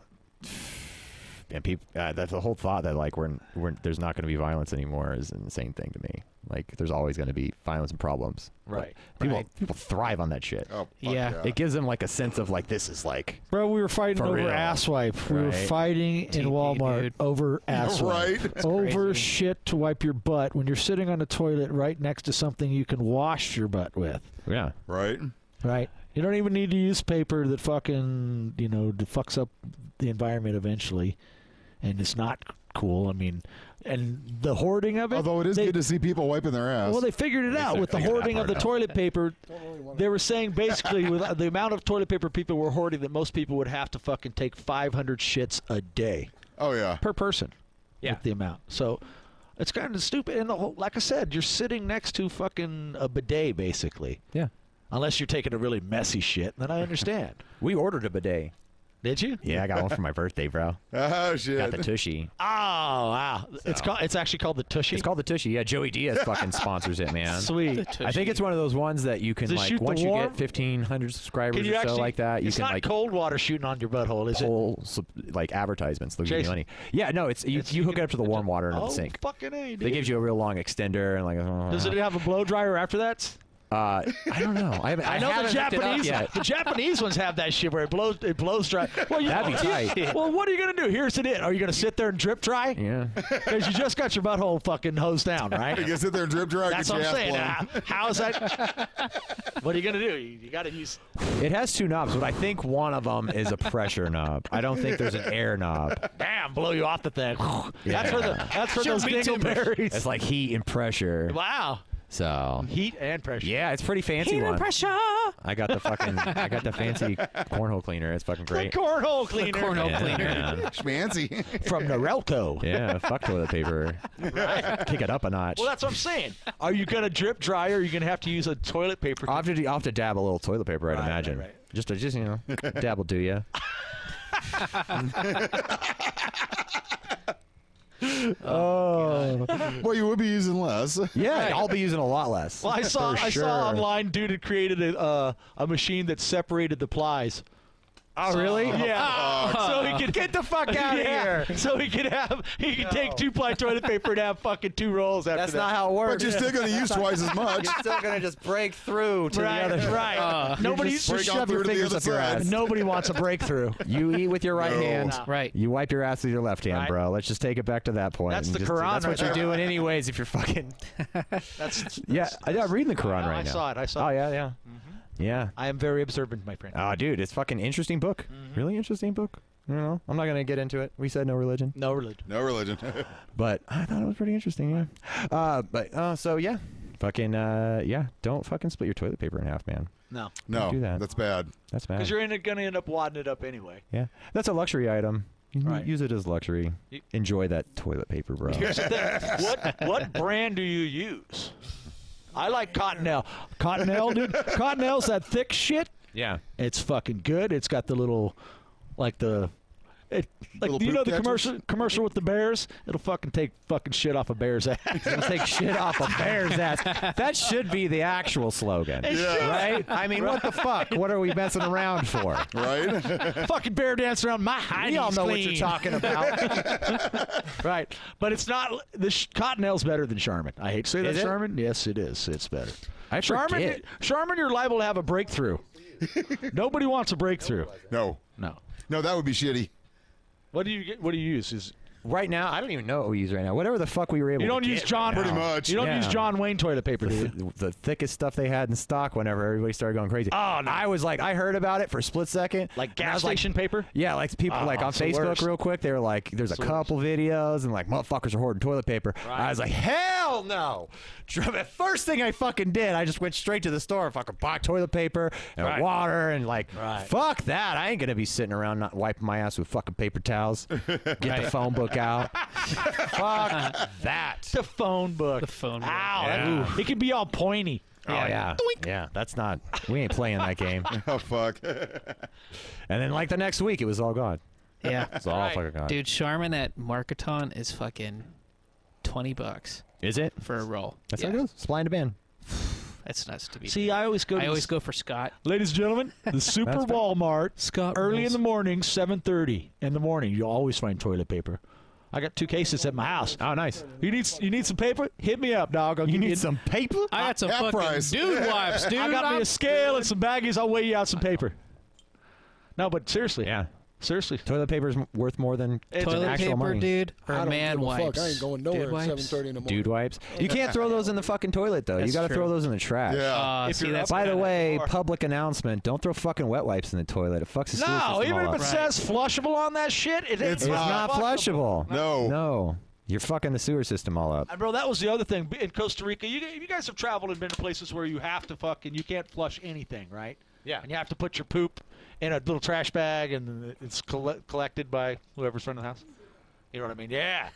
Speaker 4: and people. Uh, that's the whole thought that like we're, we're there's not going to be violence anymore is an insane thing to me. Like, there's always going to be violence and problems. Like,
Speaker 1: Right.
Speaker 4: people
Speaker 6: Right.
Speaker 4: people thrive on that shit.
Speaker 5: Oh, fuck
Speaker 6: Yeah.
Speaker 5: yeah.
Speaker 4: It gives them like a sense of like this is like
Speaker 2: Bro, we were fighting
Speaker 4: For
Speaker 2: over
Speaker 4: real.
Speaker 2: ass wipe. We were
Speaker 4: Right.
Speaker 2: fighting in
Speaker 6: TP,
Speaker 2: Walmart
Speaker 6: dude.
Speaker 2: over ass
Speaker 5: Right?
Speaker 2: wipe. Over
Speaker 6: crazy.
Speaker 2: shit to wipe your butt when you're sitting on a toilet right next to something you can wash your butt with.
Speaker 4: yeah.
Speaker 5: Right?
Speaker 2: Right. You don't even need to use paper that fucking, you know, that fucks up the environment eventually. And it's not cool. I mean, and the hoarding of it.
Speaker 5: Although it is
Speaker 2: they-
Speaker 5: good to see people wiping their ass.
Speaker 2: Well, they figured it out
Speaker 4: they're
Speaker 2: with the
Speaker 4: figuring that
Speaker 2: hoarding of
Speaker 4: part
Speaker 2: the
Speaker 4: out.
Speaker 2: toilet paper.
Speaker 7: really wanna-
Speaker 1: They were saying basically with the amount of toilet paper people were hoarding that most people would have to fucking take 500 shits a day
Speaker 5: oh, yeah.
Speaker 2: per person
Speaker 6: Yeah.
Speaker 2: with the amount. So it's kind of stupid. And the whole, like I said, you're sitting next to fucking a bidet basically,
Speaker 4: Yeah.
Speaker 1: unless you're taking a really messy shit. Then I understand.
Speaker 4: We ordered a bidet.
Speaker 1: Did you?
Speaker 4: Yeah, I got one for my birthday, bro.
Speaker 5: Oh, shit.
Speaker 4: Got the tushy.
Speaker 1: Oh wow! It's called. It's actually called the tushy.
Speaker 4: It's called the tushy. Yeah, Joey Diaz fucking sponsors it, man.
Speaker 1: sweet.
Speaker 4: I think it's one of those ones that you can
Speaker 1: Does it
Speaker 4: like
Speaker 1: shoot the
Speaker 4: once you
Speaker 1: warm?
Speaker 4: get fifteen hundred subscribers
Speaker 1: Can you
Speaker 4: or
Speaker 1: actually
Speaker 4: so like that, you
Speaker 1: it's
Speaker 4: can
Speaker 1: not
Speaker 4: like
Speaker 1: cold water shooting on your butthole, is it?
Speaker 4: whole sub- like advertisements. They'll give you
Speaker 1: Jason.
Speaker 4: money. Yeah, no, it's you,
Speaker 1: It's-
Speaker 4: you
Speaker 1: you
Speaker 4: hook it
Speaker 1: can-
Speaker 4: up to the warm water in
Speaker 1: oh,
Speaker 4: the sink.
Speaker 1: fucking a, dude.
Speaker 4: They gives you a real long extender and like.
Speaker 1: Does it have a blow dryer after that?
Speaker 4: Uh, I don't know. I, haven't, I,
Speaker 1: I know the
Speaker 4: haven't hooked it up
Speaker 1: Japanese.
Speaker 4: yet.
Speaker 1: The Japanese ones have that shit where it blows. It blows dry. Well, you
Speaker 4: That'd be tight.
Speaker 1: Well, what are you gonna do? Here's it. Are you gonna sit there and drip dry?
Speaker 4: Yeah.
Speaker 1: Because you just got your butthole fucking hosed down, right?
Speaker 5: You can sit there and drip dry.
Speaker 1: That's
Speaker 5: get
Speaker 1: what
Speaker 5: your
Speaker 1: I'm
Speaker 5: ass
Speaker 1: saying.
Speaker 5: blown.
Speaker 1: Uh, how is that? what are you gonna do? You, you gotta use.
Speaker 4: It has two knobs, but I think one of them is a pressure knob. I don't think there's an air knob.
Speaker 1: Bam! Blow you off the thing. That's for the. That's for those dingleberries.
Speaker 4: It's like heat and pressure.
Speaker 1: Wow.
Speaker 4: So
Speaker 1: Heat and pressure.
Speaker 4: yeah, it's a pretty fancy one. I got the fucking I got the fancy cornhole cleaner. It's fucking
Speaker 1: The
Speaker 4: great.
Speaker 1: cornhole Oh, cleaner.
Speaker 6: cornhole
Speaker 4: yeah,
Speaker 6: cleaner.
Speaker 4: man.
Speaker 5: Schmancy.
Speaker 1: from Norelco.
Speaker 4: Yeah, fuck toilet paper. Kick it up a notch.
Speaker 1: Well, that's what I'm saying. Are you gonna drip dry, or are you gonna have to use a toilet paper?
Speaker 4: I'll have, to, I'll have to dab a little toilet paper, I'd
Speaker 1: Right, right,
Speaker 4: imagine.
Speaker 1: right.
Speaker 4: Just, to, just you know, dab will do ya.
Speaker 5: well, you would be using less.
Speaker 4: Yeah, I'll be using a lot less.
Speaker 1: Well, I saw
Speaker 4: for
Speaker 1: I
Speaker 4: sure.
Speaker 1: saw online dude had created a uh, a machine that separated the plies.
Speaker 4: Oh, really?
Speaker 1: Yeah, so he could get the fuck
Speaker 4: outta
Speaker 1: here. So he could have he could take two ply toilet paper and have fucking two rolls after
Speaker 4: That's
Speaker 1: that.
Speaker 4: not how it
Speaker 5: But
Speaker 4: works.
Speaker 5: you're still going to use twice as much.
Speaker 4: You're still gonna just break through to
Speaker 1: right, Uh,
Speaker 4: the other.
Speaker 1: right. nobody
Speaker 5: just break on through to the other side.
Speaker 1: nobody wants a breakthrough.
Speaker 4: You eat with your right
Speaker 5: No.
Speaker 4: hand.
Speaker 6: Right.
Speaker 4: You wipe your ass with your left hand,
Speaker 1: Right.
Speaker 4: bro. Let's just take it back to that point.
Speaker 1: That's
Speaker 4: and
Speaker 1: the
Speaker 4: just-
Speaker 1: Quran
Speaker 4: That's what
Speaker 1: right
Speaker 4: you're
Speaker 1: there.
Speaker 4: doing, anyways. If you're fucking
Speaker 1: That's
Speaker 4: yeah, I, I'm reading the Quran
Speaker 1: No,
Speaker 4: right
Speaker 1: I
Speaker 4: now.
Speaker 1: saw it. I saw
Speaker 4: Oh
Speaker 1: it. Mm-hmm.
Speaker 4: yeah, yeah, yeah.
Speaker 1: I am very observant, my friend.
Speaker 4: Oh, dude, it's fucking interesting book. Really interesting book. You know, I'm not gonna get into it. We said no religion,
Speaker 1: no religion.
Speaker 5: No religion.
Speaker 4: but I thought it was pretty interesting. Yeah. Uh, but uh, so yeah, fucking uh, yeah. Don't fucking split your toilet paper in half, man.
Speaker 1: No,
Speaker 5: no,
Speaker 4: do that.
Speaker 5: that's bad.
Speaker 4: That's
Speaker 1: because
Speaker 4: bad.
Speaker 1: you're in, gonna end up wadding it up anyway.
Speaker 4: Yeah, that's a luxury item. You can
Speaker 1: Right.
Speaker 4: Use it as luxury.
Speaker 1: You-
Speaker 4: Enjoy that toilet paper, bro.
Speaker 1: Here's the thing. What what brand do you use? I like Cottonelle. Cottonelle, dude. Cottonelle's that thick shit.
Speaker 4: yeah.
Speaker 1: It's fucking good. It's got the little, like the, It, like
Speaker 5: Little
Speaker 1: you know
Speaker 5: poop
Speaker 1: the
Speaker 5: catchers?
Speaker 1: commercial commercial with the bears. It'll fucking take fucking shit off a bear's ass.
Speaker 4: It'll take shit off a bear's ass. That should be the actual slogan. Right? I mean, what the fuck? What are we messing around for?
Speaker 5: right?
Speaker 1: fucking bear dance around my high.
Speaker 4: We all know what you're talking about.
Speaker 1: Right, but it's not. The sh- Cottonelle's better than Charmin. I hate to say that,
Speaker 4: Is it?
Speaker 1: Charmin. Yes, it is. It's better.
Speaker 4: I
Speaker 1: Charmin,
Speaker 4: forget.
Speaker 1: Charmin, you're liable to have a breakthrough. Nobody wants a breakthrough.
Speaker 5: No,
Speaker 1: No.
Speaker 5: no, that would be shitty.
Speaker 1: What do you get? What do you use? Is
Speaker 4: Right now, I don't even know what we use right now. Whatever the fuck we were able
Speaker 1: you
Speaker 4: to
Speaker 1: don't use
Speaker 4: get
Speaker 1: John?
Speaker 4: right
Speaker 5: Pretty
Speaker 4: now.
Speaker 5: much.
Speaker 1: You don't
Speaker 4: Yeah.
Speaker 1: use John Wayne toilet paper, do you?
Speaker 4: the, the thickest stuff they had in stock whenever everybody started going crazy. Oh, no. I was like, I heard about it for a split second.
Speaker 1: Like
Speaker 4: and I
Speaker 1: gas
Speaker 4: was like-
Speaker 1: station paper?
Speaker 4: Yeah, like people like
Speaker 1: Oh,
Speaker 4: on
Speaker 1: it's the
Speaker 4: Facebook
Speaker 1: worst.
Speaker 4: real quick, they were like, there's a couple videos and like motherfuckers are hoarding toilet paper. I was like, hell no. The first thing I fucking did, I just went straight to the store and fucking bought toilet paper and water and like, fuck that. I ain't going to be sitting around not wiping my ass with fucking paper towels. Get the phone book out. fuck that.
Speaker 1: The phone book.
Speaker 6: The phone book.
Speaker 1: Ow,
Speaker 4: Yeah.
Speaker 1: Oh, that- it can be all pointy.
Speaker 4: Oh yeah, yeah. That's not. We ain't playing that game.
Speaker 5: Oh fuck.
Speaker 4: And then like the next week, it was all gone.
Speaker 6: Yeah.
Speaker 4: It's all fucking gone.
Speaker 6: Dude, Charmin at Marketon is fucking twenty bucks
Speaker 4: Is it?
Speaker 6: for a roll.
Speaker 4: That's
Speaker 6: yeah.
Speaker 4: how it goes. Supply and demand.
Speaker 6: That's nuts to be.
Speaker 1: See, I always go. To
Speaker 6: I
Speaker 1: the
Speaker 6: always go for Scott.
Speaker 1: Ladies and gentlemen, the Super
Speaker 4: That's fair.
Speaker 1: Walmart,
Speaker 6: Scott
Speaker 1: early in
Speaker 6: rules.
Speaker 1: the morning, 7:30 in the morning. You'll always find toilet paper. I got two cases at my house.
Speaker 4: Oh, nice.
Speaker 1: You need you need some paper? Hit me up, dog. I'll
Speaker 4: You
Speaker 1: give
Speaker 4: need some paper?
Speaker 6: I got some
Speaker 5: Half
Speaker 6: fucking
Speaker 5: price.
Speaker 6: dude wipes, dude.
Speaker 1: I got me
Speaker 6: I'm-
Speaker 1: a scale and some baggies. I'll weigh you out some paper. No, but seriously,
Speaker 4: Yeah.
Speaker 1: seriously,
Speaker 4: Toilet paper's m- worth more than
Speaker 6: toilet
Speaker 4: actual
Speaker 6: paper,
Speaker 4: money.
Speaker 6: dude, or
Speaker 7: I don't
Speaker 6: man
Speaker 7: give a
Speaker 6: wipes.
Speaker 7: Fuck. I ain't going
Speaker 6: Dude
Speaker 7: nowhere at
Speaker 6: wipes?
Speaker 7: 7:30 in the morning.
Speaker 4: Dude wipes. You can't throw those in the fucking toilet though. you
Speaker 6: That's
Speaker 4: got to
Speaker 6: true.
Speaker 4: throw those in the trash.
Speaker 5: Yeah.
Speaker 6: Uh, see, that's
Speaker 4: By the
Speaker 6: kinda-
Speaker 4: way, public announcement: Don't throw fucking wet wipes in the toilet. It fucks the sewer
Speaker 1: no.
Speaker 4: system
Speaker 1: Even
Speaker 4: all
Speaker 1: if it
Speaker 4: up.
Speaker 1: says flushable on that shit, it,
Speaker 5: It's
Speaker 4: it's not flushable.
Speaker 5: No.
Speaker 4: No, you're fucking the sewer system all up.
Speaker 1: And Uh, bro, that was the other thing in Costa Rica. You, you guys have traveled and been to places where you have to fucking you can't flush anything, right? Yeah. And you have to put your poop in a little trash bag, and it's colle- collected by whoever's front of the house. You know what I mean? Yeah.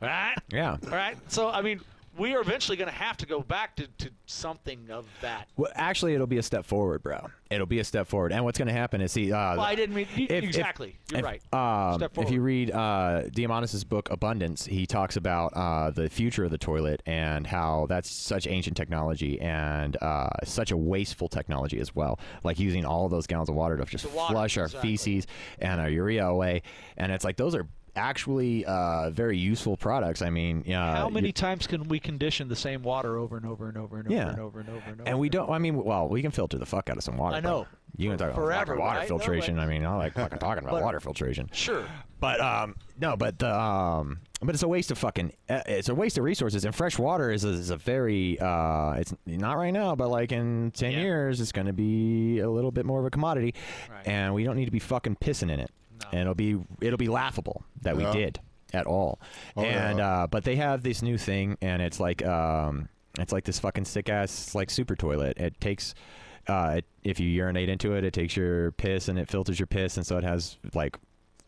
Speaker 1: right.
Speaker 4: Yeah.
Speaker 1: All right. So I mean, we are eventually going to have to go back to, to something of that.
Speaker 4: Well, actually, it'll be a step forward, bro. It'll be a step forward. And what's going to happen is, see, uh,
Speaker 1: Well, I didn't mean
Speaker 4: if- if-
Speaker 1: exactly. You're
Speaker 4: if,
Speaker 1: right.
Speaker 4: um,
Speaker 1: Step
Speaker 4: if you
Speaker 1: forward.
Speaker 4: read uh, Diamantis' book Abundance, he talks about uh, the future of the toilet and how that's such ancient technology and uh, such a wasteful technology as well. Like using all those gallons of water to just
Speaker 1: water,
Speaker 4: flush our
Speaker 1: exactly.
Speaker 4: feces and our urea away, and it's like those are actually uh, very useful products. I mean, yeah.
Speaker 1: How
Speaker 4: Uh, you-
Speaker 1: many times can we condition the same water over and over and over and over
Speaker 4: Yeah.
Speaker 1: and over and over and over?
Speaker 4: And we don't. I mean, well, we can filter the fuck out of some water.
Speaker 1: I
Speaker 4: bro.
Speaker 1: know.
Speaker 4: You can talk about
Speaker 1: Forever,
Speaker 4: fucking water
Speaker 1: right? No,
Speaker 4: filtration.
Speaker 1: but-
Speaker 4: I mean, I like fucking talking about
Speaker 1: But-
Speaker 4: water filtration.
Speaker 1: Sure.
Speaker 4: But um, no, but the um, but it's a waste of fucking. Uh, it's a waste of resources. And fresh water is a, is a very. Uh, it's not right now, but like in ten years, it's going to be a little bit more of a commodity, and we don't need to be fucking pissing in it. And it'll be it'll be laughable that
Speaker 5: Yeah. Oh,
Speaker 4: we did at all. and
Speaker 5: yeah.
Speaker 4: uh, but they have this new thing, and it's like um, it's like this fucking sick ass like super toilet. It takes. Uh, it, if you urinate into it, it takes your piss and it filters your piss, and so it has like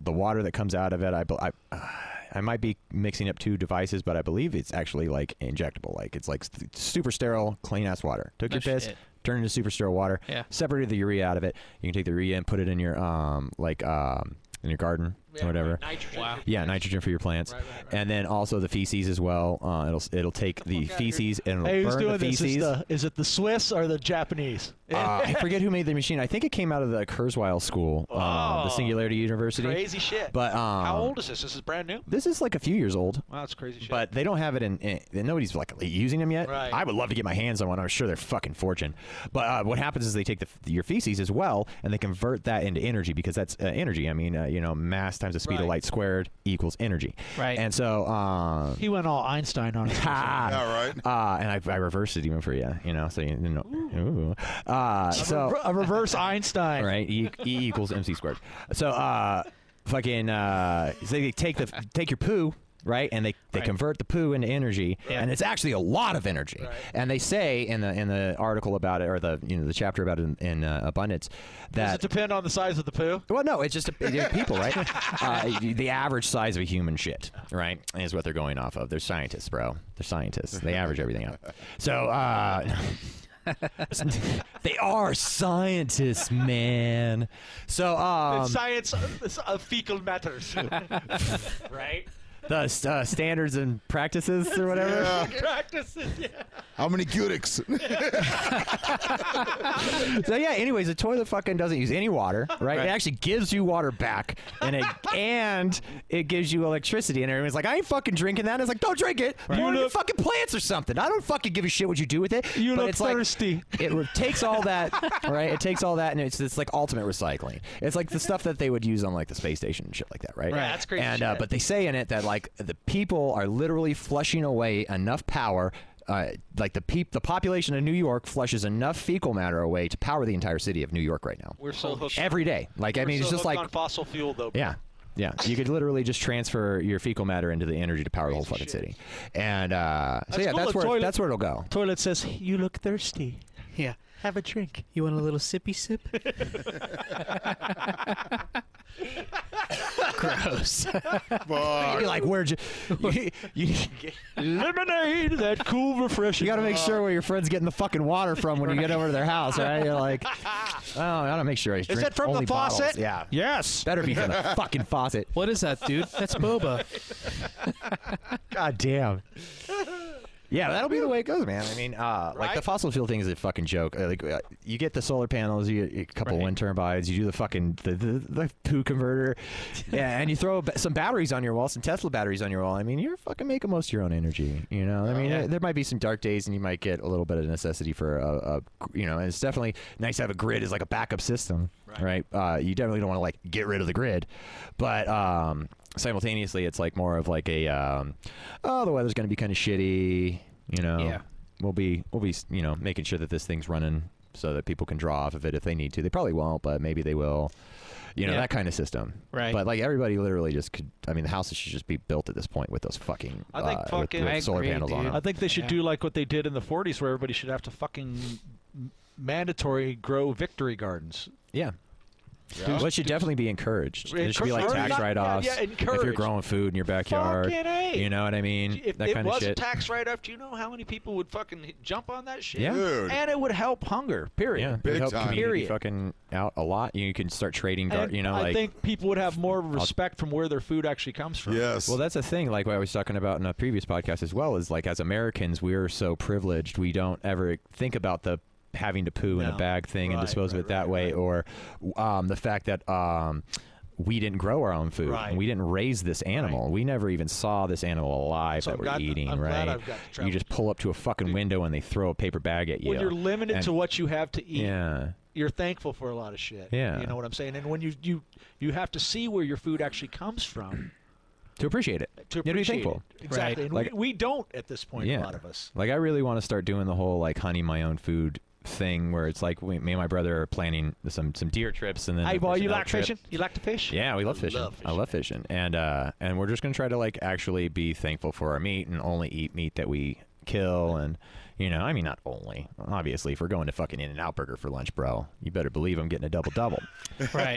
Speaker 4: the water that comes out of it. I, bel- I, I might be mixing up two devices, but I believe it's actually like injectable. Like it's like s- super sterile, clean ass water. Took
Speaker 6: No
Speaker 4: your piss,
Speaker 6: shit.
Speaker 4: turned into super sterile water.
Speaker 6: Yeah.
Speaker 4: Separated the urea out of it. You can take the urea and put it in your um like um in your garden or whatever.
Speaker 6: Wow.
Speaker 4: Yeah, nitrogen for your plants, and then also the feces as well. Uh, it'll s- it'll take the feces and it'll
Speaker 1: Hey, who's
Speaker 4: burn
Speaker 1: doing
Speaker 4: the
Speaker 1: this?
Speaker 4: feces.
Speaker 1: Is, the, is it the Swiss or the Japanese?
Speaker 4: Uh, I forget who made the machine. I think it came out of the Kurzweil School, um, the
Speaker 1: Oh.
Speaker 4: Singularity University.
Speaker 1: Crazy shit.
Speaker 4: But um,
Speaker 1: How old is this? This is brand new.
Speaker 4: This is like a few years old.
Speaker 1: Wow, that's crazy shit.
Speaker 4: But they don't have it in, in and nobody's like using them yet.
Speaker 1: Right.
Speaker 4: I would love to get my hands on one. I'm sure they're fucking fortune. But uh, what happens is they take the, f- your feces as well and they convert that into energy because that's uh, energy. I mean, uh, you know, mass times the speed of
Speaker 1: Right.
Speaker 4: light squared equals energy.
Speaker 6: Right.
Speaker 4: And so, um,
Speaker 1: he went all Einstein on it.
Speaker 4: ha,
Speaker 5: All right.
Speaker 4: uh, and I, I reversed it even for you, you know, so you know. Ooh. Uh, so
Speaker 1: a reverse Einstein.
Speaker 4: right? E, e equals mc squared. So, uh, fucking, uh, so they take the take your poo, right, and they, they
Speaker 6: Right.
Speaker 4: convert the poo into energy,
Speaker 6: Yeah.
Speaker 4: and it's actually a lot of energy. And they say in the in the article about it, or the you know the chapter about it in, in uh, abundance,
Speaker 1: Does it
Speaker 4: that.
Speaker 1: depend on the size of the poo?
Speaker 4: Well, no, it's just it- it- people, right? Uh, the average size of a human shit, right, is what they're going off of. They're scientists, bro. They're scientists. They average everything out. So, uh,
Speaker 9: they are scientists, man. So,
Speaker 1: The
Speaker 9: um,
Speaker 1: science of, of fecal matters. right?
Speaker 9: the s- uh, standards and practices or whatever.
Speaker 1: Practices, yeah.
Speaker 5: How many cutics?
Speaker 4: so yeah. Anyways, the toilet fucking doesn't use any water, right? It actually gives you water back, and it and it gives you electricity. And everyone's like, I ain't fucking drinking that. And it's like, don't drink it. Pour it in your fucking plants or something. I don't fucking give a shit what you do with it.
Speaker 2: You
Speaker 4: but
Speaker 2: look
Speaker 4: it's like-
Speaker 2: thirsty.
Speaker 4: it re- takes all that, right? It takes all that, and it's it's like ultimate recycling. It's like the stuff that they would use on like the space station and shit like that, right?
Speaker 1: Right, that's crazy
Speaker 4: And uh,
Speaker 1: shit.
Speaker 4: but they say in it that like the people are literally flushing away enough power. Uh, like the peop- the population of New York flushes enough fecal matter away to power the entire city of New York right now.
Speaker 1: We're so hooked.
Speaker 4: Every day, like I
Speaker 1: we're
Speaker 4: mean,
Speaker 1: so
Speaker 4: it's just
Speaker 1: hooked
Speaker 4: like
Speaker 1: on fossil fuel, though.
Speaker 4: yeah. Yeah, you could literally just transfer your fecal matter into the energy to power the whole fucking city, and uh,
Speaker 1: That's
Speaker 4: so yeah,
Speaker 1: cool,
Speaker 4: that's
Speaker 1: the
Speaker 4: where
Speaker 1: toilet-
Speaker 4: that's where it'll go.
Speaker 2: Toilet says, "You look thirsty.
Speaker 6: Yeah.
Speaker 2: Have a drink."
Speaker 6: You want a little sippy sip? Gross.
Speaker 5: Fuck.
Speaker 4: You're like, where'd you, you, you
Speaker 2: Lemonade, that cool, refreshing.
Speaker 4: You got to make
Speaker 1: Uh,
Speaker 4: sure where your friend's getting the fucking water from when you get over to their house, right? You're like, oh, I gotta make sure I drink
Speaker 1: that from the
Speaker 4: only bottles."
Speaker 1: faucet?
Speaker 4: Yeah.
Speaker 2: Yes.
Speaker 4: Better be from the fucking faucet.
Speaker 6: what is that, dude? That's boba.
Speaker 4: God damn. Yeah, that'll be the way it goes, man. I mean, uh, like the
Speaker 1: Right?
Speaker 4: fossil fuel thing is a fucking joke. Uh, Like, uh, you get the solar panels, you get a couple
Speaker 6: Right.
Speaker 4: wind turbines, you do the fucking the, the, the poo converter, yeah, and you throw ba- some batteries on your wall, some Tesla batteries on your wall. I mean, you're fucking making most of your own energy. You know, I mean, uh, there might be some dark days, and you might get a little bit of necessity for a, a gr- you know, and it's definitely nice to have a grid as like a backup system, right? Uh, you definitely don't want to like get rid of the grid, but um, simultaneously, it's like more of like a um, oh, the weather's going to be kind of shitty. You know,
Speaker 6: Yeah.
Speaker 4: we'll be we'll be you know making sure that this thing's running so that people can draw off of it if they need to. They probably won't, but maybe they will. You know
Speaker 6: Yeah.
Speaker 4: that kind of system,
Speaker 6: Right.
Speaker 4: But like everybody, literally just could. I mean, the houses should just be built at this point with those fucking,
Speaker 1: I think
Speaker 4: uh, with-
Speaker 1: fucking-
Speaker 4: with,
Speaker 6: I
Speaker 4: solar
Speaker 6: agree,
Speaker 4: panels on
Speaker 6: dude.
Speaker 4: them.
Speaker 1: I think they should
Speaker 6: Yeah.
Speaker 1: do like what they did in the 40s, where everybody should have to fucking m- mandatory grow victory gardens.
Speaker 4: Yeah. Well, it should definitely be encouraged. It should be like
Speaker 1: Encourage-
Speaker 4: tax
Speaker 1: yeah,
Speaker 4: write-offs
Speaker 1: yeah,
Speaker 4: if you're
Speaker 1: encourage.
Speaker 4: growing food in your backyard.
Speaker 1: Fucking A.
Speaker 4: You know what I mean?
Speaker 1: If
Speaker 4: that
Speaker 1: it
Speaker 4: kind
Speaker 1: was
Speaker 4: of shit.
Speaker 1: a tax write-off, do you know how many people would fucking h- jump on that shit?
Speaker 4: Yeah.
Speaker 5: Dude.
Speaker 1: And it would help hunger. Period.
Speaker 4: yeah,
Speaker 5: Big
Speaker 4: it helped
Speaker 5: time.
Speaker 4: community
Speaker 1: Period.
Speaker 4: fucking out a lot. You can start trading, gar-
Speaker 1: And
Speaker 4: you know,
Speaker 1: I
Speaker 4: like
Speaker 1: think people would have more respect from where their food actually comes from.
Speaker 5: Yes.
Speaker 4: Well, that's a thing. Like what I was talking about in a previous podcast as well is like as Americans, we're so privileged. We don't ever think about the having to poo in a
Speaker 1: No.
Speaker 4: bag thing and
Speaker 1: Right,
Speaker 4: dispose of
Speaker 1: right,
Speaker 4: it that way, or um, the fact that. Um, we didn't grow our own food.
Speaker 1: Right.
Speaker 4: And we didn't raise this animal. We never even saw this animal alive
Speaker 1: So
Speaker 4: that
Speaker 1: I'm
Speaker 4: we're
Speaker 1: glad-
Speaker 4: eating,
Speaker 1: I'm
Speaker 4: right?
Speaker 1: glad I've got to travel.
Speaker 4: you just pull up to a fucking window and they throw a paper bag at you.
Speaker 1: When you're limited
Speaker 4: And-
Speaker 1: to what you have to eat,
Speaker 4: Yeah.
Speaker 1: you're thankful for a lot of shit.
Speaker 4: Yeah.
Speaker 1: You know what I'm saying? And when you you you have to see where your food actually comes from
Speaker 4: To appreciate it.
Speaker 1: to
Speaker 4: you have to be
Speaker 1: appreciate
Speaker 4: thankful.
Speaker 1: it. Exactly. And
Speaker 4: Like-
Speaker 1: we, we don't at this point,
Speaker 4: Yeah.
Speaker 1: a lot of us.
Speaker 4: Like I really want to start doing the whole like hunting my own food thing, where it's like we, me and my brother are planning some some deer trips and then.
Speaker 1: Hey,
Speaker 4: of
Speaker 1: boy,
Speaker 4: course
Speaker 1: you
Speaker 4: an elk
Speaker 1: like
Speaker 4: trip.
Speaker 1: fishing? You like to fish?
Speaker 4: Yeah, we love
Speaker 1: I
Speaker 4: fishing.
Speaker 1: love
Speaker 4: I love fishing, and uh, and we're just gonna try to like actually be thankful for our meat and only eat meat that we kill, and you know, I mean, not only obviously if we're going to fucking In and Out Burger for lunch, bro, you better believe I'm getting a double double.
Speaker 6: Right.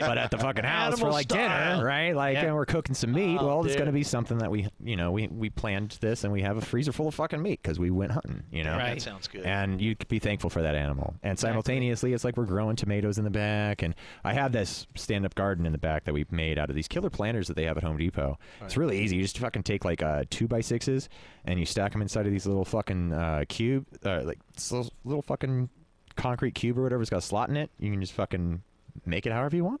Speaker 4: But at the fucking house for
Speaker 1: Animal
Speaker 4: like
Speaker 1: style. Oh,
Speaker 4: dinner, right? Like,
Speaker 6: Yeah.
Speaker 4: and we're cooking some meat. well, it's
Speaker 1: dude.
Speaker 4: gonna be something that we, you know, we we planned this, and we have a freezer full of fucking meat because we went hunting, you know.
Speaker 6: Right. That
Speaker 1: sounds good.
Speaker 4: And you could be thankful for that animal. And simultaneously, it's like we're growing tomatoes in the back. And I have this stand up garden in the back that we made out of these killer planters that they have at Home Depot. It's really easy. You just fucking take like uh, two by sixes and you stack them inside of these little fucking uh, cube, uh, like this little, little fucking concrete cube or whatever. It's got a slot in it. You can just fucking make it however you want.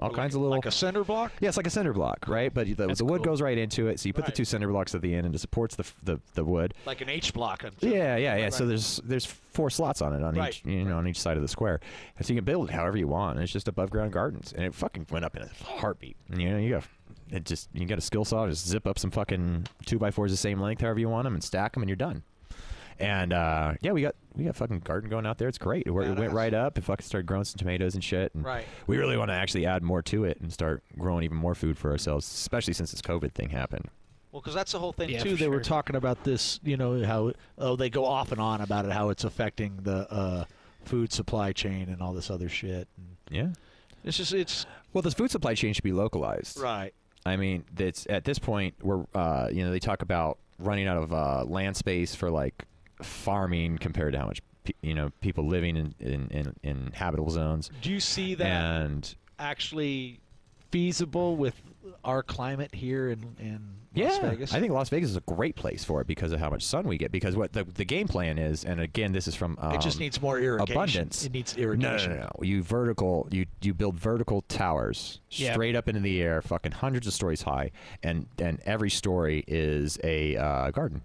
Speaker 4: All kinds of little
Speaker 1: Like a cinder block?
Speaker 4: yeah, it's like a cinder block, right? But the, the wood
Speaker 6: cool.
Speaker 4: goes right into it, so you put the two cinder blocks at the end, and it supports the f- the, the wood.
Speaker 1: Like an H block. I'm
Speaker 4: Yeah, yeah, yeah. So there's there's four slots on it on
Speaker 1: Right.
Speaker 4: each you know on each side of the square, and so you can build it however you want. And it's just above ground gardens, and it fucking went up in a heartbeat. And, You know, you got it just you got a skill saw, just zip up some fucking two by fours the same length, however you want them, and stack them, and you're done. And uh, yeah, we got we got fucking garden going out there. It's great. It, wor- it went
Speaker 1: Badass.
Speaker 4: right up. It fucking started growing some tomatoes and shit. And
Speaker 1: Right.
Speaker 4: we really want to actually add more to it and start growing even more food for ourselves, especially since this COVID thing happened.
Speaker 1: Well, because that's the whole thing
Speaker 6: Yeah,
Speaker 1: too.
Speaker 6: for
Speaker 1: They were
Speaker 6: sure.
Speaker 1: talking about this, you know, how oh they go off and on about it, how it's affecting the uh, food supply chain and all this other shit. And
Speaker 4: Yeah.
Speaker 1: it's just it's
Speaker 4: Well, this food supply chain should be localized.
Speaker 1: right.
Speaker 4: I mean, that's at this point we're uh, you know they talk about running out of uh, land space for like farming compared to how much pe- you know people living in in, in, in habitable zones.
Speaker 1: Do you see that
Speaker 4: And
Speaker 1: actually feasible with our climate here in, in Las Vegas?
Speaker 4: I think Las Vegas is a great place for it because of how much sun we get. Because what the, the game plan is, and again, this is from um,
Speaker 1: it just needs more irrigation.
Speaker 4: abundance.
Speaker 1: It needs
Speaker 4: No, no,
Speaker 1: irrigation.
Speaker 4: no, no. You vertical, you you build vertical towers
Speaker 6: Yeah.
Speaker 4: straight up into the air, fucking hundreds of stories high, and and every story is a uh, garden,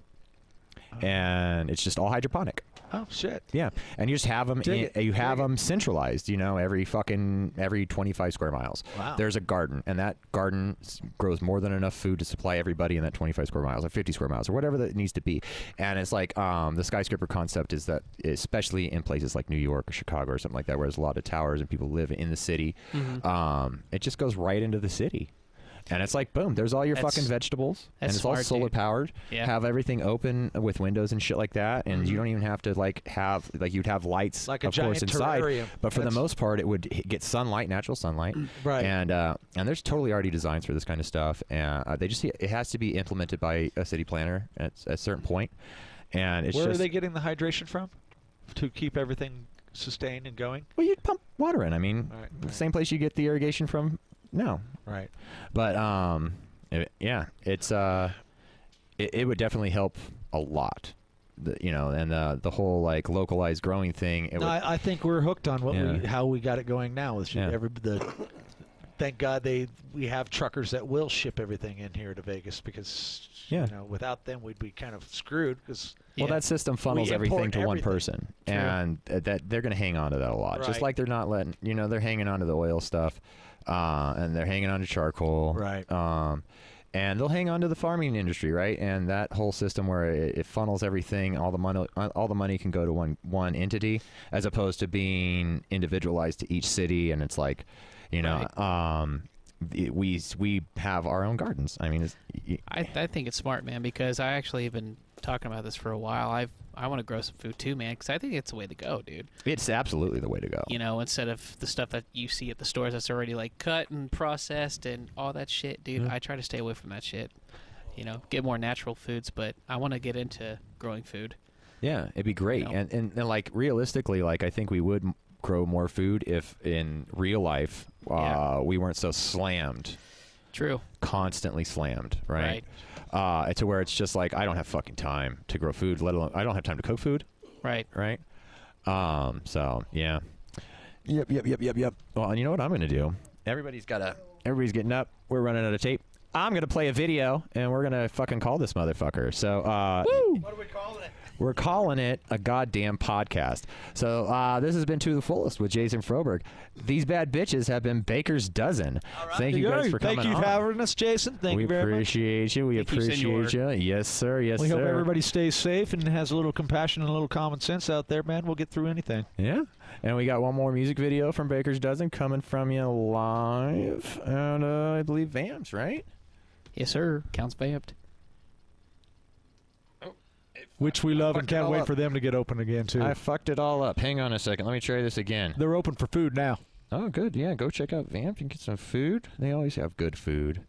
Speaker 4: and it's just all hydroponic.
Speaker 1: Oh shit!
Speaker 4: Yeah, and you just have them.
Speaker 1: Dig it.
Speaker 4: you have them centralized. You know, every fucking every 25 square miles.
Speaker 1: Wow.
Speaker 4: There's a garden, and that garden s- grows more than enough food to supply everybody in that 25 square miles or 50 square miles or whatever that needs to be. And it's like um, the skyscraper concept is that, especially in places like New York or Chicago or something like that, where there's a lot of towers and people live in the city,
Speaker 1: Mm-hmm.
Speaker 4: um, it just goes right into the city. And it's like boom, there's all your
Speaker 6: That's-
Speaker 4: fucking vegetables, and
Speaker 6: that's
Speaker 4: it's all
Speaker 6: smart,
Speaker 4: solar
Speaker 6: dude.
Speaker 4: powered.
Speaker 6: Yeah.
Speaker 4: Have everything open with windows and shit like that, and you don't even have to like have like you'd have lights,
Speaker 1: Like a
Speaker 4: of course,
Speaker 1: giant
Speaker 4: inside.
Speaker 1: terrarium.
Speaker 4: But for
Speaker 1: That's-
Speaker 4: the most part, it would h- get sunlight, natural sunlight,
Speaker 1: Right.
Speaker 4: And uh, and there's totally already designs for this kind of stuff, and uh, they just it has to be implemented by a city planner at s- at a certain point. And it's
Speaker 1: Where
Speaker 4: just
Speaker 1: are they getting the hydration from to keep everything sustained and going?
Speaker 4: well, you'd pump water in. I mean,
Speaker 1: Right,
Speaker 4: the
Speaker 1: right.
Speaker 4: same place you get the irrigation from. No,
Speaker 1: Right.
Speaker 4: But um, it- yeah, it's uh, it, it would definitely help a lot. The, you know, and uh, the the whole like localized growing thing. It
Speaker 1: No,
Speaker 4: would,
Speaker 1: I, I think we're hooked on what we
Speaker 4: Yeah.
Speaker 1: how we got it going now. With
Speaker 4: Yeah.
Speaker 1: every the, thank God they we have truckers that will ship everything in here to Vegas because
Speaker 4: Yeah.
Speaker 1: you know without them we'd be kind of screwed because
Speaker 4: well,
Speaker 6: Yeah.
Speaker 4: that system funnels
Speaker 1: We
Speaker 4: everything
Speaker 1: import
Speaker 4: to one
Speaker 1: everything.
Speaker 4: person, and th- that they're going to hang on to that a lot. Just
Speaker 1: Right.
Speaker 4: like they're not letting you know they're hanging on to the oil stuff, uh, and they're hanging on to charcoal,
Speaker 1: Right.
Speaker 4: Um, and they'll hang on to the farming industry, right? And that whole system where it, it funnels everything, all the money, uh, all the money can go to one one entity, as opposed to being individualized to each city. And it's like, you know, um, it- we s- we have our own gardens. I mean, it's, y-
Speaker 6: I, I think it's smart, man, because I actually have been talking about this for a while. I've I want to grow some food too, man, because I think it's the way to go, dude.
Speaker 4: it's absolutely the way to go.
Speaker 6: You know, instead of the stuff that you see at the stores that's already like cut and processed and all that shit, dude. I try to stay away from that shit. You know, get more natural foods, but I want to get into growing food.
Speaker 4: Yeah, it'd be great.
Speaker 6: know?
Speaker 4: And, and and like realistically, like I think we would m- grow more food if in real life uh,
Speaker 6: Yeah.
Speaker 4: we weren't so slammed,
Speaker 6: True.
Speaker 4: constantly slammed, right? Uh, to where it's just like I don't have fucking time to grow food, let alone I don't have time to cook food,
Speaker 6: Right.
Speaker 4: right? Um, so yeah. Yep, yep, yep, yep, yep. Well, and you know what I'm gonna do? Everybody's got to Everybody's getting up. We're running out of tape. I'm gonna play a video, and we're gonna fucking call this motherfucker. So, uh,
Speaker 1: what are we calling it?
Speaker 4: we're calling it a goddamn podcast. So uh, this has been to the fullest with Jason Froberg. These bad bitches have been Baker's dozen. Thank you guys for coming
Speaker 1: Thank you
Speaker 4: on.
Speaker 1: for having us, Jason. Thank
Speaker 4: we
Speaker 1: you very much.
Speaker 4: appreciate you. We
Speaker 6: Thank you,
Speaker 4: appreciate you,
Speaker 6: senor.
Speaker 4: Yes, sir. Yes,
Speaker 1: We
Speaker 4: sir.
Speaker 1: hope everybody stays safe and has a little compassion and a little common sense out there, man. We'll get through anything.
Speaker 4: Yeah. And we got one more music video from Baker's Dozen coming from you live, and uh, I believe Vamps, right?
Speaker 6: Yes, sir. Counts vamped.
Speaker 1: Which we love
Speaker 4: and
Speaker 1: and
Speaker 4: fucked it can't
Speaker 1: can't
Speaker 4: all wait
Speaker 1: wait
Speaker 4: up. for
Speaker 1: for them to get open again too.
Speaker 4: I fucked it all up. Hang on a second. Let me try this again.
Speaker 1: They're open for food now.
Speaker 4: Oh, good. Yeah, go check out Vamp and get some food. They always have good food.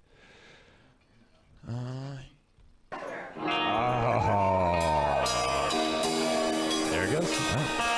Speaker 4: Uh, oh. There it goes. Oh.